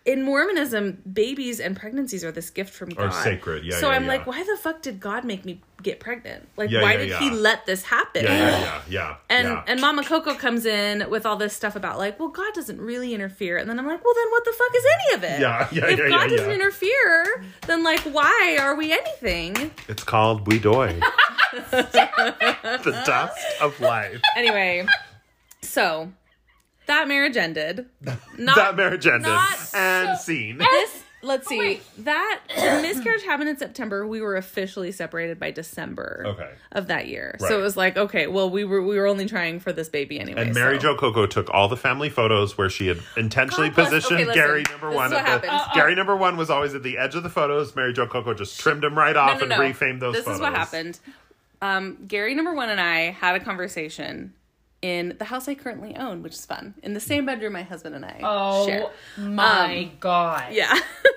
Speaker 3: in Mormonism, babies and pregnancies are this gift from
Speaker 1: Are
Speaker 3: God.
Speaker 1: sacred. Yeah,
Speaker 3: So
Speaker 1: yeah,
Speaker 3: I'm
Speaker 1: yeah.
Speaker 3: like, why the fuck did God make me get pregnant? Like
Speaker 1: Yeah,
Speaker 3: why
Speaker 1: yeah,
Speaker 3: did
Speaker 1: yeah.
Speaker 3: he let this happen?
Speaker 1: yeah, yeah, yeah, yeah.
Speaker 3: And
Speaker 1: yeah.
Speaker 3: and Mama Coco comes in with all this stuff about like, well, God doesn't really interfere, and then I'm like, well, then what the fuck is any of it?
Speaker 1: Yeah, yeah,
Speaker 3: If
Speaker 1: yeah,
Speaker 3: God
Speaker 1: yeah,
Speaker 3: doesn't
Speaker 1: yeah.
Speaker 3: interfere, then like, why are we anything?
Speaker 1: it's called
Speaker 3: *laughs*
Speaker 1: Boudoir. *laughs* the dust of life. *laughs*
Speaker 3: Anyway, so that marriage ended. Not
Speaker 1: that marriage ended
Speaker 3: not
Speaker 1: and scene.
Speaker 3: this. Let's see. that *coughs* the miscarriage happened in September. We were officially separated by December
Speaker 1: Okay.
Speaker 3: of that year.
Speaker 1: Right.
Speaker 3: So it was like, okay, well, we were we were only trying for this baby anyway.
Speaker 1: And Mary
Speaker 3: so.
Speaker 1: Jo Coco took all the family photos where she had intentionally
Speaker 3: God bless-
Speaker 1: positioned
Speaker 3: okay, listen,
Speaker 1: Gary number
Speaker 3: this is
Speaker 1: one.
Speaker 3: what
Speaker 1: At the,
Speaker 3: happened. Uh-uh.
Speaker 1: Gary number one was always at the edge of the photos. Mary Jo Coco just trimmed him right off and refamed those
Speaker 3: This
Speaker 1: photos.
Speaker 3: is what happened. Um, Gary number one and I had a conversation in the house I currently own, which is fun. In the same bedroom my husband and I
Speaker 4: Oh
Speaker 3: share.
Speaker 4: my god.
Speaker 3: Yeah.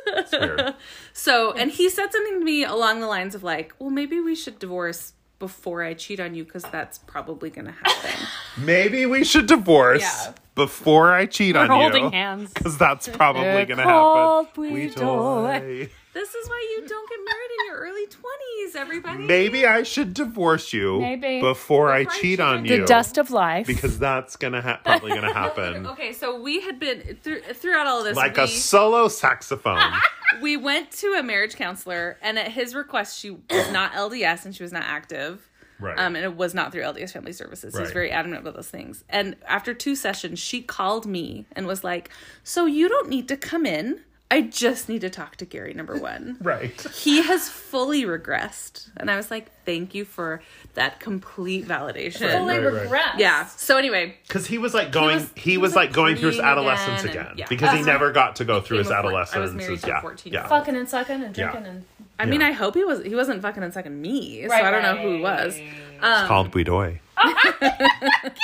Speaker 1: It's
Speaker 3: *laughs*
Speaker 1: weird.
Speaker 3: so and he said something to me along the lines of like, well maybe we should divorce before I cheat on you because that's probably gonna happen.
Speaker 1: Maybe we should divorce
Speaker 3: Yeah.
Speaker 1: before I cheat on
Speaker 2: holding
Speaker 1: you.
Speaker 2: hands.
Speaker 1: Because that's probably going to
Speaker 2: called
Speaker 1: happen. We
Speaker 2: Boudoir.
Speaker 1: toy.
Speaker 3: this is why you don't get married in your early twenties, everybody.
Speaker 1: Maybe I should divorce you
Speaker 2: Maybe.
Speaker 1: before I
Speaker 3: Before I
Speaker 1: cheat
Speaker 3: cheat
Speaker 1: on
Speaker 3: on
Speaker 1: you.
Speaker 2: The dust of life.
Speaker 1: because that's gonna ha- probably
Speaker 2: *laughs*
Speaker 1: gonna happen.
Speaker 3: Okay, so we had been thr- throughout all of this
Speaker 1: Like
Speaker 3: we,
Speaker 1: a solo saxophone.
Speaker 3: we went to a marriage counselor, and at his request, she was not LDS and she was not active.
Speaker 1: Right.
Speaker 3: Um, and it was not through LDS Family Services. He was
Speaker 1: Right.
Speaker 3: very adamant about those things. And after two sessions, she called me and was like, So you don't need to come in. I just need to talk to Gary, number one.
Speaker 1: *laughs* right.
Speaker 3: *laughs* He has fully regressed. And I was like, Thank you for that complete validation.
Speaker 4: Fully
Speaker 1: Right, right.
Speaker 4: regressed.
Speaker 3: Yeah. So, anyway,
Speaker 1: Because he was like going, he
Speaker 3: was-
Speaker 1: was,
Speaker 3: he was,
Speaker 1: like,
Speaker 3: like,
Speaker 1: going through his
Speaker 3: fleeing
Speaker 1: adolescence
Speaker 3: again
Speaker 1: again,
Speaker 3: and- yeah.
Speaker 1: because he
Speaker 3: Uh-huh.
Speaker 1: never got to go through his
Speaker 3: Became a four- I was
Speaker 1: adolescence.
Speaker 3: married
Speaker 1: and-
Speaker 3: to a
Speaker 1: yeah,
Speaker 3: 14
Speaker 1: yeah.
Speaker 4: Fucking and sucking and drinking and
Speaker 3: I mean,
Speaker 1: Yeah.
Speaker 3: I hope he was he wasn't fucking and sucking me, so
Speaker 4: Right,
Speaker 3: I don't know who he
Speaker 4: right.
Speaker 3: was.
Speaker 1: It's called Boudoy.
Speaker 3: *laughs*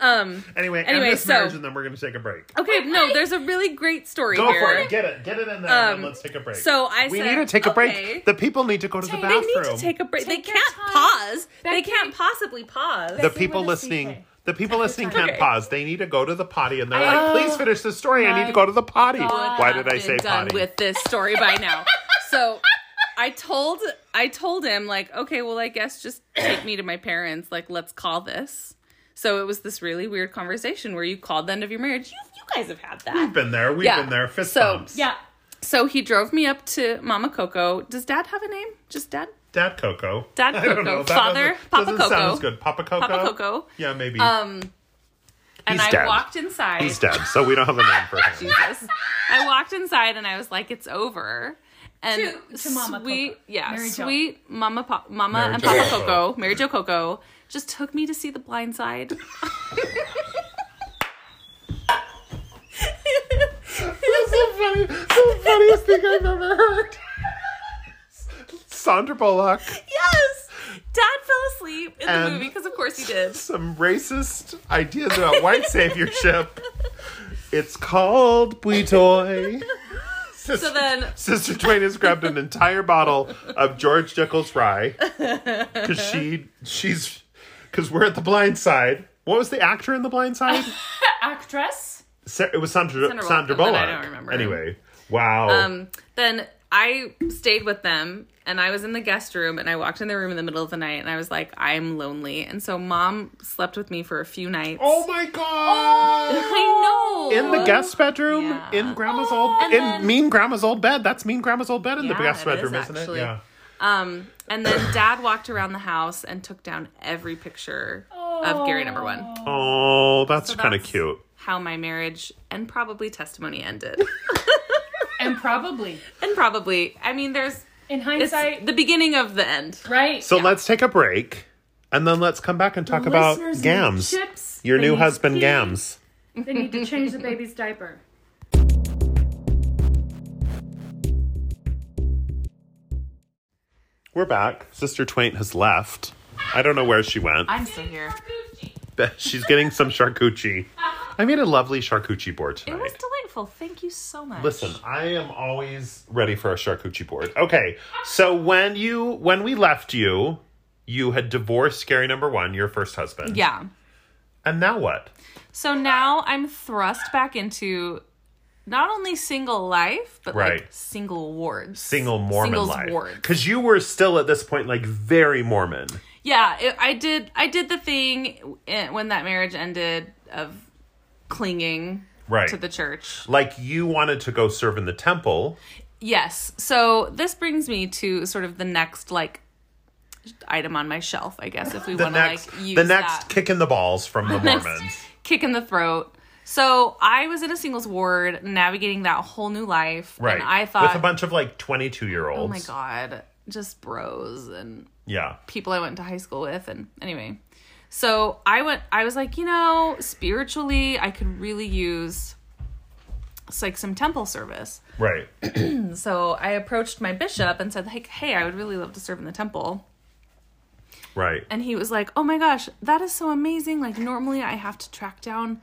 Speaker 1: um. *laughs* Anyway, end
Speaker 3: anyway,
Speaker 1: this
Speaker 3: so-
Speaker 1: marriage, and then we're gonna take a break.
Speaker 3: Okay, no, there's a really great story
Speaker 1: Go
Speaker 3: here.
Speaker 1: for it. Get it. Get it in there. and
Speaker 3: Um,
Speaker 1: let's take a break.
Speaker 3: So I
Speaker 1: we
Speaker 3: said,
Speaker 1: need to take a break.
Speaker 3: okay.
Speaker 1: The people need to go to the
Speaker 3: They
Speaker 1: bathroom.
Speaker 3: need to take a break.
Speaker 4: Take
Speaker 3: they
Speaker 4: their
Speaker 3: can't
Speaker 4: time.
Speaker 3: pause. they
Speaker 4: Becky-
Speaker 3: can't possibly pause.
Speaker 1: the
Speaker 4: Say
Speaker 1: people
Speaker 4: what does he
Speaker 1: listening
Speaker 4: say?
Speaker 1: the people listening can't
Speaker 3: Okay.
Speaker 1: pause they need to go to the potty and they're
Speaker 4: Oh,
Speaker 1: like please finish the story i need to go to the potty
Speaker 3: would
Speaker 1: why did
Speaker 3: have
Speaker 1: i say
Speaker 3: been done
Speaker 1: potty
Speaker 3: with this story by *laughs* now? so I told I told him like, okay, well, I guess just take me to my parents. Like, let's call this. So it was this really weird conversation where you called the end of your marriage. You, you guys have had that.
Speaker 1: we've been there we've
Speaker 3: Yeah.
Speaker 1: been there fist
Speaker 3: So-
Speaker 1: bumps
Speaker 4: Yeah.
Speaker 3: So he drove me up to Mama Coco. Does Dad have a name? Just Dad.
Speaker 1: dad coco *laughs*
Speaker 3: Dad
Speaker 1: I don't
Speaker 3: Coco.
Speaker 1: know, that
Speaker 3: Father,
Speaker 1: doesn't,
Speaker 3: Papa
Speaker 1: doesn't
Speaker 3: Coco.
Speaker 1: sound as good papa coco
Speaker 3: Papa Coco.
Speaker 1: yeah maybe
Speaker 3: Um, and
Speaker 1: He's
Speaker 3: I
Speaker 1: dead.
Speaker 3: walked inside.
Speaker 1: he's dead so we don't have a name for him
Speaker 3: Jesus. I walked inside and I was like, it's over. And
Speaker 4: To- to Mama
Speaker 3: sweet,
Speaker 4: Coco.
Speaker 3: yeah,
Speaker 4: Mary Jo.
Speaker 3: sweet Mama, pa- Mama
Speaker 1: Mary
Speaker 3: and
Speaker 1: Jo
Speaker 3: Papa
Speaker 1: Coco.
Speaker 3: Coco, Mary Jo Coco, just took me to see The Blind
Speaker 4: *laughs*
Speaker 3: Side.
Speaker 1: that's so funny the funniest thing i've ever heard *laughs* sandra bullock
Speaker 3: yes, Dad fell asleep in the
Speaker 1: And-
Speaker 3: movie because, of course, he did.
Speaker 1: some racist ideas about white saviorship it's called Boutoy. Sister,
Speaker 3: then-
Speaker 1: Sister Twain has grabbed an entire bottle of George Jekyll's rye because she she's because we're at the Blind Side. What was the actor in the Blind Side?
Speaker 4: Actress.
Speaker 1: Sa- it was Sandra
Speaker 3: Sandra
Speaker 1: Sandra
Speaker 3: Bullock,
Speaker 1: Bullock.
Speaker 3: but I don't remember.
Speaker 1: Anyway, wow.
Speaker 3: Um, then I stayed with them and I was in the guest room and I walked in their room in the middle of the night and I was like, I'm lonely. And so mom slept with me for a few nights.
Speaker 1: Oh my god!
Speaker 3: I know.
Speaker 1: In the guest bedroom,
Speaker 3: Oh. Yeah. Oh,
Speaker 1: in grandma's old,
Speaker 3: and
Speaker 1: in
Speaker 3: then-
Speaker 1: mean grandma's old bed. That's mean grandma's old bed in the
Speaker 3: Yeah,
Speaker 1: guest
Speaker 3: it is,
Speaker 1: bedroom, is, not it?
Speaker 3: actually.
Speaker 1: Yeah.
Speaker 3: Um, and then dad walked around the house and took down every picture of Gary number one.
Speaker 1: Oh, that's kind of
Speaker 3: that's-
Speaker 1: cute.
Speaker 3: How my marriage and probably testimony ended. *laughs*
Speaker 4: And probably
Speaker 3: and probably, I mean, there's
Speaker 4: in
Speaker 3: it's
Speaker 4: hindsight,
Speaker 3: the beginning of the end.
Speaker 4: right?
Speaker 1: So let's take a break, and then let's come back and talk about
Speaker 4: Listeners need
Speaker 1: Gams,
Speaker 4: Chips.
Speaker 1: your
Speaker 4: They
Speaker 1: new
Speaker 4: need
Speaker 1: husband,
Speaker 4: cookies.
Speaker 1: Gams.
Speaker 4: They need to change the baby's diaper.
Speaker 1: We're back. Sister Twain has left. I don't know where she went.
Speaker 3: I'm still here.
Speaker 1: but *laughs* She's getting some charcuterie. I made a lovely charcuterie board tonight.
Speaker 3: It was delightful. Thank you so much.
Speaker 1: Listen, I am always ready for a charcuterie board. Okay, so when you when we left you, you had divorced Gary number one, your first husband.
Speaker 3: Yeah.
Speaker 1: And now what?
Speaker 3: So now I'm thrust back into not only single life, but like
Speaker 1: Right.
Speaker 3: single wards.
Speaker 1: Single Mormon
Speaker 3: Singles
Speaker 1: life.
Speaker 3: wards.
Speaker 1: Because you were still at this point like very Mormon.
Speaker 3: Yeah, it, I did. I did the thing eh, when that marriage ended of clinging
Speaker 1: Right.
Speaker 3: to the church.
Speaker 1: like you wanted to go serve in the temple.
Speaker 3: Yes. So this brings me to sort of the next like item on my shelf, I guess, if
Speaker 1: *laughs*
Speaker 3: we
Speaker 1: The
Speaker 3: want to
Speaker 1: next
Speaker 3: like use
Speaker 1: the next
Speaker 3: that.
Speaker 1: kick in the balls from
Speaker 3: *laughs*
Speaker 1: the
Speaker 3: next-
Speaker 1: Mormons.
Speaker 3: kick in the throat. So I was in a singles ward, navigating that whole new life,
Speaker 1: Right.
Speaker 3: And I thought,
Speaker 1: with a bunch of like twenty two year olds.
Speaker 3: oh my god, just bros and
Speaker 1: Yeah.
Speaker 3: people I went to high school with, and anyway, so I went. I was like, you know, spiritually, I could really use it's like some temple service.
Speaker 1: Right.
Speaker 3: So I approached my bishop and said, like, hey, I would really love to serve in the temple.
Speaker 1: Right.
Speaker 3: and he was like, "Oh my gosh, that is so amazing! Like normally I have to track down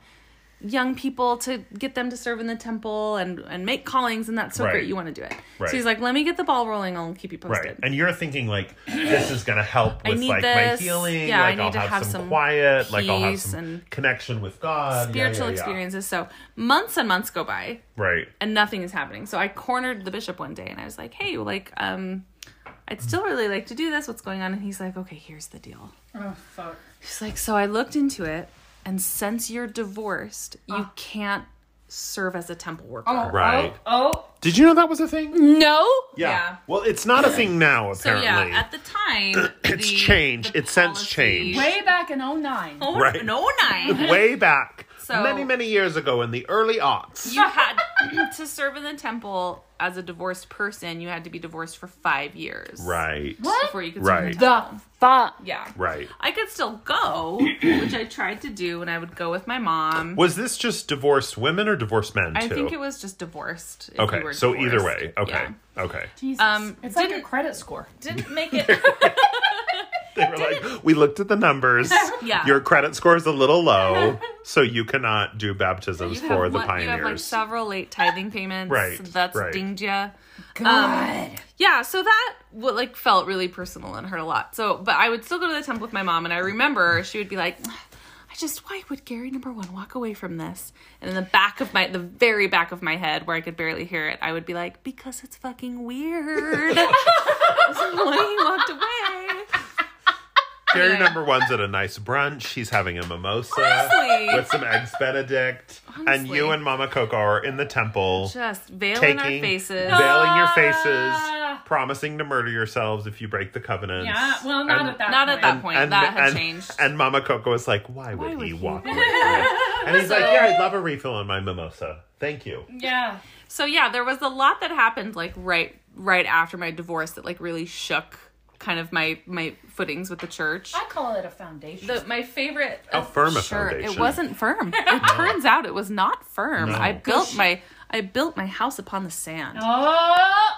Speaker 3: young people to get them to serve in the temple and and make callings, and that's so
Speaker 1: Right.
Speaker 3: great. You want to do it."
Speaker 1: Right.
Speaker 3: So he's like, "Let me get the ball rolling. I'll keep you posted."
Speaker 1: Right. And you're thinking like this is gonna help
Speaker 3: I
Speaker 1: with
Speaker 3: need
Speaker 1: like
Speaker 3: this.
Speaker 1: my healing,
Speaker 3: Yeah, I
Speaker 1: like I'll
Speaker 3: need to
Speaker 1: have,
Speaker 3: have
Speaker 1: some,
Speaker 3: some
Speaker 1: quiet, like I'll have
Speaker 3: peace
Speaker 1: some
Speaker 3: and
Speaker 1: connection with God. Yeah, yeah,
Speaker 3: Spiritual
Speaker 1: yeah.
Speaker 3: experiences. So months and months go by,
Speaker 1: Right.
Speaker 3: and nothing is happening. So I cornered the bishop one day, and I was like, "Hey, like, um, I'd still really like to do this. What's going on?" And he's like, "Okay, here's the deal."
Speaker 4: Oh fuck.
Speaker 3: She's like, so I looked into it, and since you're divorced, you can't serve as a temple worker.
Speaker 1: Right.
Speaker 4: Oh, oh,
Speaker 1: Did you know that was a thing?
Speaker 3: No.
Speaker 1: Well, it's not a thing now
Speaker 3: Mm-hmm. So
Speaker 1: apparently. *laughs*
Speaker 3: yeah, at the time,
Speaker 1: *clears throat* It's
Speaker 3: the-
Speaker 1: changed.
Speaker 3: the
Speaker 1: It's since
Speaker 3: policy-
Speaker 1: changed.
Speaker 4: way back in 09.
Speaker 3: Oh,
Speaker 1: Right.
Speaker 3: No nine.
Speaker 1: Way back,
Speaker 3: So-
Speaker 1: many many years ago in the early aughts.
Speaker 3: *laughs* You had to serve in the temple as a divorced person. You had to be divorced for five years.
Speaker 1: Right.
Speaker 3: Before you could serve in
Speaker 1: Right.
Speaker 3: the
Speaker 2: The
Speaker 3: temple.
Speaker 2: fuck.
Speaker 3: yeah.
Speaker 1: Right.
Speaker 3: I could still
Speaker 1: *clears throat*
Speaker 3: go, which I tried to do, and I would go with my mom.
Speaker 1: Was this just divorced women or divorced men too?
Speaker 3: I think it was just divorced. if we
Speaker 1: Okay,
Speaker 3: were
Speaker 1: so either
Speaker 3: divorced.
Speaker 1: way. Okay.
Speaker 3: Yeah.
Speaker 1: Okay.
Speaker 2: Jesus.
Speaker 3: Um,
Speaker 2: it's like a
Speaker 3: didn't-
Speaker 2: credit score.
Speaker 3: Didn't make
Speaker 1: *laughs*
Speaker 3: it.
Speaker 1: They *laughs* were like, we looked at the numbers.
Speaker 3: *laughs* Yeah.
Speaker 1: Your credit score is a little
Speaker 3: *laughs*
Speaker 1: low, so you cannot do baptisms
Speaker 3: You have
Speaker 1: for the
Speaker 3: one- You have like
Speaker 1: pioneers.
Speaker 3: several late tithing payments.
Speaker 1: Right,
Speaker 3: That's
Speaker 1: right.
Speaker 3: dinged ya.
Speaker 2: God.
Speaker 3: Yeah, so that what like felt really personal and hurt a lot. So, but I would still go to the temple with my mom, and I remember she would be like, "Ah, "I just why would Gary number one walk away from this?" And in the back of my, the very back of my head, where I could barely hear it, I would be like, "Because it's
Speaker 1: *laughs*
Speaker 3: fucking weird." *laughs* why he walked away.
Speaker 1: Gary
Speaker 3: Yeah.
Speaker 1: number one's at a nice brunch. He's having a mimosa
Speaker 3: Honestly.
Speaker 1: with some eggs Benedict. And you
Speaker 3: Honestly.
Speaker 1: and Mama Coco are in the temple.
Speaker 3: Just veiling
Speaker 1: Taking,
Speaker 3: our faces. Ah.
Speaker 1: veiling your faces, promising to murder yourselves if you break the covenants.
Speaker 4: Yeah, well, not
Speaker 1: And-
Speaker 4: at that
Speaker 3: Not
Speaker 4: point.
Speaker 3: at that point. that had
Speaker 1: and,
Speaker 3: changed.
Speaker 1: And Mama Coco is like, why would,
Speaker 3: would
Speaker 1: he
Speaker 3: he? *laughs*
Speaker 1: walk away? from it? and he's like, yeah, I'd love a refill on my mimosa. Thank you.
Speaker 4: Yeah.
Speaker 3: So yeah, there was a lot that happened like right right after my divorce that like really shook kind of my my footings with the church.
Speaker 4: I call it a foundation.
Speaker 3: The, my favorite
Speaker 1: How firm a
Speaker 3: sure, It
Speaker 1: foundation.
Speaker 3: wasn't firm. It turns out it was not firm.
Speaker 1: No.
Speaker 3: I
Speaker 1: Good
Speaker 3: built my I built my house upon the sand.
Speaker 4: oh,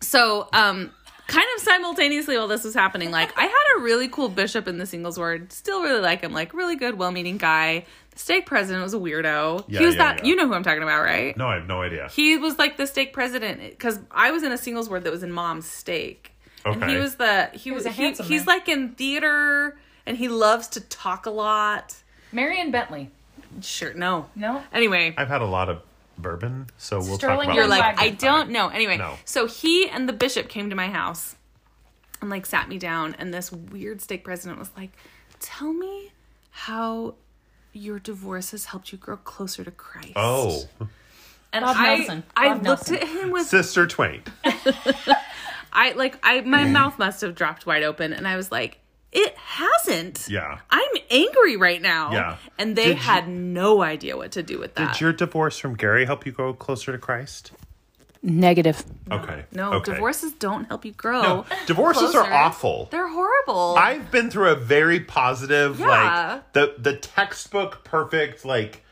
Speaker 3: So um kind of simultaneously while this was happening, like I had a really cool bishop in the singles ward. Still really like him, like really good, well meaning guy. The stake president was a weirdo.
Speaker 1: Yeah,
Speaker 3: he was
Speaker 1: yeah,
Speaker 3: that
Speaker 1: yeah.
Speaker 3: you know who I'm talking about, right?
Speaker 1: No, I have no idea.
Speaker 3: he was like the stake president because I was in a singles ward that was in mom's stake, and
Speaker 1: Okay.
Speaker 3: he was the he,
Speaker 4: was
Speaker 3: was
Speaker 4: a
Speaker 3: he,
Speaker 4: handsome
Speaker 3: he's
Speaker 4: man.
Speaker 3: like in theater and he loves to talk a lot.
Speaker 4: Marion Bentley.
Speaker 3: Sure, no,
Speaker 4: No.
Speaker 3: Anyway,
Speaker 1: I've had a lot of bourbon, so we'll
Speaker 4: Sterling
Speaker 1: talk about
Speaker 4: or
Speaker 1: it
Speaker 3: You're like,
Speaker 4: Wagon
Speaker 3: I don't know. Anyway,
Speaker 1: No.
Speaker 3: so he and the bishop came to my house and like sat me down, and this weird stake president was like, Tell me how your divorce has helped you grow closer to Christ.
Speaker 1: oh,
Speaker 3: and
Speaker 4: Bob
Speaker 3: I,
Speaker 4: Nelson.
Speaker 3: I
Speaker 4: Bob
Speaker 3: looked
Speaker 4: Nelson.
Speaker 3: at him with
Speaker 1: sister Twain.
Speaker 3: I like I my
Speaker 1: Mm-hmm.
Speaker 3: mouth must have dropped wide open, and I was like, It hasn't.
Speaker 1: Yeah.
Speaker 3: I'm angry right now.
Speaker 1: Yeah.
Speaker 3: And they
Speaker 1: Did you-
Speaker 3: had no idea what to do with that.
Speaker 1: Did your divorce from Gary help you go closer to Christ?
Speaker 2: Negative.
Speaker 1: okay,
Speaker 3: no,
Speaker 1: okay.
Speaker 3: divorces don't help you grow.
Speaker 1: No, divorces are
Speaker 3: closer.
Speaker 1: awful.
Speaker 3: *laughs* They're horrible.
Speaker 1: I've been through a very positive,
Speaker 3: Yeah.
Speaker 1: like the the textbook perfect, like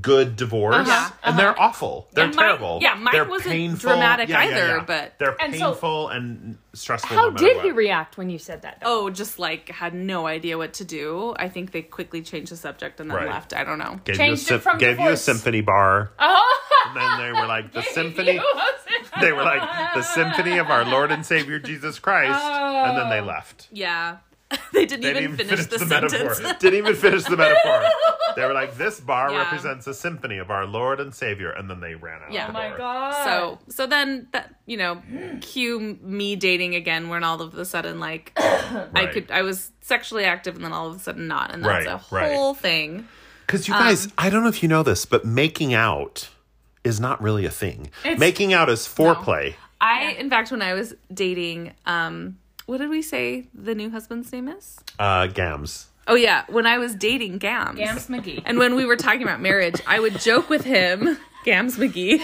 Speaker 1: good divorce,
Speaker 3: Uh-huh,
Speaker 1: and they're awful. They're
Speaker 3: And mine-
Speaker 1: terrible.
Speaker 3: yeah, mine
Speaker 1: they're
Speaker 3: wasn't dramatic either, but-
Speaker 1: they're
Speaker 2: And so-
Speaker 1: painful and stressful.
Speaker 2: How
Speaker 1: no matter
Speaker 2: did
Speaker 1: what.
Speaker 2: he react when you said that? Though?
Speaker 3: oh, just like had no idea what to do. I think they quickly changed the subject and then
Speaker 1: Right.
Speaker 3: left. I don't know.
Speaker 1: Gave you a,
Speaker 4: Changed it
Speaker 1: sym-
Speaker 4: from
Speaker 1: gave you a
Speaker 4: divorce.
Speaker 1: symphony bar,
Speaker 4: Oh,
Speaker 1: and then they
Speaker 3: *laughs*
Speaker 1: were
Speaker 4: *laughs*
Speaker 1: like the symphony.
Speaker 4: Symphony.
Speaker 1: They were like the symphony of our Lord and Savior Jesus Christ, and then they left.
Speaker 3: Yeah. *laughs* they Oh. didn't
Speaker 1: They
Speaker 3: even,
Speaker 1: didn't even
Speaker 3: finish,
Speaker 1: finish,
Speaker 3: the,
Speaker 1: the,
Speaker 3: sentence.
Speaker 1: *laughs* metaphor. didn't even finish the metaphor.
Speaker 3: *laughs*
Speaker 1: They were like, "This bar
Speaker 3: Yeah.
Speaker 1: represents a symphony of our Lord and Savior," and then they ran out. the
Speaker 3: Yeah. Oh
Speaker 4: my
Speaker 1: door.
Speaker 4: God.
Speaker 3: so so then that you know,
Speaker 1: Mm.
Speaker 3: cue me dating again when all of a sudden like I
Speaker 1: Right.
Speaker 3: could I was sexually active and then all of a sudden not and that's a
Speaker 1: Right, right.
Speaker 3: whole thing.
Speaker 1: Because you
Speaker 3: um,
Speaker 1: guys, I don't know if you know this, but making out is not really a thing. Making out is foreplay.
Speaker 3: I in fact when I was dating um what did we say the new husband's name is?
Speaker 1: Uh, gams.
Speaker 3: Oh yeah, when I was dating Gams.
Speaker 4: Gams McGee.
Speaker 3: And when we were talking about marriage, I would joke with him, *laughs* Gams *laughs* McGee.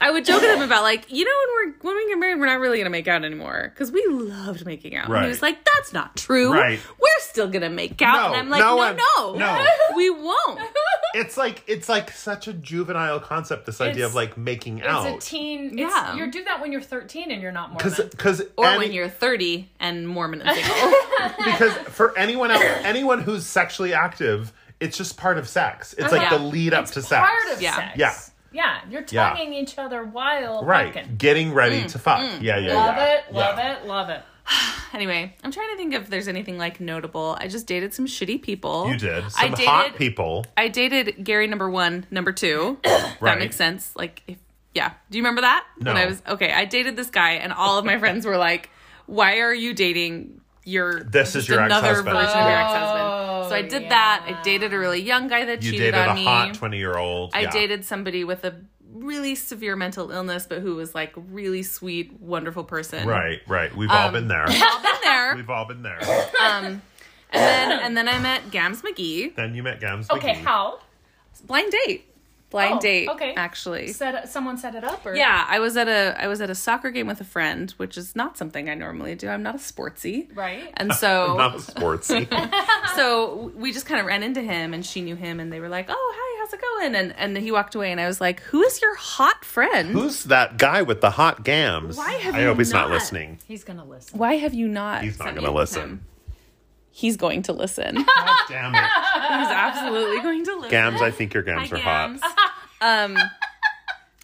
Speaker 3: I would joke with him about like, you know, when we're when we get married, we're not really gonna make out anymore because we loved making out. And he was
Speaker 1: Right.
Speaker 3: like, "That's not true.
Speaker 1: Right.
Speaker 3: We're still gonna make out."
Speaker 1: No,
Speaker 3: and I'm like,
Speaker 1: no,
Speaker 3: "No,
Speaker 1: I'm-
Speaker 3: no,
Speaker 1: no.
Speaker 3: *laughs* we won't."
Speaker 1: It's like it's like such a juvenile concept. This idea of
Speaker 4: It's-
Speaker 1: like making
Speaker 4: It's a
Speaker 1: out.
Speaker 4: teen.
Speaker 3: Yeah.
Speaker 4: It's, you do that when you're 13 and you're not
Speaker 1: Because
Speaker 4: Mormon.
Speaker 1: because
Speaker 3: Or when you're 30 and Mormon and single.
Speaker 1: *laughs* because
Speaker 3: *laughs*
Speaker 1: for anyone else, anyone who's sexually active, it's just part of sex. It's like
Speaker 3: Uh-huh. Yeah.
Speaker 1: the lead up to sex.
Speaker 4: Part of
Speaker 3: Yeah.
Speaker 4: sex.
Speaker 1: Yeah.
Speaker 4: Yeah. You're
Speaker 1: Yeah.
Speaker 4: tonguing each other while
Speaker 1: right.
Speaker 4: fucking.
Speaker 1: Getting ready
Speaker 3: Mm,
Speaker 1: to fuck. Yeah, yeah,
Speaker 4: Love
Speaker 1: yeah.
Speaker 4: it. Love
Speaker 1: Yeah.
Speaker 4: it. Love it.
Speaker 3: anyway, I'm trying to think if there's anything like notable. I just dated some shitty people.
Speaker 1: You did
Speaker 3: I
Speaker 1: some
Speaker 3: dated
Speaker 1: hot people.
Speaker 3: I dated Gary number one, number
Speaker 1: *coughs*
Speaker 3: two. That makes sense. Like, if, yeah. Do you remember that? When
Speaker 1: No.
Speaker 3: I was okay. I dated this guy, and all of my friends were like, "Why are you dating your
Speaker 1: This is
Speaker 3: just
Speaker 1: your
Speaker 3: another
Speaker 1: ex-husband."
Speaker 3: version of your ex
Speaker 4: Oh,
Speaker 3: husband?" So I did that. I dated a really young guy that
Speaker 1: You
Speaker 3: cheated
Speaker 1: dated
Speaker 3: on
Speaker 1: a
Speaker 3: me.
Speaker 1: hot twenty year old.
Speaker 3: I dated somebody with a really severe mental illness, but who was like really sweet, wonderful person.
Speaker 1: Right, right. We've
Speaker 3: Um,
Speaker 1: all been
Speaker 3: *laughs*
Speaker 1: there.
Speaker 3: All been
Speaker 1: *laughs*
Speaker 3: there.
Speaker 1: We've all been
Speaker 3: *laughs*
Speaker 1: there.
Speaker 3: and then and then I met Gams McGee.
Speaker 1: then you met Gams.
Speaker 4: Okay.
Speaker 1: McGee.
Speaker 4: How?
Speaker 3: Blind date. Blind
Speaker 4: Oh,
Speaker 3: date.
Speaker 4: okay.
Speaker 3: Actually.
Speaker 4: Set, someone set it up? Or?
Speaker 3: Yeah, I was at a I was at a soccer game with a friend, which is not something I normally do. I'm not a sportsy.
Speaker 4: Right.
Speaker 3: And
Speaker 4: *laughs*
Speaker 1: *laughs*
Speaker 3: so
Speaker 1: Not
Speaker 3: *laughs*
Speaker 1: sportsy.
Speaker 3: so we just kind of ran into him and she knew him and they were like, "Oh, hi, how's it going?" and and he walked away and I was like, "Who is your hot friend?
Speaker 1: Who's that guy with the hot gams?
Speaker 3: Why have
Speaker 1: I
Speaker 3: you
Speaker 1: hope he's not
Speaker 3: not? *laughs*
Speaker 1: listening.
Speaker 4: He's going to listen.
Speaker 3: Why have you not?"
Speaker 1: He's not
Speaker 3: sent me
Speaker 1: going to
Speaker 3: with
Speaker 1: listen.
Speaker 3: him? He's going to listen. He's
Speaker 1: God damn it.
Speaker 3: absolutely going to listen.
Speaker 1: Gams, I think your gams
Speaker 3: Hi,
Speaker 1: are
Speaker 3: Gams. *laughs*
Speaker 1: hot.
Speaker 3: Um
Speaker 1: I am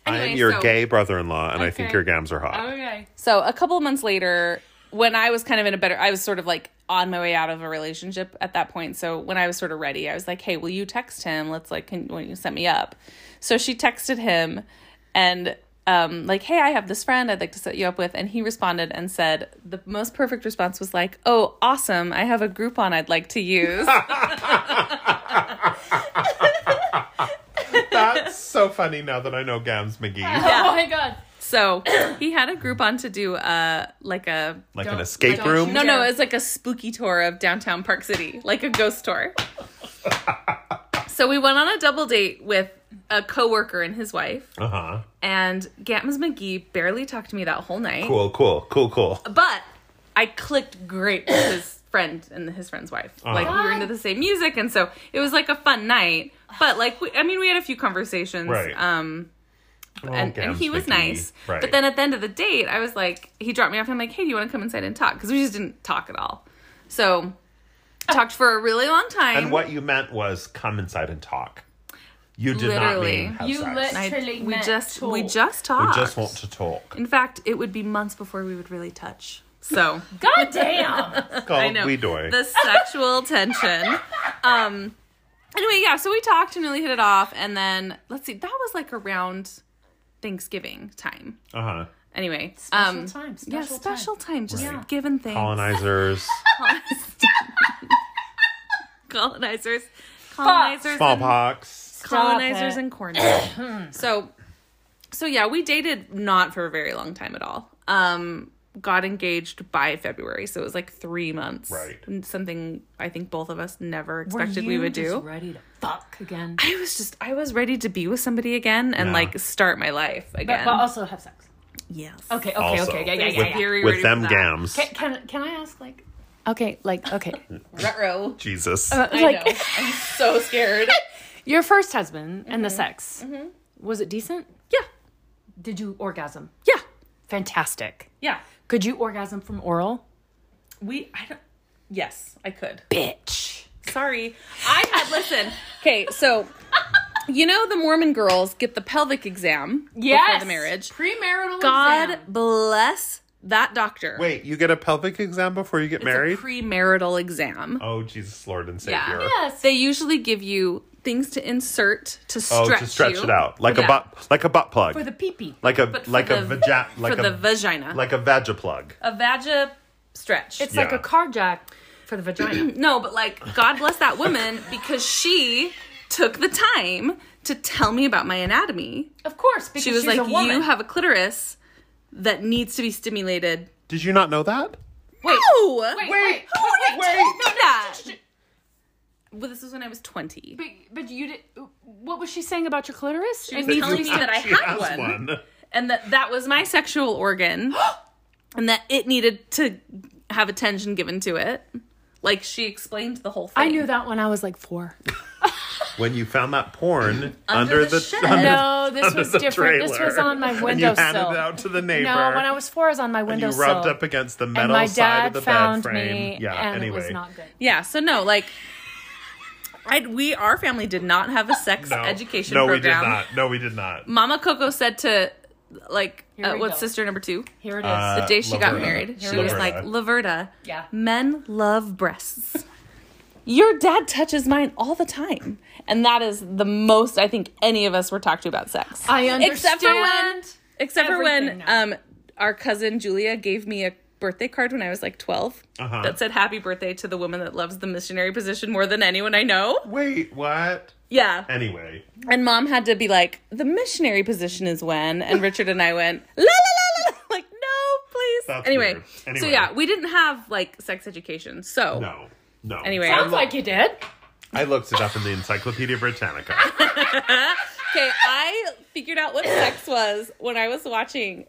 Speaker 3: Anyway,
Speaker 1: your
Speaker 3: so- Oh,
Speaker 1: gay brother in law, and I think
Speaker 4: Okay.
Speaker 1: your gams are hot.
Speaker 4: Okay.
Speaker 3: So a couple of months later, when I was kind of in a better, I was sort of like on my way out of a relationship at that point. So when I was sort of ready, I was like, "Hey, will you text him? Let's like, can will you set me up?" So she texted him, and um, like, "Hey, I have this friend I'd like to set you up with," and he responded and said the most perfect response was like, "Oh, awesome! I have a Groupon I'd like
Speaker 1: *laughs*
Speaker 3: to use."
Speaker 1: That's so funny now that I know Gams
Speaker 4: *laughs*
Speaker 1: McGee.
Speaker 3: *laughs*
Speaker 4: Oh my God.
Speaker 3: so he had a Groupon to do uh like a
Speaker 1: Like an
Speaker 4: Don't-
Speaker 1: escape
Speaker 4: don't
Speaker 1: room.
Speaker 3: no
Speaker 4: you-
Speaker 3: no
Speaker 4: Yeah.
Speaker 3: it's like a spooky tour of downtown Park City, like a
Speaker 1: *laughs*
Speaker 3: ghost tour. So we went on a double date with a coworker and his wife,
Speaker 1: Uh huh.
Speaker 3: and Gams McGee barely talked to me that whole night.
Speaker 1: Cool, cool, cool, cool.
Speaker 3: But I clicked great with his friend and his friend's wife.
Speaker 1: Uh-huh.
Speaker 3: Like we were into the same music, and so it was like a fun night. But like, we, I mean, we had a few conversations.
Speaker 1: Right.
Speaker 3: Um,
Speaker 1: Oh,
Speaker 3: and, and
Speaker 1: Gams
Speaker 3: he was
Speaker 1: McGee.
Speaker 3: nice.
Speaker 1: Right.
Speaker 3: But then at the end of the date, I was like, he dropped me off. And I'm like, hey, do you want to come inside and talk? Because we just didn't talk at all. So talked for a really long time.
Speaker 1: and what you meant was come inside and talk. You did
Speaker 3: Literally.
Speaker 1: not mean have
Speaker 4: You
Speaker 1: sex.
Speaker 4: lit-
Speaker 3: I-
Speaker 4: Truly
Speaker 3: we
Speaker 4: meant
Speaker 3: just
Speaker 4: talk.
Speaker 3: we just
Speaker 1: we
Speaker 3: talked.
Speaker 1: just want to
Speaker 3: *laughs*
Speaker 1: talk.
Speaker 3: In fact, it would be months before we would really touch.
Speaker 1: *laughs*
Speaker 3: So
Speaker 4: God damn.
Speaker 1: It's called
Speaker 3: I know.
Speaker 1: we doy.
Speaker 3: The sexual tension. Um Anyway, yeah, so we talked and really hit it off. And then, let's see, that was like around Thanksgiving time.
Speaker 1: Uh
Speaker 3: *laughs*
Speaker 1: huh.
Speaker 3: Anyway,
Speaker 4: Special
Speaker 3: um,
Speaker 4: time. Special
Speaker 3: yeah, special time, just
Speaker 1: Right.
Speaker 3: given things.
Speaker 1: Colonizers,
Speaker 3: *laughs* colonizers, colonizers, and-
Speaker 1: smallpox.
Speaker 3: colonizers,
Speaker 2: it.
Speaker 3: and corn. *clears throat* so, so yeah, we dated not for a very long time at all. Um, got engaged by February, so it was like three months.
Speaker 1: Right.
Speaker 3: And Something I think both of us never
Speaker 4: Were
Speaker 3: expected we
Speaker 4: you
Speaker 3: would
Speaker 4: just
Speaker 3: do.
Speaker 4: Ready to fuck again,
Speaker 3: *laughs* I was just, I was ready to be with somebody again and
Speaker 1: Yeah.
Speaker 3: like start my life
Speaker 4: but,
Speaker 3: again.
Speaker 4: but also have sex.
Speaker 3: yes.
Speaker 4: Okay, okay,
Speaker 1: Also,
Speaker 4: okay, yeah, yeah,
Speaker 1: with,
Speaker 4: yeah. yeah.
Speaker 3: Very
Speaker 1: with
Speaker 3: ready for
Speaker 1: them
Speaker 3: that.
Speaker 1: gams.
Speaker 4: Can, can can I ask like
Speaker 2: Okay, like okay,
Speaker 3: Retro.
Speaker 1: Jesus.
Speaker 3: I
Speaker 2: like
Speaker 3: know. *laughs* I'm so scared.
Speaker 2: your first husband and the sex was it decent?
Speaker 3: *laughs* yeah.
Speaker 2: Mm-hmm. Did you orgasm?
Speaker 3: Yeah.
Speaker 2: Fantastic.
Speaker 3: Yeah.
Speaker 2: Could you orgasm from oral?
Speaker 3: We, I don't, yes, I could.
Speaker 2: Bitch.
Speaker 3: Sorry. I had, listen. *laughs* Okay, so, you know, the Mormon girls get the pelvic exam before the marriage.
Speaker 4: premarital
Speaker 3: God
Speaker 4: exam.
Speaker 3: bless that doctor.
Speaker 1: Wait, you get a pelvic exam before you get
Speaker 3: It's a
Speaker 1: married?
Speaker 3: premarital exam.
Speaker 1: oh, Jesus, Lord and Savior.
Speaker 3: Yeah. They usually give you things to insert to
Speaker 1: Oh,
Speaker 3: stretch,
Speaker 1: to stretch
Speaker 3: you.
Speaker 1: it out like
Speaker 3: Yeah.
Speaker 1: a butt, like a butt plug,
Speaker 4: for the pee pee.
Speaker 1: like a
Speaker 3: for
Speaker 1: like a
Speaker 3: the-
Speaker 1: vaja, like
Speaker 3: for
Speaker 1: a
Speaker 3: the vagina.
Speaker 1: like a vagi plug.
Speaker 2: Uh,
Speaker 3: a vagi stretch.
Speaker 2: It's like
Speaker 1: Yeah.
Speaker 2: a car jack for the vagina.
Speaker 3: *clears throat* no, but like God bless that woman because she took the time to tell me about my anatomy.
Speaker 4: Of course, because
Speaker 3: She was
Speaker 4: she's
Speaker 3: like,
Speaker 4: a woman.
Speaker 3: "You have a clitoris that needs to be stimulated."
Speaker 1: Did you not know that?
Speaker 3: Wait, no!
Speaker 4: wait, wait,
Speaker 3: wait, who would
Speaker 4: wait,
Speaker 3: have told
Speaker 4: wait.
Speaker 3: me that? Well, this was when I was twenty.
Speaker 2: But, but you did. What was she saying about your clitoris? And
Speaker 3: was
Speaker 2: you
Speaker 3: telling
Speaker 2: just-
Speaker 3: me that I
Speaker 1: She
Speaker 3: had
Speaker 1: has
Speaker 3: one,
Speaker 1: one.
Speaker 3: and that that was my sexual *gasps* organ, and that it needed to have attention given to it. Like she explained the whole thing.
Speaker 2: I knew that when I was like four.
Speaker 1: When you found that porn
Speaker 3: Under
Speaker 1: under,
Speaker 3: the
Speaker 1: the,
Speaker 3: shed.
Speaker 1: under *laughs*
Speaker 2: *laughs* No, this
Speaker 1: under
Speaker 2: was
Speaker 1: the
Speaker 2: different. This was
Speaker 1: trailer.
Speaker 2: on my
Speaker 1: and you
Speaker 2: windowsill.
Speaker 1: handed it out to the neighbor.
Speaker 2: No, when I was four, I was on my
Speaker 1: and you
Speaker 2: windowsill.
Speaker 1: rubbed up against the metal
Speaker 2: and my
Speaker 1: side of
Speaker 2: dad
Speaker 1: the
Speaker 2: found
Speaker 1: bed frame.
Speaker 2: me,
Speaker 1: yeah.
Speaker 2: and
Speaker 1: anyway,
Speaker 2: it was not good.
Speaker 3: Yeah. So no, like, I we our family did not have a sex
Speaker 1: no.
Speaker 3: education
Speaker 1: No,
Speaker 3: program.
Speaker 1: we did not. No, we did not.
Speaker 3: Mama Coco said to like
Speaker 2: Here
Speaker 3: uh,
Speaker 2: we
Speaker 3: what's
Speaker 2: go.
Speaker 3: sister number two
Speaker 2: Here it is.
Speaker 1: Uh,
Speaker 3: the day she got
Speaker 1: Laverna.
Speaker 3: married. She was
Speaker 1: Laverna.
Speaker 3: like, Laverta,
Speaker 4: Yeah.
Speaker 3: men love breasts. Your dad touches mine all the time. And that is the most I think any of us were talked to about sex.
Speaker 2: I
Speaker 3: Except for when,
Speaker 2: understand
Speaker 3: except for when
Speaker 2: everything now.
Speaker 3: um, our cousin Julia gave me a birthday card when I was like 12
Speaker 1: Uh-huh.
Speaker 3: that said happy birthday to the woman that loves the missionary position more than anyone I know.
Speaker 1: Wait, what?
Speaker 3: Yeah.
Speaker 1: Anyway,
Speaker 3: And mom had to be like, the missionary position is when. And Richard and I went, la la la *laughs* la, la. Like, no, please.
Speaker 1: That's
Speaker 3: anyway,
Speaker 1: weird.
Speaker 3: so
Speaker 1: Anyway.
Speaker 3: yeah, we didn't have like sex education. So
Speaker 1: no, no.
Speaker 3: Anyway.
Speaker 1: I,
Speaker 4: Sounds
Speaker 1: loo-
Speaker 4: like you did.
Speaker 1: I looked it up in the Encyclopedia Britannica.
Speaker 2: *laughs*
Speaker 3: okay, I figured out what sex was when I was watching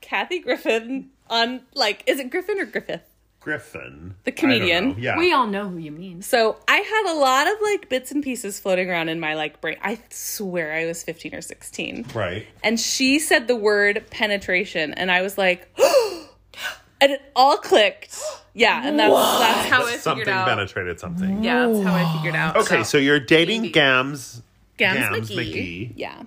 Speaker 3: Kathy Griffin on like, is it Griffin or Griffith?
Speaker 1: Griffin,
Speaker 3: The
Speaker 1: I don't
Speaker 3: comedian.
Speaker 1: know. Yeah,
Speaker 2: We all know who you mean.
Speaker 3: So I had a lot of like bits and pieces floating around in my like brain. I swear I was 15 or 16.
Speaker 1: right.
Speaker 3: and she said the word penetration and i was like *gasps* and it all clicked yeah and that's that's how i figured
Speaker 1: Something
Speaker 3: out
Speaker 1: penetrated something.
Speaker 3: yeah that's how i figured out
Speaker 1: Okay, so you're dating
Speaker 3: Maybe.
Speaker 1: Gams.
Speaker 3: gams,
Speaker 1: Gams
Speaker 3: McGee.
Speaker 1: McGee.
Speaker 3: yeah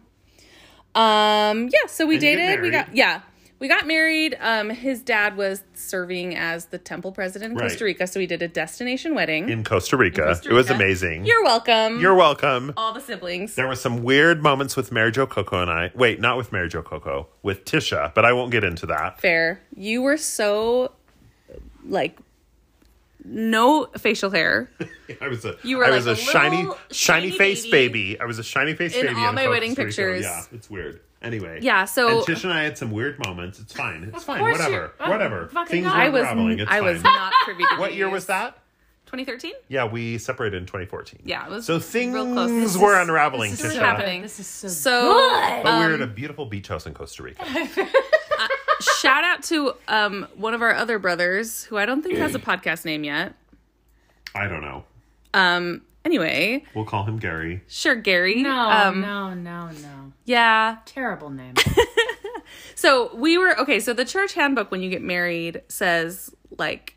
Speaker 3: um yeah so we
Speaker 1: And you get
Speaker 3: dated we
Speaker 1: married.
Speaker 3: got yeah we got married um his dad was serving as the temple president in
Speaker 1: Right.
Speaker 3: costa rica so we did a destination wedding
Speaker 1: in Costa Rica.
Speaker 3: Costa
Speaker 1: It was
Speaker 3: Rica.
Speaker 1: amazing.
Speaker 3: you're welcome
Speaker 1: You're welcome.
Speaker 3: all the siblings
Speaker 1: There were some weird moments with Mary Jo Coco and I. Wait, not with Mary Jo Coco, with Tisha, but I won't get into that. *laughs*
Speaker 3: fair you were so like no facial hair
Speaker 1: I was a,
Speaker 3: You were
Speaker 1: I was
Speaker 3: like
Speaker 1: a,
Speaker 3: a
Speaker 1: shiny,
Speaker 3: little
Speaker 1: shiny,
Speaker 3: shiny
Speaker 1: face
Speaker 3: baby.
Speaker 1: baby. I was a shiny face
Speaker 3: In
Speaker 1: baby
Speaker 3: all my
Speaker 1: Costa
Speaker 3: wedding
Speaker 1: Rica.
Speaker 3: pictures.
Speaker 1: Yeah, it's weird. Anyway,
Speaker 3: Yeah, so-
Speaker 1: and Tisha and I had some weird moments. It's fine. It's fine.
Speaker 2: course
Speaker 1: Whatever.
Speaker 2: you-
Speaker 1: Whatever.
Speaker 2: fucking
Speaker 1: Things
Speaker 2: God.
Speaker 1: were
Speaker 3: oh, I was
Speaker 1: unraveling. It's
Speaker 3: I
Speaker 1: fine.
Speaker 3: was not privy to
Speaker 1: What year
Speaker 3: these.
Speaker 1: was that?
Speaker 3: 2013.
Speaker 1: Yeah, we separated in 2014.
Speaker 3: Yeah, it was
Speaker 1: so
Speaker 3: real
Speaker 1: things
Speaker 3: close. This
Speaker 1: were unraveling.
Speaker 3: This is
Speaker 1: Tisha.
Speaker 3: happening. Um,
Speaker 2: This is so.
Speaker 3: So
Speaker 1: *laughs* But we were at a beautiful beach house in Costa Rica.
Speaker 3: *laughs* shout out to um, one of our other brothers who I don't think has a podcast name yet.
Speaker 1: I don't know.
Speaker 3: Um, anyway,
Speaker 1: We'll call him Gary.
Speaker 3: sure Gary.
Speaker 2: no,
Speaker 3: um,
Speaker 2: no, no, no.
Speaker 3: yeah.
Speaker 2: Terrible *laughs* name.
Speaker 3: So we were okay. So the church handbook when you get married says like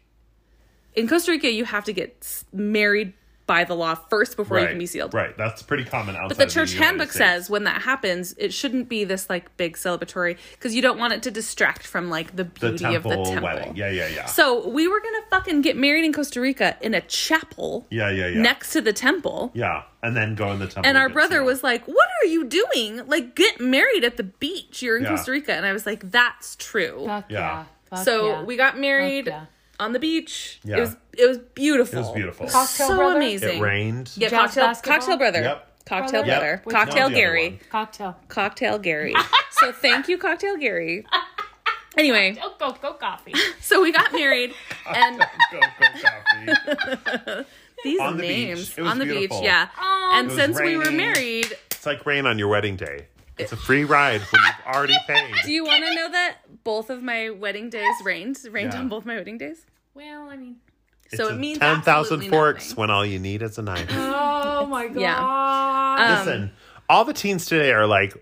Speaker 3: in Costa Rica you have to get s- married by the law first before you can be sealed.
Speaker 1: Right. That's pretty common outside.
Speaker 3: But the
Speaker 1: of
Speaker 3: church
Speaker 1: United
Speaker 3: handbook
Speaker 1: States.
Speaker 3: says when that happens, it shouldn't be this like big celebratory because you don't want it to distract from like the
Speaker 1: the
Speaker 3: beauty
Speaker 1: temple,
Speaker 3: of the temple.
Speaker 1: wedding. Yeah, yeah, yeah.
Speaker 3: So we were gonna fucking get married in Costa Rica in a chapel
Speaker 1: yeah, yeah, yeah.
Speaker 3: next to the temple.
Speaker 1: Yeah, and then go in the temple.
Speaker 3: And our
Speaker 1: get
Speaker 3: brother
Speaker 1: sealed.
Speaker 3: was like, What are you doing? Like, get married at the beach. You're in
Speaker 1: Yeah.
Speaker 3: Costa Rica. And I was like, That's true.
Speaker 4: Fuck
Speaker 1: Yeah.
Speaker 4: yeah. Fuck
Speaker 3: so
Speaker 4: yeah.
Speaker 3: we got married
Speaker 4: yeah.
Speaker 3: on the beach.
Speaker 1: Yeah.
Speaker 3: It was it was beautiful.
Speaker 1: It was beautiful.
Speaker 4: Cocktail
Speaker 3: So
Speaker 4: brother?
Speaker 3: amazing.
Speaker 1: It rained.
Speaker 3: Yeah,
Speaker 4: Jazz
Speaker 3: cocktail,
Speaker 4: basketball?
Speaker 3: cocktail brother.
Speaker 1: Yep.
Speaker 3: Cocktail
Speaker 4: Brother?
Speaker 3: brother.
Speaker 4: Yep.
Speaker 1: No,
Speaker 3: Cocktail
Speaker 1: the other
Speaker 3: Gary.
Speaker 1: one.
Speaker 4: cocktail.
Speaker 3: Cocktail *laughs* Gary. so thank you, Cocktail Gary. Anyway,
Speaker 4: Oh, go go coffee.
Speaker 3: so we got married and
Speaker 1: *laughs* *laughs* Go, go, coffee.
Speaker 3: these
Speaker 1: On the beach.
Speaker 3: names
Speaker 1: It was
Speaker 3: on the
Speaker 1: beautiful.
Speaker 3: beach, yeah. and
Speaker 1: was
Speaker 3: since we were
Speaker 1: raining.
Speaker 3: married,
Speaker 1: It's like rain on your wedding day. It's a free ride when you've
Speaker 3: *laughs*
Speaker 1: already
Speaker 3: do
Speaker 1: paid.
Speaker 3: you want to know that both of my wedding days rained? Rained
Speaker 1: Yeah.
Speaker 3: on both my wedding days.
Speaker 4: well, I
Speaker 2: *laughs*
Speaker 4: mean.
Speaker 3: So it means
Speaker 1: ten thousand
Speaker 3: absolutely
Speaker 1: forks
Speaker 3: nothing.
Speaker 1: when all you need is a knife.
Speaker 4: Oh my god.
Speaker 3: yeah.
Speaker 2: Uh,
Speaker 3: Um,
Speaker 1: Listen, all the teens today are like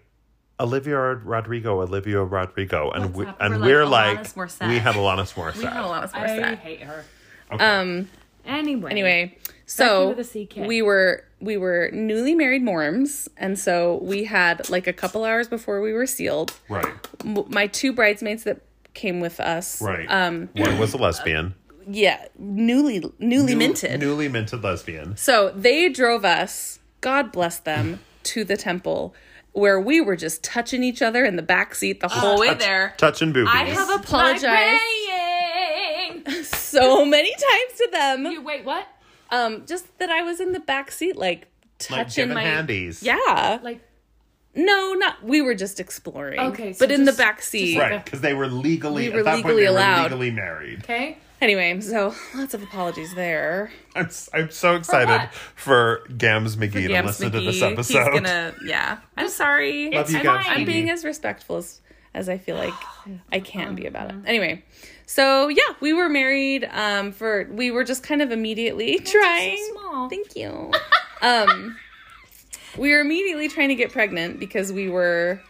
Speaker 1: Olivia Rodrigo, Olivia Rodrigo, and we, and
Speaker 3: We're
Speaker 1: we're
Speaker 3: like
Speaker 1: like,
Speaker 3: Alanis Morissette.
Speaker 1: we have Alanis Morissette.
Speaker 3: We had a lot of
Speaker 4: I
Speaker 3: Oh, that.
Speaker 4: hate her.
Speaker 3: Um.
Speaker 4: Anyway.
Speaker 3: Anyway, so
Speaker 4: with a CK.
Speaker 3: we were we were newly married morms, and so we had like a couple hours before we were sealed.
Speaker 1: Right,
Speaker 3: M- my two bridesmaids that came with us,
Speaker 1: right.
Speaker 3: Um,
Speaker 1: One was a lesbian,
Speaker 3: yeah, newly newly
Speaker 1: New-
Speaker 3: minted.
Speaker 1: newly minted lesbian.
Speaker 3: so they drove us. God bless them to the temple, where we were just touching each other in the back seat the whole way there.
Speaker 1: touching boobies.
Speaker 3: I have apologized
Speaker 4: Praying.
Speaker 3: so many times to them.
Speaker 4: You- *laughs* Wait, what?
Speaker 3: Um, just that I was in the back seat, like
Speaker 1: like
Speaker 3: touching
Speaker 1: giving
Speaker 3: my
Speaker 1: handies.
Speaker 3: Yeah.
Speaker 4: Like
Speaker 3: No, not we were just exploring.
Speaker 4: Okay, so
Speaker 3: but in
Speaker 4: just-
Speaker 3: the back seat.
Speaker 1: right, because they were legally
Speaker 3: We were
Speaker 1: at that
Speaker 3: legally
Speaker 1: point they
Speaker 3: allowed.
Speaker 1: were legally married. *laughs*
Speaker 4: okay.
Speaker 3: Anyway, so lots of apologies there.
Speaker 1: I'm s- I'm so excited
Speaker 4: what?
Speaker 1: for, Gams McGee to
Speaker 3: Yams
Speaker 1: listen to
Speaker 3: McGee,
Speaker 1: this episode.
Speaker 3: He's gonna, yeah. I'm sorry.
Speaker 1: *laughs* Love you,
Speaker 4: It's
Speaker 1: Gams.
Speaker 4: fine.
Speaker 1: McGee.
Speaker 3: I'm being as respectful as, as I feel *sighs* like I can be about it. Anyway, so yeah, we were married. Um, for we were just kind of immediately trying.
Speaker 4: small.
Speaker 3: Thank you. um, we were immediately trying to get pregnant because we were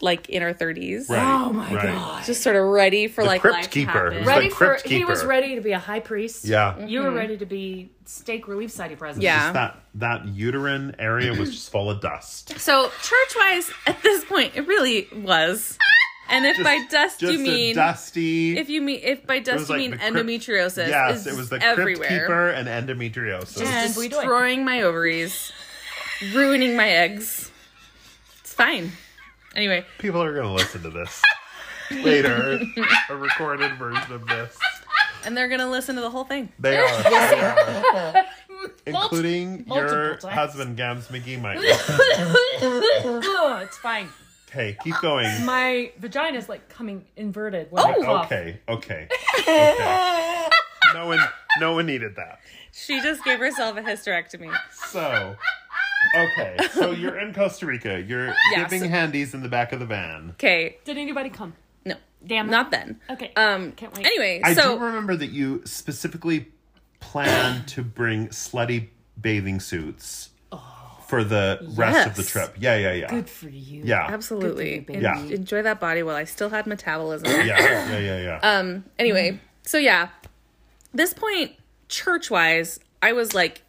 Speaker 3: like in our 30s,
Speaker 1: Right,
Speaker 4: Oh my
Speaker 1: right.
Speaker 4: god.
Speaker 3: just sort of ready for
Speaker 1: The
Speaker 3: like
Speaker 1: Crypt
Speaker 3: life
Speaker 1: Keeper.
Speaker 3: happen.
Speaker 1: It was
Speaker 4: Ready
Speaker 1: The
Speaker 4: for
Speaker 1: crypt
Speaker 4: he was
Speaker 1: keeper.
Speaker 4: ready to be a high priest.
Speaker 1: Yeah.
Speaker 4: You were ready to be stake relief society president.
Speaker 3: Mm-hmm. Yeah.
Speaker 1: That that uterine area was just full of dust.
Speaker 3: So church wise, at this point, it really was. And if by dust
Speaker 1: Just
Speaker 3: you mean
Speaker 1: a dusty.
Speaker 3: if you mean if by
Speaker 1: it
Speaker 3: dust
Speaker 1: was
Speaker 3: you
Speaker 1: like
Speaker 3: mean
Speaker 1: the crypt-
Speaker 3: endometriosis,
Speaker 1: Yes,
Speaker 3: is
Speaker 1: it was the
Speaker 3: everywhere.
Speaker 1: crypt keeper and endometriosis.
Speaker 3: and
Speaker 4: Just destroying-
Speaker 3: destroying my ovaries, ruining my eggs. It's fine. Anyway,
Speaker 1: People are going to listen to this *laughs* later, a recorded version of this.
Speaker 3: and they're gonna listen to the whole thing.
Speaker 1: They *laughs* are, they are. *laughs* including your
Speaker 4: multiple times.
Speaker 1: husband, Gams McGee. Might
Speaker 3: *laughs*
Speaker 1: listen.
Speaker 4: Ugh, it's fine.
Speaker 1: hey, keep going.
Speaker 4: My vagina's like coming inverted. When
Speaker 3: Oh!
Speaker 4: I cough.
Speaker 1: Okay, okay, okay. No one, no one needed that.
Speaker 3: She just gave herself a hysterectomy.
Speaker 1: So, okay, so you're in Costa Rica. You're
Speaker 3: Yeah,
Speaker 1: giving
Speaker 3: so-
Speaker 1: handies in the back of the van.
Speaker 3: Okay,
Speaker 4: Did anybody come?
Speaker 3: no,
Speaker 4: Damn it.
Speaker 3: not then.
Speaker 4: Okay.
Speaker 3: Um.
Speaker 4: Can't wait.
Speaker 3: Anyway,
Speaker 1: I
Speaker 3: so
Speaker 1: do remember that you specifically planned to bring slutty bathing suits for the rest of the
Speaker 3: Yes.
Speaker 1: trip. Yeah, yeah, yeah,
Speaker 4: Good for you.
Speaker 1: yeah.
Speaker 3: absolutely,
Speaker 4: baby.
Speaker 1: Yeah.
Speaker 3: enjoy that body while I still had metabolism. *clears throat*
Speaker 1: Yeah, yeah, yeah, yeah.
Speaker 3: Um, anyway, so yeah, this point, church wise, I was like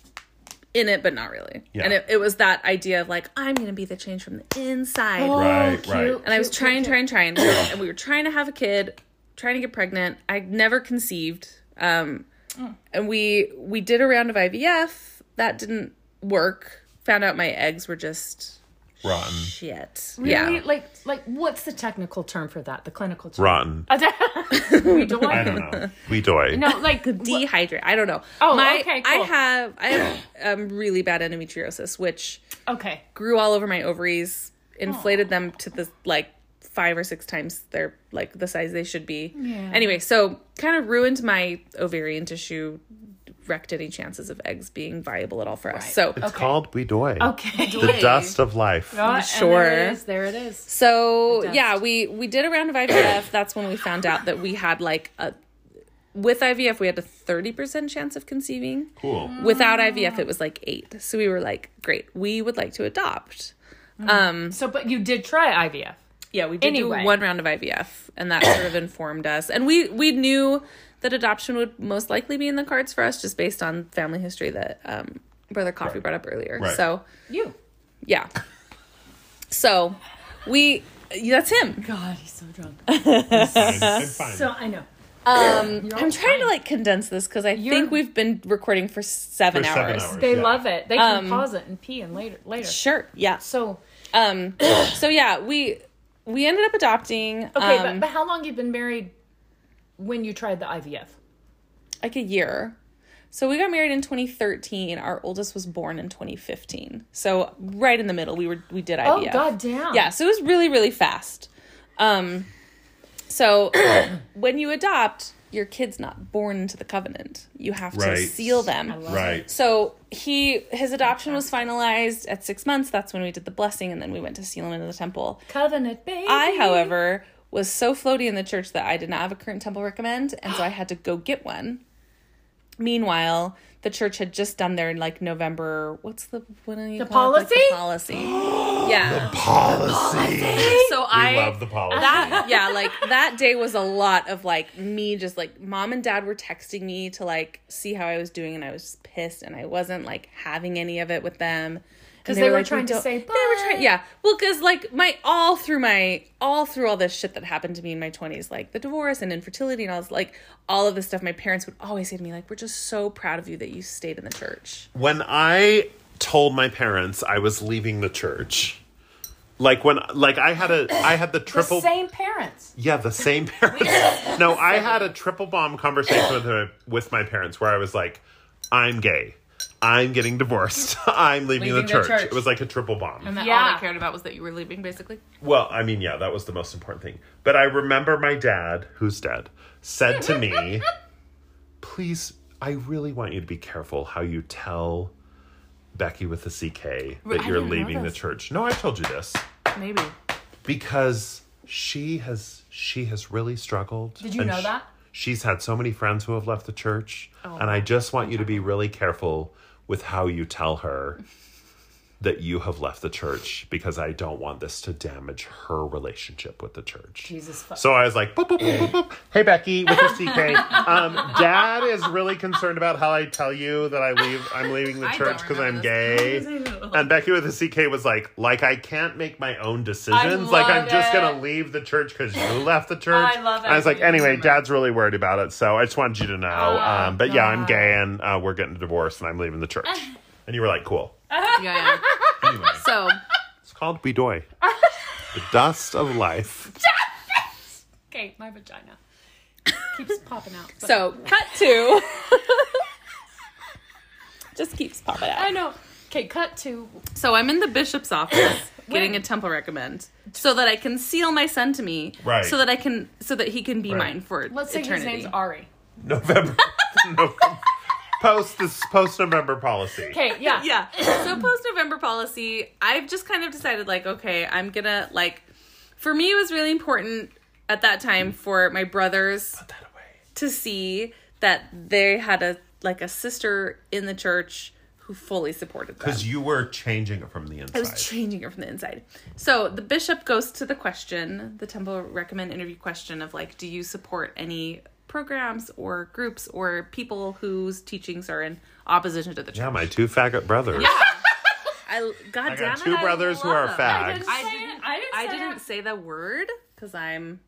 Speaker 3: in it, but not really.
Speaker 1: Yeah.
Speaker 3: And it, it was that idea of like, I'm going to be the change from the inside.
Speaker 1: right,
Speaker 4: Oh, cute.
Speaker 1: right.
Speaker 3: And I was trying, trying, trying. and we were trying to have a kid, trying to get pregnant. I never conceived. Um,
Speaker 4: Mm.
Speaker 3: And we we did a round of IVF. That didn't work. Found out my eggs were just
Speaker 1: Rotten,
Speaker 3: shit.
Speaker 4: Really?
Speaker 3: Yeah.
Speaker 4: Like like what's the technical term for that? The clinical *laughs* term.
Speaker 1: rotten.
Speaker 4: we don't.
Speaker 1: *laughs* I don't know. We doy.
Speaker 4: No, like what-
Speaker 3: dehydrate. I don't know.
Speaker 4: Oh,
Speaker 3: my,
Speaker 4: okay,
Speaker 3: I
Speaker 4: cool.
Speaker 3: have I have um, really bad endometriosis, which
Speaker 4: okay.
Speaker 3: grew all over my ovaries, inflated them to the like five or six times their like the size they should be.
Speaker 4: Yeah.
Speaker 3: Anyway, so kind of ruined my ovarian tissue, wrecked any chances of eggs being viable at all for us. So
Speaker 1: It's called we doy.
Speaker 4: Okay.
Speaker 1: The dust of life.
Speaker 4: I'm
Speaker 3: sure.
Speaker 4: There it is. There it is.
Speaker 3: So yeah, we we did a round of IVF. That's when we found out that we had like a with IVF we had a thirty percent chance of conceiving.
Speaker 1: Cool.
Speaker 3: Without IVF, it was like eight. So we were like, great, we would like to adopt.
Speaker 4: So, but you did try IVF.
Speaker 3: Yeah, we did
Speaker 4: Anyway.
Speaker 3: *coughs* do one round of IVF, and that sort of informed us. And we we knew that adoption would most likely be in the cards for us just based on family history that um, Brother Coffee brought up earlier.
Speaker 1: Right.
Speaker 3: So,
Speaker 4: You.
Speaker 3: yeah. So, we that's him.
Speaker 4: God, he's so drunk.
Speaker 1: Fine, I'm fine.
Speaker 4: So I know.
Speaker 3: Um,
Speaker 4: You're all
Speaker 3: I'm trying to like condense this because I think we've been recording for seven,
Speaker 1: For seven
Speaker 3: hours.
Speaker 1: hours.
Speaker 4: They
Speaker 1: yeah.
Speaker 4: love it. They
Speaker 3: Um,
Speaker 4: can pause it and pee and later. Later.
Speaker 3: Sure. Yeah.
Speaker 4: So
Speaker 3: Um. so yeah, we we ended up adopting.
Speaker 4: okay, but,
Speaker 3: um,
Speaker 4: but how long you been married when you tried the IVF?
Speaker 3: like a year. So we got married in 2013. Our oldest was born in 2015. So right in the middle, we were we did IVF.
Speaker 4: Oh god damn.
Speaker 3: Yeah, so it was really really fast. Um,
Speaker 4: *coughs*
Speaker 3: so when you adopt, your kid's not born into the covenant. You have
Speaker 1: Right.
Speaker 3: to seal them.
Speaker 4: love
Speaker 1: Right.
Speaker 3: So he his adoption was finalized at six months. That's when we did the blessing, and then we went to seal him into the temple.
Speaker 4: Covenant baby.
Speaker 3: I, however, was so floaty in the church that I did not have a current temple recommend, and so I had to go get one. Meanwhile, the church had just done their like November. What's the what do you
Speaker 4: The
Speaker 3: call it? Like, the
Speaker 4: policy?
Speaker 3: policy. *gasps* yeah.
Speaker 1: Policy.
Speaker 3: So
Speaker 1: We
Speaker 3: I
Speaker 1: love the policy.
Speaker 3: that yeah like that day was a lot of like me just like mom and dad were texting me to like see how i was doing and i was pissed and i wasn't like having any of it with them because
Speaker 4: they were trying to say
Speaker 3: they were trying
Speaker 4: bye.
Speaker 3: yeah well because like my all through my all through all this shit that happened to me in my 20s like the divorce and infertility and all this like all of this stuff my parents would always say to me like we're just so proud of you that you stayed in the church
Speaker 1: when I told my parents I was leaving the church, like when like I had a I had the
Speaker 4: the
Speaker 1: triple
Speaker 4: same parents.
Speaker 1: yeah the same parents. no, I had a triple bomb conversation with my, with my parents where I was like, I'm gay, I'm getting divorced, *laughs* I'm leaving,
Speaker 5: Leaving
Speaker 1: the,
Speaker 5: the
Speaker 1: church.
Speaker 5: church.
Speaker 1: It was like a triple bomb.
Speaker 5: And that all
Speaker 4: Yeah.
Speaker 5: they cared about was that you were leaving, basically.
Speaker 1: Well, I mean, yeah, that was the most important thing. But I remember my dad, who's dead, said to me, *laughs* "Please, I really want you to be careful how you tell Becky with the CK that
Speaker 5: I
Speaker 1: you're
Speaker 5: didn't know
Speaker 1: leaving the
Speaker 5: this.
Speaker 1: church." No, I told you this
Speaker 5: Maybe.
Speaker 1: because she has she has really struggled. Did
Speaker 4: you know that? Oh
Speaker 1: She's had so many friends who have left the church, and I just want you to be really careful with how you tell her that you have left the church because I don't want this to damage her relationship with the church.
Speaker 4: Jesus fuck.
Speaker 1: So I was like, boop, boop, boop, boop, boop. hey, Becky, with the CK. Um, Dad is really concerned about how I tell you that I leave, I'm leaving the
Speaker 5: I
Speaker 1: church
Speaker 5: don't
Speaker 1: because I'm
Speaker 5: remember *laughs*
Speaker 1: gay. And Becky with the CK was like, like, I can't make my own decisions.
Speaker 5: I
Speaker 1: Like, I'm
Speaker 5: love
Speaker 1: just
Speaker 5: it.
Speaker 1: going to leave the church because you left the church.
Speaker 5: I love it. Oh,
Speaker 1: And I was like,
Speaker 5: I remember.
Speaker 1: anyway, Dad's really worried about it. So I just wanted you to know. um, but yeah, I'm gay and uh, we're getting divorced and I'm leaving
Speaker 5: *laughs*
Speaker 1: the church. And you were like, cool.
Speaker 5: Yeah. yeah.
Speaker 1: Anyway.
Speaker 3: so
Speaker 1: It's called
Speaker 5: *laughs*
Speaker 1: Bidoy. the dust of life.
Speaker 4: Okay, my vagina
Speaker 3: *laughs*
Speaker 4: keeps popping out. but-
Speaker 3: so cut to *laughs* just keeps popping out
Speaker 4: I know. Okay, cut to
Speaker 3: So I'm in the bishop's *coughs* office getting a temple recommend so that I can seal my son to me.
Speaker 1: Right.
Speaker 3: So that I can so that he can be
Speaker 1: Right.
Speaker 3: mine for
Speaker 4: let's say
Speaker 3: eternity.
Speaker 4: his name's Ari.
Speaker 1: November. *laughs* November. Post this post November policy.
Speaker 4: Okay, yeah.
Speaker 3: *laughs* yeah. *coughs* So post November policy, I've just kind of decided like, okay, I'm gonna like for me it was really important at that time for my brothers
Speaker 1: Put that away.
Speaker 3: to see that they had a like a sister in the church who fully supported them.
Speaker 1: Because you were changing it from the inside.
Speaker 3: I was changing it from the inside. So the bishop goes to the question, the temple recommend interview question of like, do you support any programs or groups or people whose teachings are in opposition to the church?
Speaker 1: yeah, my two faggot brothers.
Speaker 3: I god
Speaker 1: I
Speaker 3: damn
Speaker 1: got
Speaker 3: it,
Speaker 1: two
Speaker 3: I
Speaker 1: brothers who are
Speaker 3: love it.
Speaker 1: fags.
Speaker 3: I
Speaker 4: Say
Speaker 3: didn't.
Speaker 4: it. I didn't.
Speaker 3: I
Speaker 4: say
Speaker 3: didn't
Speaker 4: it.
Speaker 3: say the word because I'm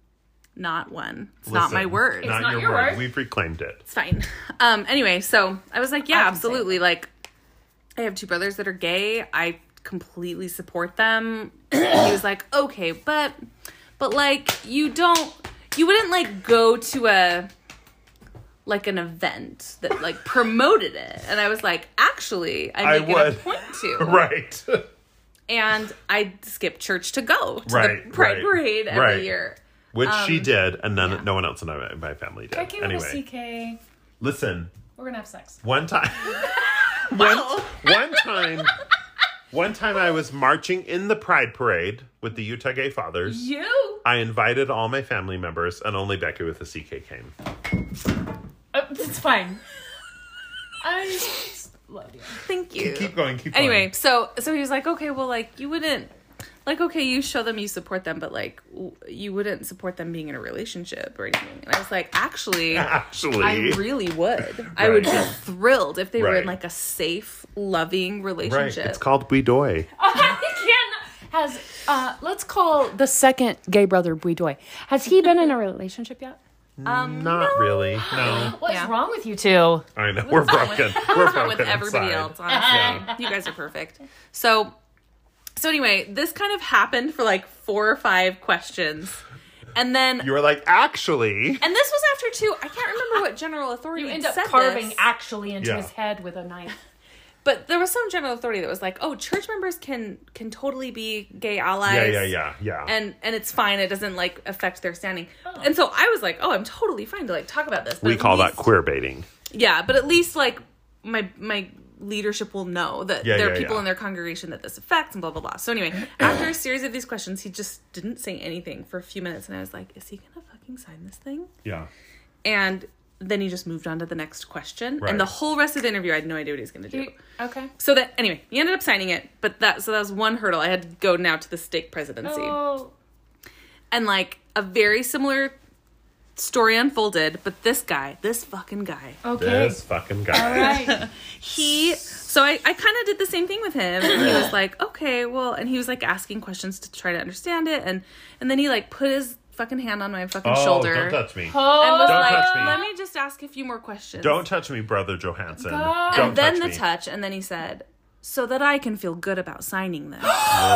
Speaker 3: not one. It's not my
Speaker 1: Listen,
Speaker 3: word.
Speaker 1: Not,
Speaker 4: not
Speaker 1: your,
Speaker 4: your
Speaker 1: word.
Speaker 4: word.
Speaker 1: We've reclaimed
Speaker 3: *laughs*
Speaker 1: it.
Speaker 3: it's fine. Um. Anyway, so I was like, yeah, absolutely. Like, I have two brothers that are gay. I completely support them. *clears throat* And he was like, okay, but, but like, you don't, you wouldn't like go to a, like an event that
Speaker 1: *laughs*
Speaker 3: like promoted it. And I was like, actually,
Speaker 1: I
Speaker 3: I make it a
Speaker 1: would.
Speaker 3: point
Speaker 1: *laughs*
Speaker 3: to *laughs*
Speaker 1: Right.
Speaker 3: and I skip church to go to
Speaker 1: Right,
Speaker 3: the Pride
Speaker 1: right,
Speaker 3: Parade every
Speaker 1: right.
Speaker 3: year.
Speaker 1: Which
Speaker 3: Um,
Speaker 1: she did, and none, no one else in my, my family did.
Speaker 2: Becky with
Speaker 1: anyway,
Speaker 2: a CK.
Speaker 1: listen.
Speaker 2: We're gonna have sex.
Speaker 1: One
Speaker 3: *laughs*
Speaker 1: time. *laughs* one,
Speaker 3: Oh.
Speaker 1: one time. One time I was marching in the Pride Parade with the Utah Gay Fathers.
Speaker 4: You.
Speaker 1: I invited all my family members, and only Becky with the CK came.
Speaker 4: Uh, it's
Speaker 2: *laughs*
Speaker 4: fine. I just love you.
Speaker 3: Thank you.
Speaker 1: Keep going, keep going.
Speaker 3: Anyway, so so he was like, okay, well, like you wouldn't like okay you show them you support them but like w- you wouldn't support them being in a relationship or anything and i was like *laughs* actually
Speaker 1: *laughs* Actually,
Speaker 3: i really would i would be
Speaker 1: Right.
Speaker 3: thrilled if they were
Speaker 1: Right.
Speaker 3: in like a safe loving
Speaker 1: right.
Speaker 3: relationship
Speaker 1: It's called Bidoy.
Speaker 3: Oh,
Speaker 2: Has uh, let's call the second gay brother Bouidoy. Has he been in a relationship yet?
Speaker 1: Um, Not really.
Speaker 3: *gasps*
Speaker 1: No,
Speaker 2: What's
Speaker 5: Yeah.
Speaker 2: wrong with you two?
Speaker 1: I know we're broken. We're broken
Speaker 3: with everybody
Speaker 1: inside.
Speaker 2: *laughs*
Speaker 3: else honestly you guys are perfect so so anyway this kind of happened for like four or five questions and then
Speaker 1: You were like, actually,
Speaker 3: and this was after two i can't remember what general authority
Speaker 2: You end up
Speaker 3: said
Speaker 2: carving
Speaker 3: this.
Speaker 2: actually into
Speaker 1: Yeah.
Speaker 2: his head with a knife.
Speaker 3: But there was some general authority that was like, "Oh, church members can can totally be gay allies."
Speaker 1: yeah, yeah, yeah, yeah.
Speaker 3: And and it's fine. It doesn't like affect their standing. And so I was like, "Oh, I'm totally fine to like talk about this." but
Speaker 1: we
Speaker 3: at
Speaker 1: call that
Speaker 3: least,
Speaker 1: queer baiting.
Speaker 3: Yeah, but at least like my my leadership will know that
Speaker 1: Yeah,
Speaker 3: there are
Speaker 1: yeah,
Speaker 3: people
Speaker 1: yeah.
Speaker 3: in their congregation that this affects and blah blah blah. So
Speaker 1: *clears throat*
Speaker 3: anyway, after a series of these questions, he just didn't say anything for a few minutes, and I was like, "Is he gonna fucking sign this thing?"
Speaker 1: Yeah.
Speaker 3: And then he just moved on to the next question,
Speaker 1: Right.
Speaker 3: and the whole rest of the interview, I had no idea what he was gonna do.
Speaker 2: Okay.
Speaker 3: So that anyway, he ended up signing it, but that so that was one hurdle. I had to go now to the stake presidency.
Speaker 2: Oh,
Speaker 3: And like a very similar story unfolded, but this guy, this fucking guy,
Speaker 2: okay.
Speaker 1: This fucking guy.
Speaker 4: Right.
Speaker 3: he so I, I kind of did the same thing with him. And he was like, okay, well, and he was like asking questions to try to understand it, and and then he like put his fucking hand on my fucking
Speaker 1: Oh,
Speaker 3: shoulder
Speaker 1: don't touch me.
Speaker 3: and was
Speaker 1: Don't
Speaker 3: like,
Speaker 1: touch me.
Speaker 3: let me just ask a few more questions.
Speaker 1: Don't touch me, brother Johansson.
Speaker 2: God.
Speaker 1: Don't
Speaker 3: and then
Speaker 1: touch
Speaker 3: the
Speaker 1: me.
Speaker 3: touch, and then he said, so that I can feel good about signing this.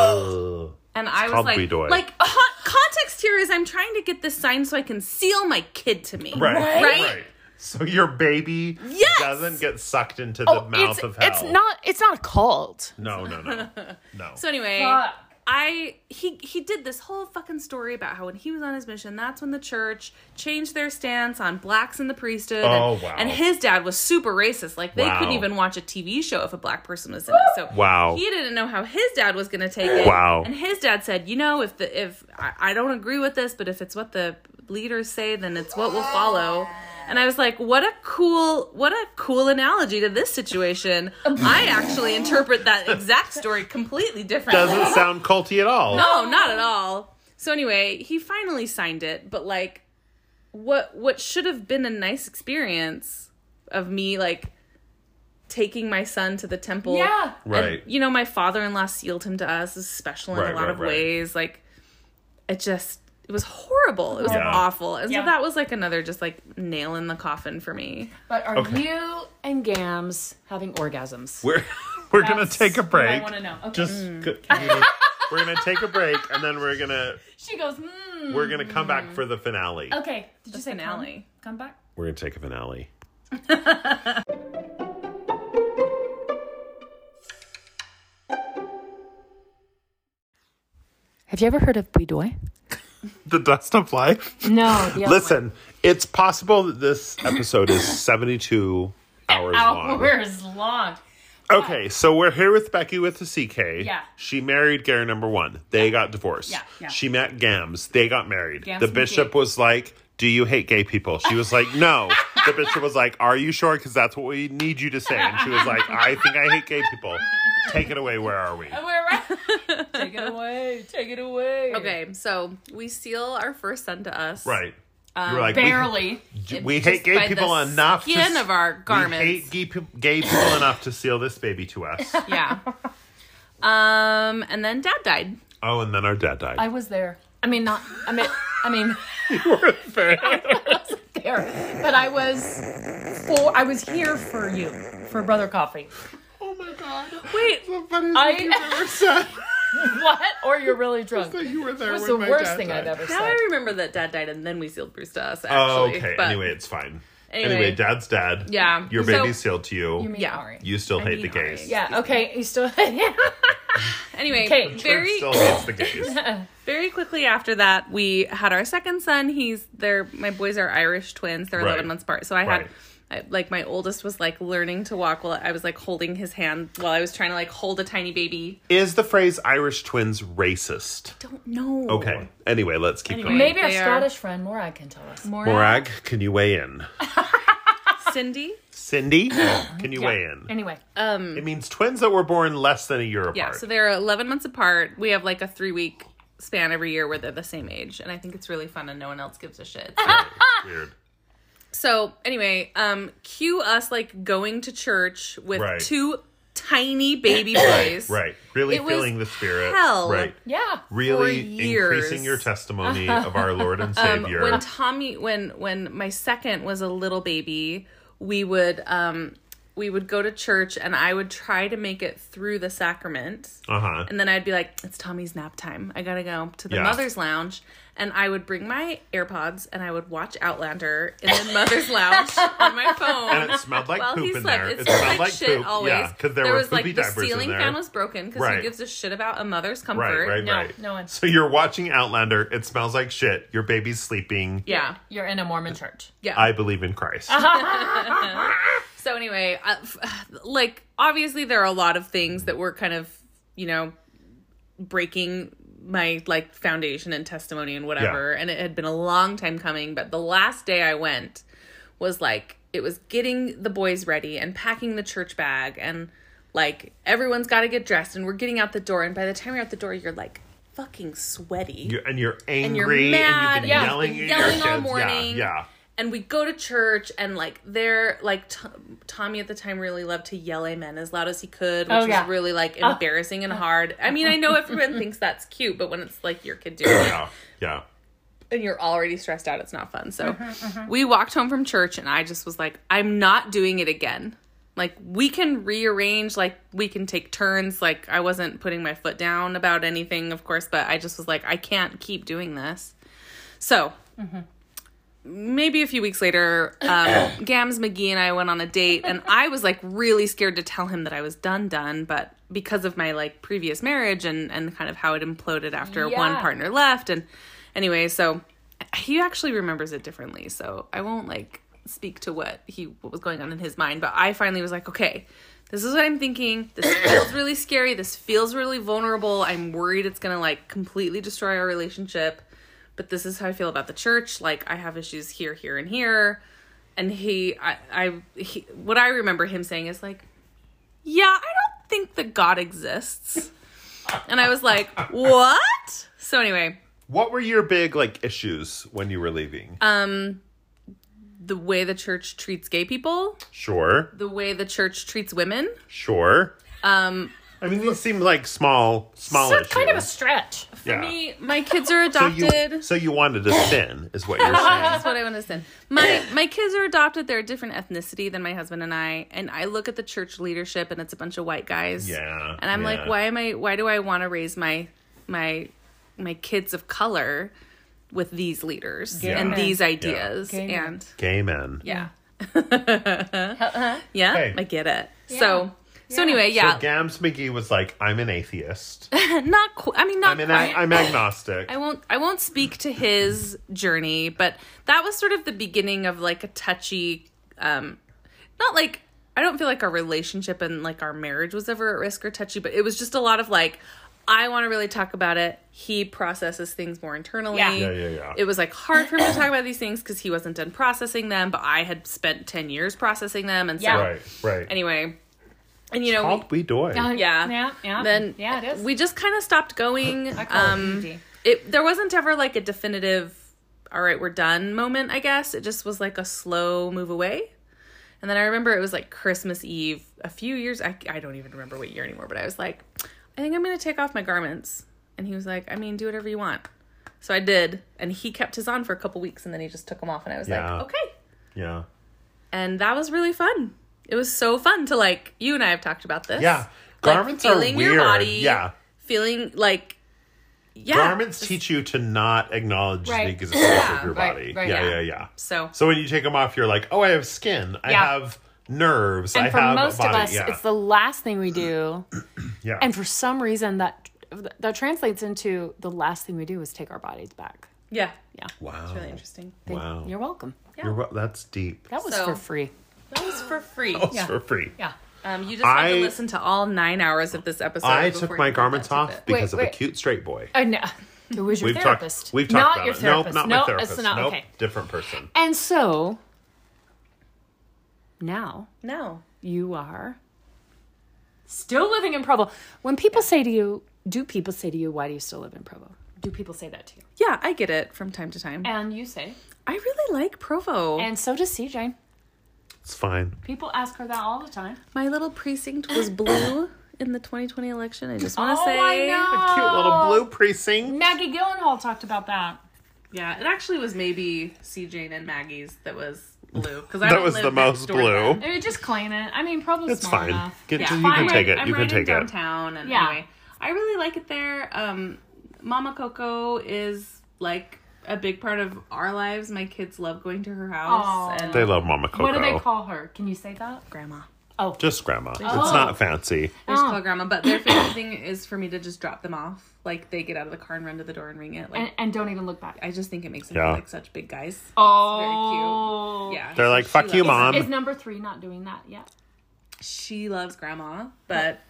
Speaker 1: Ugh.
Speaker 3: And I was
Speaker 1: called
Speaker 3: like,
Speaker 1: Bedoy.
Speaker 3: like con- context here is I'm trying to get this signed so I can seal my kid to me,
Speaker 1: Right, right.
Speaker 3: Right?
Speaker 1: So your baby
Speaker 3: Yes!
Speaker 1: doesn't get sucked into the
Speaker 2: Oh,
Speaker 1: mouth
Speaker 2: it's,
Speaker 1: of hell.
Speaker 2: it's not it's not a cult.
Speaker 1: No, no, no, no.
Speaker 3: So anyway,
Speaker 2: Fuck.
Speaker 3: I he he did this whole fucking story about how when he was on his mission, that's when the church changed their stance on blacks in the priesthood.
Speaker 1: Oh,
Speaker 3: and,
Speaker 1: wow.
Speaker 3: and his dad was super racist; like they
Speaker 1: Wow.
Speaker 3: couldn't even watch a TV show if a black person was in it. So
Speaker 1: Wow.
Speaker 3: he didn't know how his dad was going to take it.
Speaker 1: Wow.
Speaker 3: And his dad said, you know, if the if I, I don't agree with this, but if it's what the leaders say, then it's what will follow. And I was like, what a cool what a cool analogy to this situation. I actually interpret that exact story completely differently.
Speaker 1: Doesn't sound culty at all.
Speaker 3: No, Oh, not at all. So anyway, he finally signed it, but like what what should have been a nice experience of me like taking my son to the temple
Speaker 2: Yeah.
Speaker 1: Right.
Speaker 3: you know, my father in law sealed him to us is special in
Speaker 1: Right,
Speaker 3: a lot
Speaker 1: right,
Speaker 3: of
Speaker 1: right.
Speaker 3: ways. Like, it just, it was horrible. It was
Speaker 1: Yeah.
Speaker 3: awful. And
Speaker 2: Yeah.
Speaker 3: so that was like another just like nail in the coffin for me.
Speaker 2: But are
Speaker 1: Okay.
Speaker 2: you and Gams having orgasms?
Speaker 1: We're *laughs* we're gonna take a break.
Speaker 2: I want to know. Okay.
Speaker 1: Just c- can you- we're gonna take a break and then we're gonna
Speaker 2: she goes. Mm.
Speaker 1: we're gonna come back for the finale.
Speaker 2: Okay. Did you say
Speaker 3: finale.
Speaker 2: Come, come back.
Speaker 1: We're gonna take a finale.
Speaker 2: Have you ever heard of Bouidoy?
Speaker 1: The dust of life.
Speaker 2: *laughs* No. The other
Speaker 1: Listen, it's possible that this episode is seventy-two hours
Speaker 2: one.
Speaker 1: long.
Speaker 2: hours long.
Speaker 1: Okay, so we're here with Becky with the CK.
Speaker 2: Yeah.
Speaker 1: She married Gary number one. They got divorced.
Speaker 2: Yeah, yeah.
Speaker 1: She met Gams. They got married.
Speaker 2: Gams
Speaker 1: the
Speaker 2: and
Speaker 1: bishop
Speaker 2: Jake.
Speaker 1: was like, Do you hate gay people? She was like, No. the bishop was like, Are you sure? Because that's what we need you to say. And she was like, I think I hate gay people. Take it away. Where are we?
Speaker 2: We're right. take it away. Take it away.
Speaker 3: Okay, so we seal our first son to us.
Speaker 1: Right. you were like, we-
Speaker 2: um, Barely.
Speaker 1: d- We,
Speaker 3: Just
Speaker 1: hate gay
Speaker 3: by
Speaker 1: people
Speaker 3: the
Speaker 1: enough to.
Speaker 3: Skin
Speaker 1: s-
Speaker 3: of our
Speaker 1: we
Speaker 3: garments.
Speaker 1: hate gay, peop- gay people enough to seal this baby to
Speaker 2: *laughs*
Speaker 1: us.
Speaker 3: yeah. *laughs* Um, and then dad died.
Speaker 1: Oh, and then our dad died. *laughs*
Speaker 2: I was there. I mean, not. I mean. I mean. *laughs* there, but I was for I was here for you for Brother Coffee.
Speaker 1: oh my god.
Speaker 3: Wait,
Speaker 1: The funniest
Speaker 2: I-
Speaker 1: thing you've ever said.
Speaker 2: What? Or you're really drunk.
Speaker 1: that you were there
Speaker 2: It was
Speaker 1: when
Speaker 2: the
Speaker 1: my
Speaker 2: worst
Speaker 1: dad
Speaker 2: thing I've
Speaker 1: died.
Speaker 2: ever
Speaker 3: now
Speaker 2: said.
Speaker 3: I remember that dad died and then we sealed Bruce to us,
Speaker 1: Oh,
Speaker 3: actually.
Speaker 1: okay.
Speaker 3: But
Speaker 1: anyway, it's fine. Anyway,
Speaker 3: Anyway.
Speaker 1: dad's dad.
Speaker 3: Yeah.
Speaker 1: Your
Speaker 3: So-
Speaker 1: baby's sealed to you. You,
Speaker 2: You mean
Speaker 3: Yeah.
Speaker 2: Ari?
Speaker 1: still hate the
Speaker 3: mean
Speaker 1: gays.
Speaker 3: Ari.
Speaker 2: yeah. Okay. You still. *laughs*
Speaker 3: anyway,
Speaker 2: Okay. Church
Speaker 1: Very...
Speaker 3: very
Speaker 1: still hates the gays.
Speaker 3: *laughs* Very quickly after that, we had our second son. He's there. My boys are Irish twins. They're
Speaker 1: Right.
Speaker 3: 11 months apart. So I
Speaker 1: Right.
Speaker 3: had. I, like my oldest was like learning to walk while I was like holding his hand while I was trying to like hold a tiny baby.
Speaker 1: Is the phrase Irish twins racist?
Speaker 3: Don't know.
Speaker 1: Okay. Anyway, let's keep
Speaker 3: Anyway.
Speaker 1: going.
Speaker 2: Maybe our
Speaker 3: They are-
Speaker 2: Scottish friend Morag can tell us.
Speaker 3: Morag.
Speaker 1: Morag, can you weigh in?
Speaker 3: Cindy.
Speaker 1: *laughs* Cindy, can you
Speaker 2: Yeah.
Speaker 1: weigh in?
Speaker 2: Anyway,
Speaker 1: It means twins that were born less than a year apart.
Speaker 3: Mm. Yeah,
Speaker 1: Yeah,
Speaker 3: so
Speaker 5: So they're 11 months apart. We have like a three week span every year where they're the same age. And I think it's really fun and no one else gives a shit.
Speaker 3: *laughs*
Speaker 1: Weird.
Speaker 3: So anyway, um, cue us like going to church with
Speaker 1: Right.
Speaker 3: two tiny baby boys.
Speaker 1: Right. Really
Speaker 3: It was
Speaker 1: feeling the spirit.
Speaker 3: hell.
Speaker 1: Right.
Speaker 2: yeah.
Speaker 1: Really
Speaker 3: years.
Speaker 1: increasing your testimony of our Lord and
Speaker 3: *laughs* Um,
Speaker 1: Savior.
Speaker 3: when Tommy, when when my second was a little baby, we would um, we would go to church, and I would try to make it through the sacrament.
Speaker 1: uh huh.
Speaker 3: And then I'd be like, it's Tommy's nap time. I gotta go to the
Speaker 1: Yeah.
Speaker 3: mother's lounge. And I would bring my AirPods and I would watch Outlander in the mother's lounge on my phone.
Speaker 1: And it smelled like
Speaker 3: While
Speaker 1: poop
Speaker 3: he
Speaker 1: in
Speaker 3: slept,
Speaker 1: there.
Speaker 3: it
Speaker 1: It
Speaker 3: smelled
Speaker 1: smelled
Speaker 3: like,
Speaker 1: like
Speaker 3: shit
Speaker 1: poop.
Speaker 3: always.
Speaker 1: Yeah, 'cause there
Speaker 3: there
Speaker 1: were
Speaker 3: was like
Speaker 1: poopy
Speaker 3: the
Speaker 1: diapers in
Speaker 3: ceiling
Speaker 1: there.
Speaker 3: fan was broken because
Speaker 1: Right.
Speaker 3: who gives a shit about a mother's comfort?
Speaker 1: Right, right,
Speaker 2: No,
Speaker 1: right.
Speaker 2: no one.
Speaker 1: So you're watching Outlander. It smells like shit. Your baby's sleeping.
Speaker 3: Yeah,
Speaker 5: You're in a Mormon church.
Speaker 3: yeah.
Speaker 1: I believe in Christ.
Speaker 2: Uh-huh.
Speaker 3: so anyway, I, like obviously there are a lot of things that were kind of you know breaking my like foundation and testimony and whatever and it had been a long time coming but the last day i went was like it was getting the boys ready and packing the church bag and like everyone's got to get dressed and we're getting out the door and by the time you're out the door you're like fucking sweaty
Speaker 1: You're, and you're
Speaker 3: and you're
Speaker 1: angry. And
Speaker 3: mad.
Speaker 1: you've been
Speaker 3: yeah,
Speaker 1: yelling,
Speaker 3: you've
Speaker 1: at
Speaker 3: been
Speaker 1: your
Speaker 3: yelling all
Speaker 1: kids. Yeah,
Speaker 3: morning.
Speaker 1: Yeah.
Speaker 3: And we go to church, and like they're like t- Tommy at the time really loved to yell "Amen" as loud as he could, which
Speaker 2: Oh,
Speaker 3: was
Speaker 2: yeah.
Speaker 3: really like embarrassing and hard. I mean, I know everyone thinks that's cute, but when it's like your kid doing it
Speaker 1: Yeah. Yeah.
Speaker 3: and you're already stressed out, it's not fun. So
Speaker 2: Uh-huh,
Speaker 3: we walked home from church, and I just was like, I'm not doing it again. Like we can rearrange, like we can take turns. Like I wasn't putting my foot down about anything, of course, but I just was like, I can't keep doing this. So maybe a few weeks later, um, Gams McGee and I went on a date, and I was like really scared to tell him that I was done, done. But because of my like previous marriage and and kind of how it imploded after one
Speaker 2: Yeah.
Speaker 3: partner left, and anyway, so he actually remembers it differently. So I won't like speak to what he what was going on in his mind. But I finally was like, okay. This is what I'm thinking. This feels really scary. This feels really vulnerable. I'm worried it's going to like completely destroy our relationship but this is how I feel about the church. Like I have issues here, here, and here. And he, I, I, he, what I remember him saying is like, yeah, I don't think that God exists. And I was like, what? So anyway,
Speaker 1: What were your big like issues when you were leaving?
Speaker 3: Um, the way the church treats gay people,
Speaker 1: sure.
Speaker 3: the way the church treats women,
Speaker 1: Sure.
Speaker 3: um,
Speaker 1: I mean, these seem like small, small
Speaker 2: So
Speaker 1: issues.
Speaker 2: kind of a stretch.
Speaker 1: yeah.
Speaker 3: me, my kids are
Speaker 1: so you,
Speaker 3: adopted.
Speaker 1: so you wanted to sin, is what
Speaker 2: *laughs*
Speaker 1: you're saying.
Speaker 3: That's what I understand. My my kids are adopted. They're a different ethnicity than my husband and I. And I look at the church leadership, and it's a bunch of white guys.
Speaker 1: Yeah,
Speaker 3: And I'm
Speaker 1: yeah.
Speaker 3: like, why am I? Why do I want to raise my my my kids of color with these leaders
Speaker 1: Yeah.
Speaker 3: and
Speaker 1: men.
Speaker 3: these ideas?
Speaker 2: Gay men.
Speaker 3: And
Speaker 1: Gay men.
Speaker 3: yeah,
Speaker 6: Uh-huh.
Speaker 2: Uh,
Speaker 3: yeah,
Speaker 1: Hey.
Speaker 3: I get it. So so anyway,
Speaker 1: So
Speaker 3: yeah,
Speaker 1: Gams McGee was like, "I'm an atheist.
Speaker 3: not. Qu- I mean, not.
Speaker 1: I'm an
Speaker 3: quite.
Speaker 1: I'm agnostic."
Speaker 3: I won't I won't speak to his journey, but that was sort of the beginning of like a touchy um not like I don't feel like our relationship and like our marriage was ever at risk or touchy, but it was just a lot of like I want to really talk about it. He processes things more internally.
Speaker 2: Yeah.
Speaker 1: Yeah, yeah, yeah.
Speaker 3: It was like hard for him to talk about these things because he wasn't done processing them, but I had spent ten years processing them, and so
Speaker 2: Yeah.
Speaker 1: right. Right.
Speaker 3: anyway, and you know, we-
Speaker 1: Called we doy.
Speaker 3: Yeah.
Speaker 2: yeah, yeah.
Speaker 3: then
Speaker 2: yeah, it is.
Speaker 3: we just kind of stopped going.
Speaker 2: I call
Speaker 3: um,
Speaker 2: it ED.
Speaker 3: it there wasn't ever like a definitive all right we're done moment i guess it just was like a slow move away and then i remember it was like christmas eve a few years i, I don't even remember what year anymore but i was like i think i'm gonna take off my garments and he was like i mean do whatever you want so i did and he kept his on for a couple weeks and then he just took them off and i was
Speaker 1: Yeah.
Speaker 3: like okay
Speaker 1: Yeah.
Speaker 3: and that was really fun it was so fun to like you and i have talked about this
Speaker 1: Yeah.
Speaker 3: Like,
Speaker 1: Garments are
Speaker 3: feeling
Speaker 1: weird.
Speaker 3: your body
Speaker 1: yeah.
Speaker 3: feeling like yeah
Speaker 1: Garments teach you to not acknowledge
Speaker 2: Right.
Speaker 1: the existence of your
Speaker 5: right,
Speaker 1: body.
Speaker 5: right,
Speaker 1: yeah, yeah,
Speaker 3: yeah.
Speaker 1: yeah.
Speaker 3: so
Speaker 1: So when you take them off, you're like, "Oh, I have skin. I
Speaker 2: Yeah.
Speaker 1: have nerves. I
Speaker 6: And for
Speaker 1: have
Speaker 6: most
Speaker 1: a body."
Speaker 6: of us,
Speaker 1: yeah.
Speaker 6: it's the last thing we do.
Speaker 1: *clears throat* yeah.
Speaker 6: And for some reason, that that translates into the last thing we do is take our bodies back.
Speaker 3: Yeah.
Speaker 1: wow.
Speaker 3: Really interesting.
Speaker 1: Wow.
Speaker 6: You're welcome.
Speaker 1: You're wel- that's deep.
Speaker 6: That was
Speaker 3: So-
Speaker 6: for free.
Speaker 3: That was for free.
Speaker 1: That's for free.
Speaker 2: yeah.
Speaker 3: Um, you just have
Speaker 1: I-
Speaker 3: to listen to all nine hours of this episode.
Speaker 1: I
Speaker 3: before
Speaker 1: took
Speaker 3: you
Speaker 1: my
Speaker 3: can
Speaker 1: garments
Speaker 3: get to
Speaker 1: off
Speaker 3: it.
Speaker 1: because of a
Speaker 2: wait.
Speaker 1: cute straight boy.
Speaker 2: Oh, no.
Speaker 6: Who was your
Speaker 1: We've
Speaker 6: therapist?
Speaker 1: talked. We've talked
Speaker 2: Not
Speaker 1: about
Speaker 2: your
Speaker 1: it. Nope,
Speaker 2: therapist.
Speaker 1: not
Speaker 2: No,
Speaker 1: my
Speaker 2: it's
Speaker 1: therapist.
Speaker 2: not-
Speaker 1: nope,
Speaker 2: okay.
Speaker 1: different person.
Speaker 6: and so
Speaker 2: now
Speaker 3: No.
Speaker 2: you are still living in Provo. When people say to you, do people say to you, why do you still live in Provo? Do people say that to you?
Speaker 3: Yeah, I get it from time to time.
Speaker 2: And you say,
Speaker 3: I really like Provo.
Speaker 2: and so does CJ.
Speaker 1: It's fine.
Speaker 2: People ask her that all the time.
Speaker 3: My little precinct was blue in the 2020 election. I just
Speaker 7: Oh,
Speaker 3: want to say.
Speaker 1: A cute little blue precinct.
Speaker 2: Maggie Gyllenhaal talked about that.
Speaker 7: Yeah, it actually was maybe C. Jane and Maggie's that was blue because
Speaker 1: That was the most blue.
Speaker 2: I mean, just claim it. I mean, Provo's
Speaker 1: It's
Speaker 2: small
Speaker 1: fine.
Speaker 2: enough.
Speaker 1: Get,
Speaker 7: Yeah,
Speaker 1: You
Speaker 7: I'm
Speaker 1: can
Speaker 7: right-
Speaker 1: take it.
Speaker 7: I'm
Speaker 1: You
Speaker 7: right
Speaker 1: can
Speaker 7: in
Speaker 1: take it.
Speaker 7: downtown, and
Speaker 2: Yeah.
Speaker 7: anyway, I really like it there. Um, Mama Coco is like a big part of our lives. My kids love going to her house, and
Speaker 1: They love Mama Coco.
Speaker 2: What do they call her? Can you say that?
Speaker 3: Grandma.
Speaker 1: Just grandma.
Speaker 2: Oh.
Speaker 1: It's not fancy.
Speaker 7: I just call Grandma. But their favorite thing is for me to just drop them off. Like they get out of the car and run to the door and ring it. Like
Speaker 2: And, and don't even look back.
Speaker 7: I just think it makes them
Speaker 1: Yeah.
Speaker 7: feel like such big guys.
Speaker 2: Oh,
Speaker 7: Very cute. Yeah,
Speaker 1: They're like,
Speaker 7: She
Speaker 1: fuck you,
Speaker 7: loves-
Speaker 1: mom.
Speaker 2: Is number three not doing that yet?
Speaker 7: She loves Grandma, but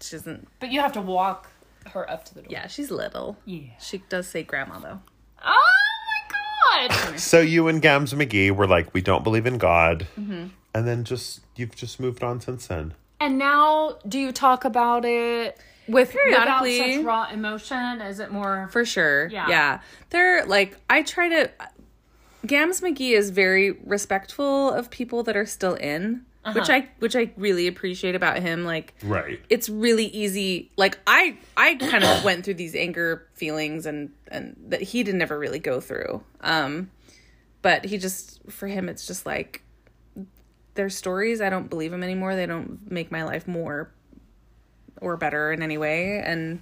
Speaker 3: She doesn't.
Speaker 8: But you have to walk her up to the door.
Speaker 3: Yeah, she's little. Yeah. She does say grandma though.
Speaker 2: Oh my god!
Speaker 1: So you and Gams McGee were like, we don't believe in God,
Speaker 2: Mm-hmm.
Speaker 1: and then just you've just moved on since then.
Speaker 2: *coughs* and now, do you talk about it with without
Speaker 3: Periodically.
Speaker 2: such raw emotion? Is it more?
Speaker 3: For sure.
Speaker 2: Yeah.
Speaker 3: Yeah. They're like, I try to. Gams McGee is very respectful of people that are still in, which I which I really appreciate about him. Like,
Speaker 1: Right.
Speaker 3: it's really easy. Like, I I kind of went through these anger feelings and and that he did never really go through. Um, but he just for him, it's just like their stories. I don't believe them anymore. They don't make my life more or better in any way, and.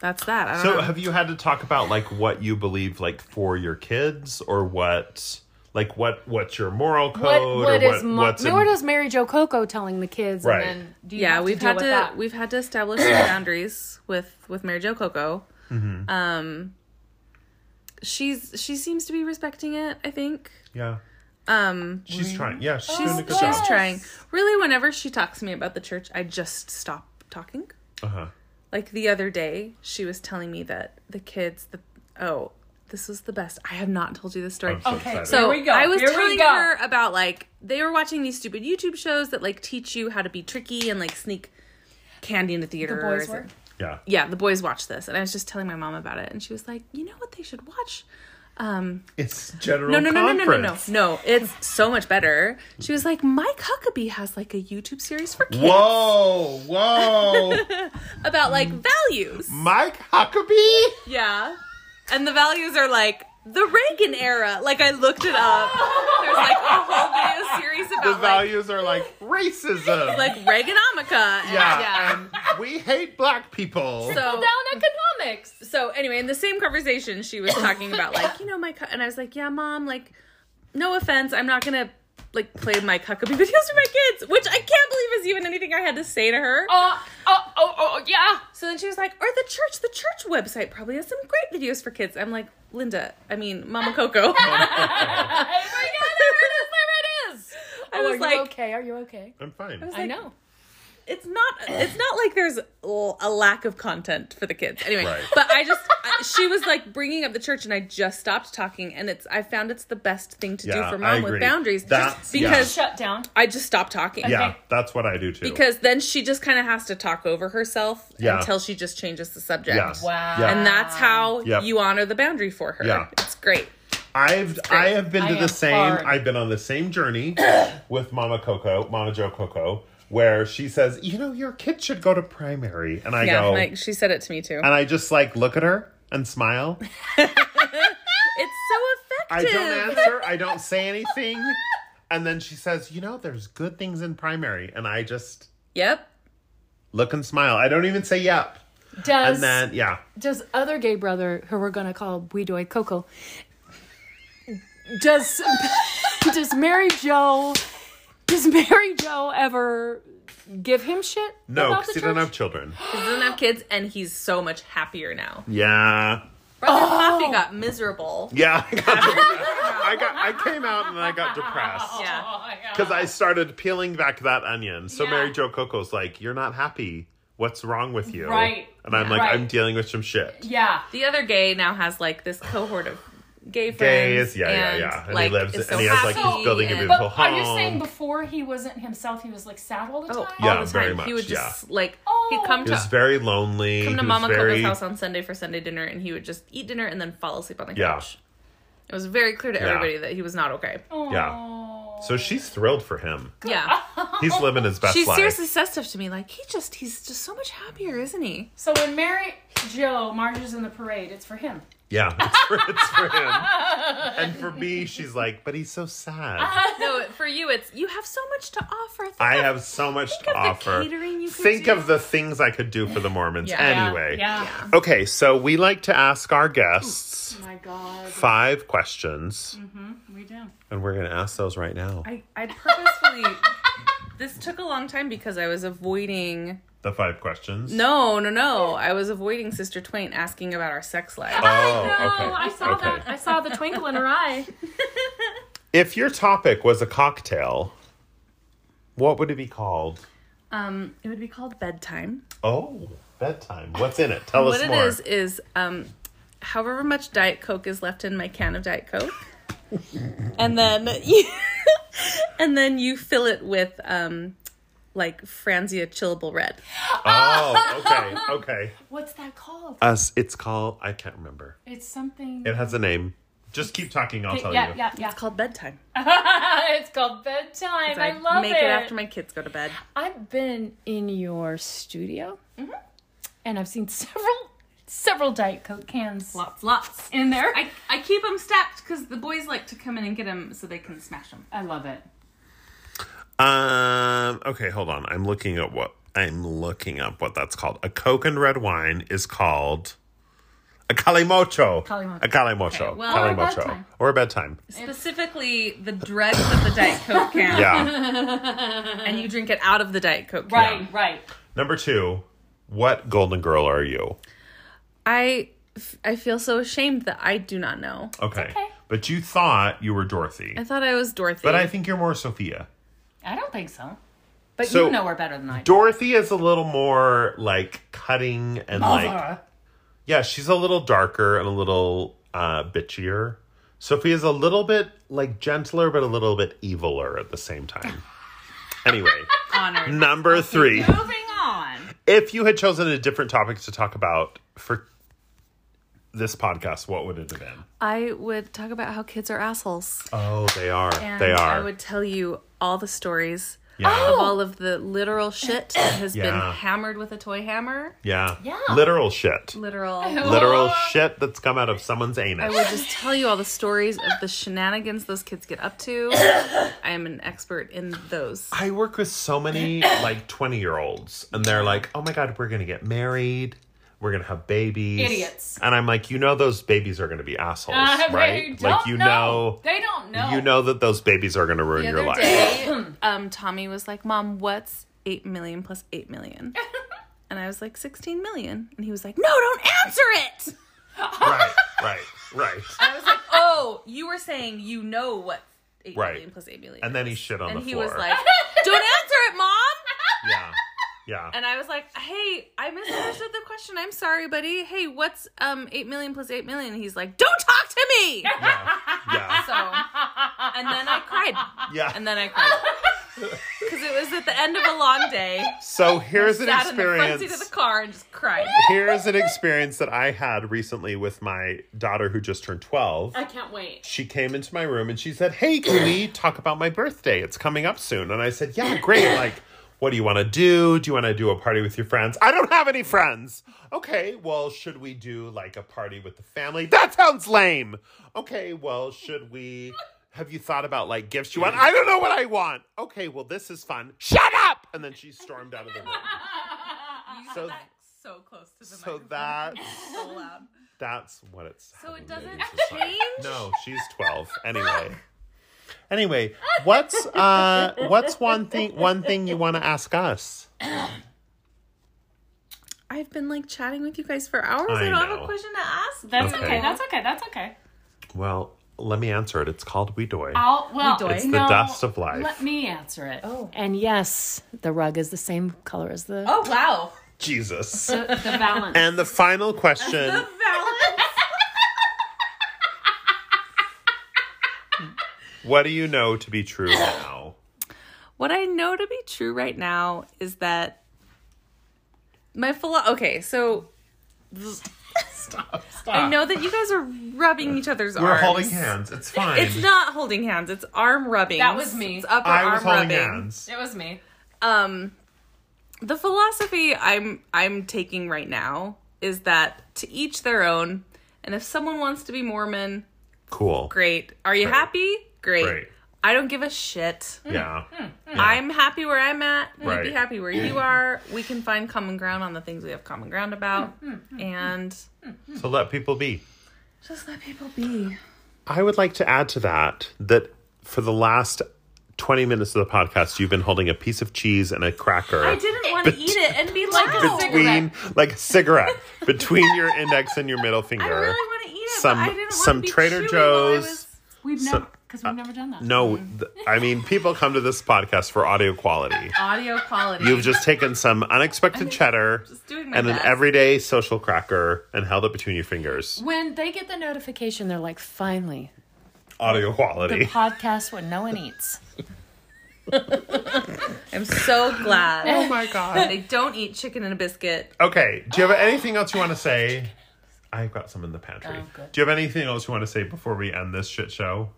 Speaker 3: That's that. I don't
Speaker 1: So
Speaker 3: know.
Speaker 1: have you had to talk about like what you believe like for your kids or what like what what's your moral code
Speaker 2: What, what
Speaker 1: or
Speaker 2: is mo-
Speaker 1: Oh, what's
Speaker 2: nor
Speaker 1: in-
Speaker 2: does Mary Jo Coco telling the kids?
Speaker 1: Right.
Speaker 2: And then do you
Speaker 3: yeah
Speaker 2: have
Speaker 3: we've
Speaker 2: to deal
Speaker 3: had
Speaker 2: with
Speaker 3: to
Speaker 2: that?
Speaker 3: we've had to establish some *coughs* boundaries with with mary jo coco um she's she seems to be respecting it i think
Speaker 1: yeah. Um she's trying. Yeah, she's doing a good
Speaker 3: Oh, she's
Speaker 1: job.
Speaker 3: trying really whenever she talks to me about the church i just stop talking
Speaker 1: uh-huh.
Speaker 3: like the other day she was telling me that the kids the oh this was the best i have not told you this story
Speaker 1: I'm so excited.
Speaker 3: so
Speaker 8: Oh, Here we go.
Speaker 3: I was
Speaker 8: Here we
Speaker 3: telling
Speaker 8: go.
Speaker 3: her about like they were watching these stupid YouTube shows that like teach you how to be tricky and like sneak candy into theaters.
Speaker 8: boys
Speaker 3: and-
Speaker 8: were?
Speaker 1: yeah.
Speaker 3: yeah, the boys watch this, and I was just telling my mom about it, and she was like, "You know what they should watch? Um,
Speaker 1: It's general
Speaker 3: no, no, no, no,
Speaker 1: conference.
Speaker 3: no, no, no, no. It's so much better." She was like, "Mike Huckabee has like a YouTube series for kids
Speaker 1: Whoa, whoa.
Speaker 3: about like values."
Speaker 1: Mike Huckabee?
Speaker 3: *laughs* Yeah, and the values are like the Reagan era. Like I looked it up. There's like a whole video series
Speaker 1: The
Speaker 3: about like
Speaker 1: values are like racism.
Speaker 3: *laughs* like Reaganomica. And,
Speaker 1: yeah, and we hate black people.
Speaker 3: So
Speaker 2: Oh. economics.
Speaker 3: so anyway, in the same conversation, she was talking about like you know my cu- and I was like, yeah, mom, like no offense, I'm not gonna like play my Huckabee *laughs* videos for my kids, which I can't believe is even anything I had to say to her.
Speaker 2: Uh, oh, oh, oh, yeah.
Speaker 3: So then she was like, or the church, the church website probably has some great videos for kids. I'm like, Linda, I mean, Mama
Speaker 2: *laughs*
Speaker 3: Coco.
Speaker 2: There it is.
Speaker 3: I was
Speaker 2: Oh, Are you
Speaker 3: like,
Speaker 2: okay? Are you okay?
Speaker 1: I'm fine.
Speaker 2: I know.
Speaker 3: it's not it's not like there's l- a lack of content for the kids anyway
Speaker 1: Right.
Speaker 3: but i just I, she was like bringing up the church and i just stopped talking and it's i found it's the best thing to do
Speaker 1: Yeah,
Speaker 3: for
Speaker 1: I
Speaker 3: mom
Speaker 1: agree.
Speaker 3: with boundaries
Speaker 1: That's-
Speaker 3: just because
Speaker 2: Shut down.
Speaker 3: i just stopped talking
Speaker 1: Yeah, that's what I do too.
Speaker 3: because then she just kind of has to talk over herself
Speaker 1: Yeah.
Speaker 3: until she just changes the subject
Speaker 1: yeah.
Speaker 8: Wow.
Speaker 1: Yeah.
Speaker 3: and that's how
Speaker 1: Yep.
Speaker 3: you honor the boundary for her
Speaker 1: Yeah.
Speaker 3: it's great
Speaker 1: I've I have been to
Speaker 8: am
Speaker 1: the same.
Speaker 8: hard.
Speaker 1: I've been on the same journey with Mama Coco, Mama Joe Coco, where she says, "You know, your kid should go to primary," and I
Speaker 3: yeah
Speaker 1: go,
Speaker 3: like she said it to me too *laughs*
Speaker 1: and I just like look at her and smile.
Speaker 3: it's so
Speaker 1: I
Speaker 3: effective *laughs*
Speaker 1: don't answer. I don't say anything. And then she says, "You know, there's good things in primary," and I just
Speaker 3: yep
Speaker 1: look and smile. I don't even say yep.
Speaker 2: Does
Speaker 1: And then yeah,
Speaker 2: does other gay brother who we're gonna call Weedoy Coco does *laughs* does Mary Jo does Mary Jo ever give him shit?
Speaker 1: no,
Speaker 2: about the
Speaker 1: because you don't
Speaker 2: church?
Speaker 1: have children.
Speaker 3: he doesn't have kids and he's so much happier now
Speaker 1: Yeah. Oh!
Speaker 3: Poppy got miserable
Speaker 1: Yeah, I got, I got- I came out and I
Speaker 4: *laughs*
Speaker 1: got depressed
Speaker 3: yeah
Speaker 4: Oh,
Speaker 1: because
Speaker 3: *laughs*
Speaker 1: I started peeling back that onion. So Mary Jo Coco's like, "You're not happy. What's wrong with you?"
Speaker 8: Right.
Speaker 1: And I'm like,
Speaker 8: Right.
Speaker 1: "I'm dealing with some shit."
Speaker 8: Yeah.
Speaker 3: The other gay now has like this cohort of gay friends.
Speaker 1: Gays, yeah, yeah,
Speaker 3: and,
Speaker 1: yeah. And
Speaker 3: like,
Speaker 1: he lives,
Speaker 3: is so
Speaker 1: and he has like
Speaker 3: happy
Speaker 1: he's building a
Speaker 3: and-
Speaker 1: beautiful home.
Speaker 4: Are you saying before he wasn't himself, he was like sad all the
Speaker 3: Oh,
Speaker 4: time?
Speaker 1: Yeah,
Speaker 3: all the time.
Speaker 1: very
Speaker 3: He
Speaker 1: much,
Speaker 3: would just like he'd
Speaker 4: Oh.
Speaker 3: come
Speaker 1: He was
Speaker 3: to
Speaker 1: very lonely.
Speaker 3: come to
Speaker 1: He was
Speaker 3: Mama
Speaker 1: very,
Speaker 3: Coco's house on Sunday for Sunday dinner, and he would just eat dinner and then fall asleep on the
Speaker 1: Yeah.
Speaker 3: couch. It was very clear to everybody that he was not okay.
Speaker 1: Yeah.
Speaker 4: Oh.
Speaker 1: So she's thrilled for him.
Speaker 3: Yeah,
Speaker 1: He's living his best
Speaker 3: she
Speaker 1: life.
Speaker 3: Oh. seriously says stuff to me like he just he's just so much happier, isn't he?
Speaker 2: So when Mary Joe marches in the parade, it's for him.
Speaker 1: Yeah, it's for, it's
Speaker 3: *laughs*
Speaker 1: for him. And for me, she's like, but he's so sad.
Speaker 3: No, for you it's you have so much to offer. Think
Speaker 1: I
Speaker 3: of-
Speaker 1: have so much to
Speaker 3: of the
Speaker 1: offer.
Speaker 3: catering you could
Speaker 1: Think
Speaker 3: do.
Speaker 1: of the things I could do for the Mormons
Speaker 3: Yeah.
Speaker 1: anyway.
Speaker 4: Yeah.
Speaker 1: Okay, so we like to ask our guests
Speaker 4: My God.
Speaker 1: five
Speaker 3: Mm-hmm.
Speaker 1: questions,
Speaker 4: We do.
Speaker 1: and we're going to ask those right now.
Speaker 3: I, I purposefully. *laughs* this took a long time because I was avoiding.
Speaker 1: The five questions?
Speaker 3: No, no, no. I was avoiding Sister Twain asking about our sex life.
Speaker 1: Oh, okay.
Speaker 4: I saw
Speaker 1: okay.
Speaker 4: that. I saw the twinkle in her eye.
Speaker 1: If your topic was a cocktail, what would it be called?
Speaker 3: Um, it would be called bedtime.
Speaker 1: Oh, bedtime. What's in it? Tell
Speaker 3: What
Speaker 1: us
Speaker 3: it
Speaker 1: more.
Speaker 3: is is um, however much Diet Coke is left in my can of Diet
Speaker 1: *laughs*
Speaker 3: Coke, and then you, *laughs* and then you fill it with um, like Franzia chillable red.
Speaker 1: Oh, okay, okay. *laughs*
Speaker 4: What's that called?
Speaker 1: Us, it's called. I can't remember.
Speaker 4: It's something.
Speaker 1: It has a name. Just keep talking. I'll tell
Speaker 4: yeah,
Speaker 1: you.
Speaker 4: yeah, yeah.
Speaker 3: It's called bedtime.
Speaker 4: *laughs* It's called bedtime. I, love
Speaker 3: make it. after my kids go to bed.
Speaker 2: I've been in your studio,
Speaker 4: Mm-hmm.
Speaker 2: and
Speaker 4: *laughs*
Speaker 2: I've seen several several Diet Coke cans
Speaker 5: Lots, lots.
Speaker 2: in there.
Speaker 5: I, I keep them stacked because the boys like to come in and get them so they can smash them.
Speaker 4: I love it.
Speaker 1: Um. Okay, hold on. I'm looking at what I'm looking up. What that's called. A Coke and red wine is called a calimocho.
Speaker 2: Calimocho.
Speaker 1: A calimocho.
Speaker 5: well,
Speaker 1: calimocho.
Speaker 5: or
Speaker 1: Or
Speaker 5: a
Speaker 1: a bedtime.
Speaker 5: Specifically, the dregs of the Diet Coke can.
Speaker 1: Yeah.
Speaker 3: and you drink it out of the Diet Coke. can.
Speaker 4: Right, right.
Speaker 1: Number two. What golden girl are you?
Speaker 3: I f- I feel so ashamed that I do not know.
Speaker 1: Okay. But you thought you were Dorothy.
Speaker 3: I thought I was Dorothy.
Speaker 1: But
Speaker 3: *laughs*
Speaker 1: I think you're more Sophia.
Speaker 4: I don't think so. But
Speaker 1: So-
Speaker 4: you know her better than I. do.
Speaker 1: Dorothy is a little more like cutting and like Yeah, she's a little darker and a little uh, bitchier. Sophia's a little bit like gentler, but a little bit eviler at the same time. Anyway,
Speaker 5: Honored.
Speaker 1: number three.
Speaker 5: Moving on.
Speaker 1: If you had chosen a different topic to talk about for this podcast, what would it have been?
Speaker 3: I would talk about how kids are assholes.
Speaker 1: Oh, they are.
Speaker 3: And
Speaker 1: they are.
Speaker 3: I would tell you all the stories
Speaker 1: yeah.
Speaker 3: of all of the literal shit that has
Speaker 1: Yeah.
Speaker 3: been hammered with a toy hammer.
Speaker 1: yeah.
Speaker 4: Yeah.
Speaker 1: Literal shit.
Speaker 3: Literal.
Speaker 1: Literal shit that's come out of someone's
Speaker 3: I
Speaker 1: anus.
Speaker 3: would just tell you all the stories of the shenanigans those kids get up to. I am an expert in those.
Speaker 1: I work with so many like 20 year olds, and they're like, oh my God, we're going to get married. We're going to have babies.
Speaker 4: Idiots.
Speaker 1: And I'm like, you know, those babies are going to be assholes,
Speaker 4: Uh, *laughs* they
Speaker 1: *laughs* right?
Speaker 4: don't
Speaker 1: Like, you know,
Speaker 4: They don't know.
Speaker 1: you know that those babies are going to ruin
Speaker 3: The
Speaker 1: your
Speaker 3: other
Speaker 1: life.
Speaker 3: day, um, Tommy was like, "Mom, what's eight million plus eight million? And I was like, 16 million. And he was like, "No, don't answer it." *laughs*
Speaker 1: Right, right, right.
Speaker 3: I was like, "Oh, you were saying you know what eight million
Speaker 1: Right.
Speaker 3: plus eight million
Speaker 1: And then he
Speaker 3: is."
Speaker 1: shit on
Speaker 3: and
Speaker 1: the
Speaker 3: he
Speaker 1: floor.
Speaker 3: was
Speaker 1: *laughs*
Speaker 3: like, "Don't answer it, mom."
Speaker 1: yeah, yeah.
Speaker 3: And I was like, "Hey, I misunderstood the question. I'm sorry, buddy. Hey, what's um eight million plus eight million? And he's like, "Don't talk to me." *laughs*
Speaker 1: yeah, yeah,
Speaker 3: So, and then I cried.
Speaker 1: yeah.
Speaker 3: And then I cried.
Speaker 1: *laughs*
Speaker 3: Because it was at the end of a long day.
Speaker 1: so here's an
Speaker 3: sat in the front seat of the
Speaker 1: experience.
Speaker 3: car and just cried.
Speaker 1: Here's an experience that I had recently with my daughter who just turned 12.
Speaker 4: I can't wait.
Speaker 1: she came into my room and she said, Hey, can we talk about my birthday? It's coming up soon. And I said,
Speaker 4: *clears throat*
Speaker 1: Yeah, great. Like, what do you want to do? Do you want to do a party with your friends? I don't have any friends. Okay, well, should we do like a party with the family? That sounds lame. Okay, well, should we? Have you thought about like gifts you want? I don't know what I want. Okay, well, this is fun. Shut up! And then she stormed out of the room. So,
Speaker 3: *laughs* So close to the
Speaker 1: so that
Speaker 3: so loud.
Speaker 1: that's what it's.
Speaker 3: So it
Speaker 1: happening in
Speaker 3: doesn't
Speaker 1: society.
Speaker 3: change?
Speaker 1: No, she's
Speaker 3: *laughs*
Speaker 1: twelve. Anyway, anyway, what's uh, what's one thing one thing you want to ask us?
Speaker 3: I've been like chatting with you guys for hours.
Speaker 1: I
Speaker 3: I, don't have
Speaker 1: know.
Speaker 3: a question to ask.
Speaker 4: That's
Speaker 1: Okay.
Speaker 4: okay. That's okay. That's okay.
Speaker 1: Well, let me answer it. It's called Weedoy.
Speaker 4: I'll, well,
Speaker 3: Doy. It's
Speaker 1: the dust of life.
Speaker 4: Let me answer it. Oh,
Speaker 6: And yes, the rug is the same color as the.
Speaker 3: Oh, wow.
Speaker 1: Jesus.
Speaker 4: the, the balance.
Speaker 3: *laughs*
Speaker 1: And the final question. What do you know to be true now?
Speaker 3: What I know to be true right now is that my philo. Okay, so
Speaker 1: Stop, stop.
Speaker 3: I know that you guys are rubbing each other's
Speaker 1: We're
Speaker 3: arms.
Speaker 1: holding hands. It's fine.
Speaker 3: It's not holding hands. It's arm rubbing.
Speaker 4: That was me.
Speaker 3: It's upper
Speaker 1: I
Speaker 3: arm
Speaker 1: was holding
Speaker 3: rubbing.
Speaker 1: hands.
Speaker 4: It was me.
Speaker 3: Um, the philosophy I'm I'm taking right now is that to each their own. And if someone wants to be Mormon,
Speaker 1: Cool.
Speaker 3: great. Are you
Speaker 1: Great.
Speaker 3: happy? Great.
Speaker 1: Great.
Speaker 3: I don't give a shit.
Speaker 1: Yeah.
Speaker 3: Mm-hmm. I'm happy where I'm at. You be
Speaker 1: Right.
Speaker 3: happy
Speaker 1: *clears throat*
Speaker 3: where you are. We can find common ground on the things we have common ground about, and
Speaker 1: So let people be.
Speaker 3: mm, just let people be.
Speaker 1: I would like to add to that that for the last 20 minutes of the podcast, you've been holding a piece of cheese and a cracker.
Speaker 3: I didn't want to eat it and be like,
Speaker 4: a
Speaker 3: "Oh,
Speaker 1: between like a cigarette between
Speaker 3: *laughs*
Speaker 1: your index and your middle finger.
Speaker 3: I really want to eat it.
Speaker 1: Some-
Speaker 3: but I didn't want
Speaker 1: some
Speaker 3: to be
Speaker 1: Trader
Speaker 3: chewing
Speaker 1: Joe's.
Speaker 3: While I was
Speaker 6: We've
Speaker 1: So-
Speaker 6: never, because we've never done that.
Speaker 1: No, th- I mean people come to this podcast for audio quality.
Speaker 5: Audio quality.
Speaker 1: You've just taken some unexpected cheddar
Speaker 3: doing my
Speaker 1: and an
Speaker 3: best.
Speaker 1: everyday social cracker and held it between your fingers.
Speaker 6: When they get the notification, they're like, finally,
Speaker 1: *laughs* Audio
Speaker 6: the
Speaker 1: quality.
Speaker 6: podcast where no one eats.
Speaker 3: I'm so glad. oh
Speaker 1: my *laughs*
Speaker 3: that
Speaker 1: god.
Speaker 3: they don't eat chicken and a biscuit.
Speaker 1: Okay, do you have anything else you want to say? I've got some in the pantry. do you have anything else you want to say before we end this shit show?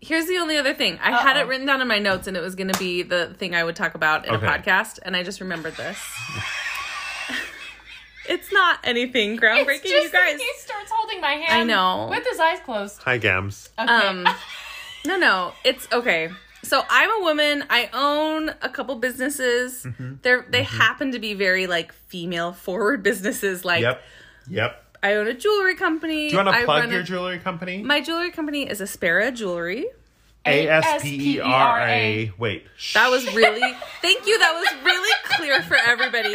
Speaker 3: Here's the only other thing. I had it written down in my notes and it was going to be the thing I would talk about in
Speaker 1: Okay.
Speaker 3: a podcast, and I just remembered this. *laughs* it's not anything groundbreaking,
Speaker 4: It's just
Speaker 3: you guys.
Speaker 4: that he starts holding my hand.
Speaker 3: I know.
Speaker 4: With his eyes closed.
Speaker 1: Hi Gams.
Speaker 3: Um, no, no, it's okay. So I'm a woman. I own a couple businesses.
Speaker 1: Mm-hmm.
Speaker 3: They're they happen to be very like female forward businesses. Like
Speaker 1: Yep. Yep.
Speaker 3: I own a jewelry company.
Speaker 1: Do you want
Speaker 3: I
Speaker 1: to plug
Speaker 3: run
Speaker 1: your
Speaker 3: a-
Speaker 1: jewelry company?
Speaker 3: My jewelry company is Aspera Jewelry.
Speaker 1: A S P E R A. Wait.
Speaker 3: That was really thank you. That was really clear for everybody.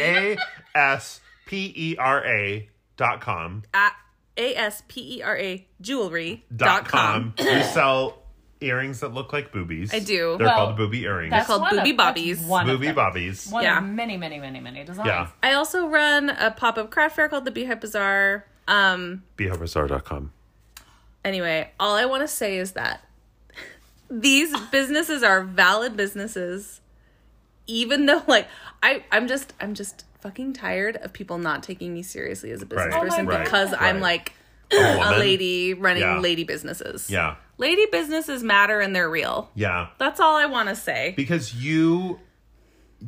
Speaker 1: *laughs* A S P E R A dot com
Speaker 3: At A S P E R A jewelry
Speaker 1: dot com. We sell earrings that look like boobies. I
Speaker 3: do.
Speaker 1: They're
Speaker 6: Well,
Speaker 1: called boobie earrings.
Speaker 6: That's
Speaker 3: called
Speaker 6: one
Speaker 3: Booby
Speaker 6: of, that's
Speaker 3: Bobbies.
Speaker 6: One of
Speaker 1: boobie
Speaker 6: them.
Speaker 1: bobbies.
Speaker 6: One
Speaker 3: Yeah.
Speaker 6: of many, many, many, many designs.
Speaker 1: Yeah.
Speaker 3: I also run a pop up craft fair called the Beehive Bazaar. Um,
Speaker 1: BeHopeBazaar.com.
Speaker 3: anyway, all I want to say is that these businesses are valid businesses, even though like I I'm just I'm just fucking tired of people not taking me seriously as a business
Speaker 1: Right. Oh my
Speaker 3: person
Speaker 1: God.
Speaker 3: because
Speaker 1: Right.
Speaker 3: I'm like
Speaker 1: A
Speaker 3: a
Speaker 1: woman.
Speaker 3: lady running
Speaker 1: Yeah.
Speaker 3: lady businesses.
Speaker 1: Yeah.
Speaker 3: Lady businesses matter and they're real.
Speaker 1: Yeah.
Speaker 3: That's all I want to say.
Speaker 1: Because you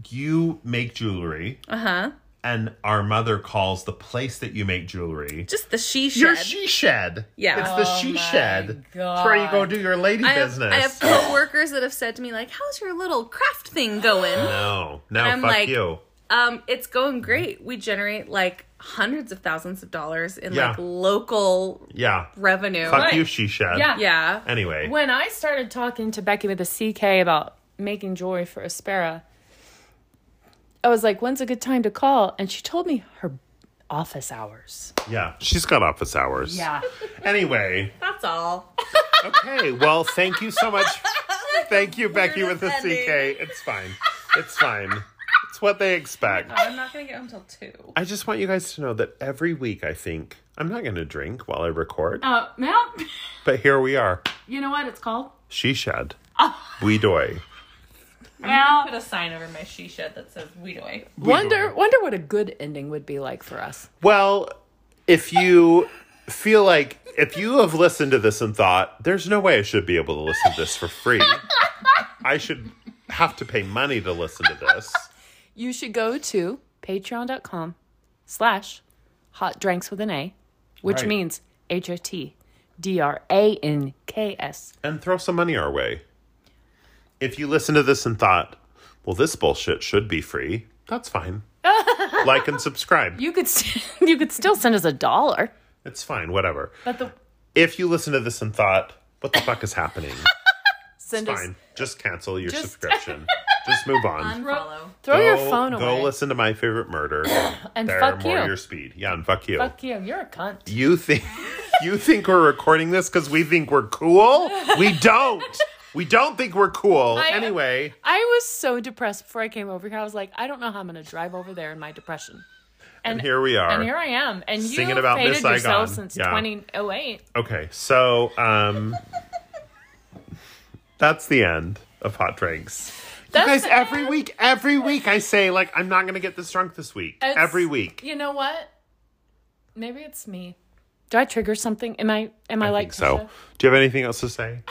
Speaker 1: you make jewelry. Uh-huh. And our mother calls the place that you make jewelry
Speaker 3: Just the she shed.
Speaker 1: your she shed.
Speaker 3: Yeah.
Speaker 1: It's the she shed. It's where you go do your lady
Speaker 3: I have,
Speaker 1: business. Oh.
Speaker 3: I have coworkers that have said to me like, "How's your little craft thing going?"
Speaker 1: no. No,
Speaker 3: I'm
Speaker 1: fuck
Speaker 3: like-
Speaker 1: you.
Speaker 3: Um, it's going great. We generate like hundreds of thousands of dollars in
Speaker 1: Yeah.
Speaker 3: like local
Speaker 1: Yeah.
Speaker 3: revenue.
Speaker 1: Fuck you, she shed.
Speaker 6: Yeah.
Speaker 3: Yeah.
Speaker 1: Anyway.
Speaker 6: When I started talking to Becky with a CK about making jewelry for Aspera, I was like, when's a good time to call? And she told me her office hours.
Speaker 1: Yeah. She's got office hours. *laughs* Anyway.
Speaker 3: That's *laughs* all.
Speaker 1: Okay. Well, thank you so
Speaker 3: *laughs*
Speaker 1: much. Thank you, Becky, with the
Speaker 3: Weirdest
Speaker 1: CK. It's fine. It's fine. It's what they expect.
Speaker 3: I'm not gonna get home till two.
Speaker 1: I just want you guys to know that every week I think I'm not going to drink while I record,
Speaker 6: Uh, well,
Speaker 1: but here we are.
Speaker 6: you know what it's called?
Speaker 1: She shed. We doy.
Speaker 3: Now put a sign over my she shed that says "We Doy."
Speaker 6: Wonder, wonder what a good ending would be like for us.
Speaker 1: Well, if you feel like if you have listened to this and thought there's no way I should be able to listen to this for free, I should have to pay money to listen to this.
Speaker 6: You should go to patreon.com slash hot drinks with an A, which
Speaker 1: Right.
Speaker 6: means H O T D R A N K S.
Speaker 1: and throw some money our way. If you listen to this and thought, well, this bullshit should be free, that's fine. like and subscribe.
Speaker 6: You could, st- *laughs* you could still send us a dollar.
Speaker 1: It's fine, whatever.
Speaker 6: But the
Speaker 1: If you listen to this and thought, what the fuck
Speaker 6: *laughs*
Speaker 1: is happening?
Speaker 6: send us
Speaker 1: Fine, just cancel
Speaker 6: *laughs*
Speaker 1: your subscription. just move on.
Speaker 3: Unfollow.
Speaker 6: Um, throw your
Speaker 1: Go-
Speaker 6: phone
Speaker 1: Go
Speaker 6: away
Speaker 1: listen to my favorite murder.
Speaker 6: *coughs* and
Speaker 1: They're
Speaker 6: fuck
Speaker 1: more
Speaker 6: you.
Speaker 1: your speed. Yeah, and fuck you.
Speaker 6: Fuck you. You're a cunt.
Speaker 1: You think *laughs* you think we're recording this because we think we're cool? We
Speaker 6: *laughs*
Speaker 1: don't. We don't think we're cool. anyway.
Speaker 6: I was so depressed before I came over here. I was like, I don't know how I'm going to drive over there in my depression.
Speaker 1: And here we are.
Speaker 6: And here I am. And you
Speaker 1: Singing about
Speaker 6: hated
Speaker 1: Miss
Speaker 6: yourself
Speaker 1: Saigon.
Speaker 6: since
Speaker 1: Yeah.
Speaker 6: *laughs* 2008.
Speaker 1: Okay, so um That's the end of hot drinks. Because
Speaker 2: *laughs* the
Speaker 1: every week, every week I say like I'm not gonna get this drunk this week.
Speaker 2: It's-
Speaker 1: every week.
Speaker 2: You know what? Maybe it's me. Do I trigger something? Am I am I,
Speaker 1: I
Speaker 2: like
Speaker 1: think so.
Speaker 2: Trisha?
Speaker 1: Do you have anything else to say?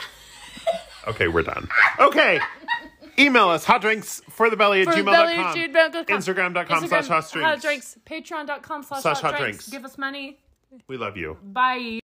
Speaker 2: *laughs*
Speaker 1: okay, we're done. Okay. Email us hot drinks for the belly at
Speaker 2: For belly at
Speaker 1: gmail.com.
Speaker 2: gmail.com.
Speaker 1: Instagram.com slash hot
Speaker 2: Hot
Speaker 1: drinks.
Speaker 2: drinks. Patreon.com slash
Speaker 1: Slash
Speaker 2: hot
Speaker 1: hot drinks.
Speaker 2: drinks. Give us money.
Speaker 1: We love you.
Speaker 2: Bye.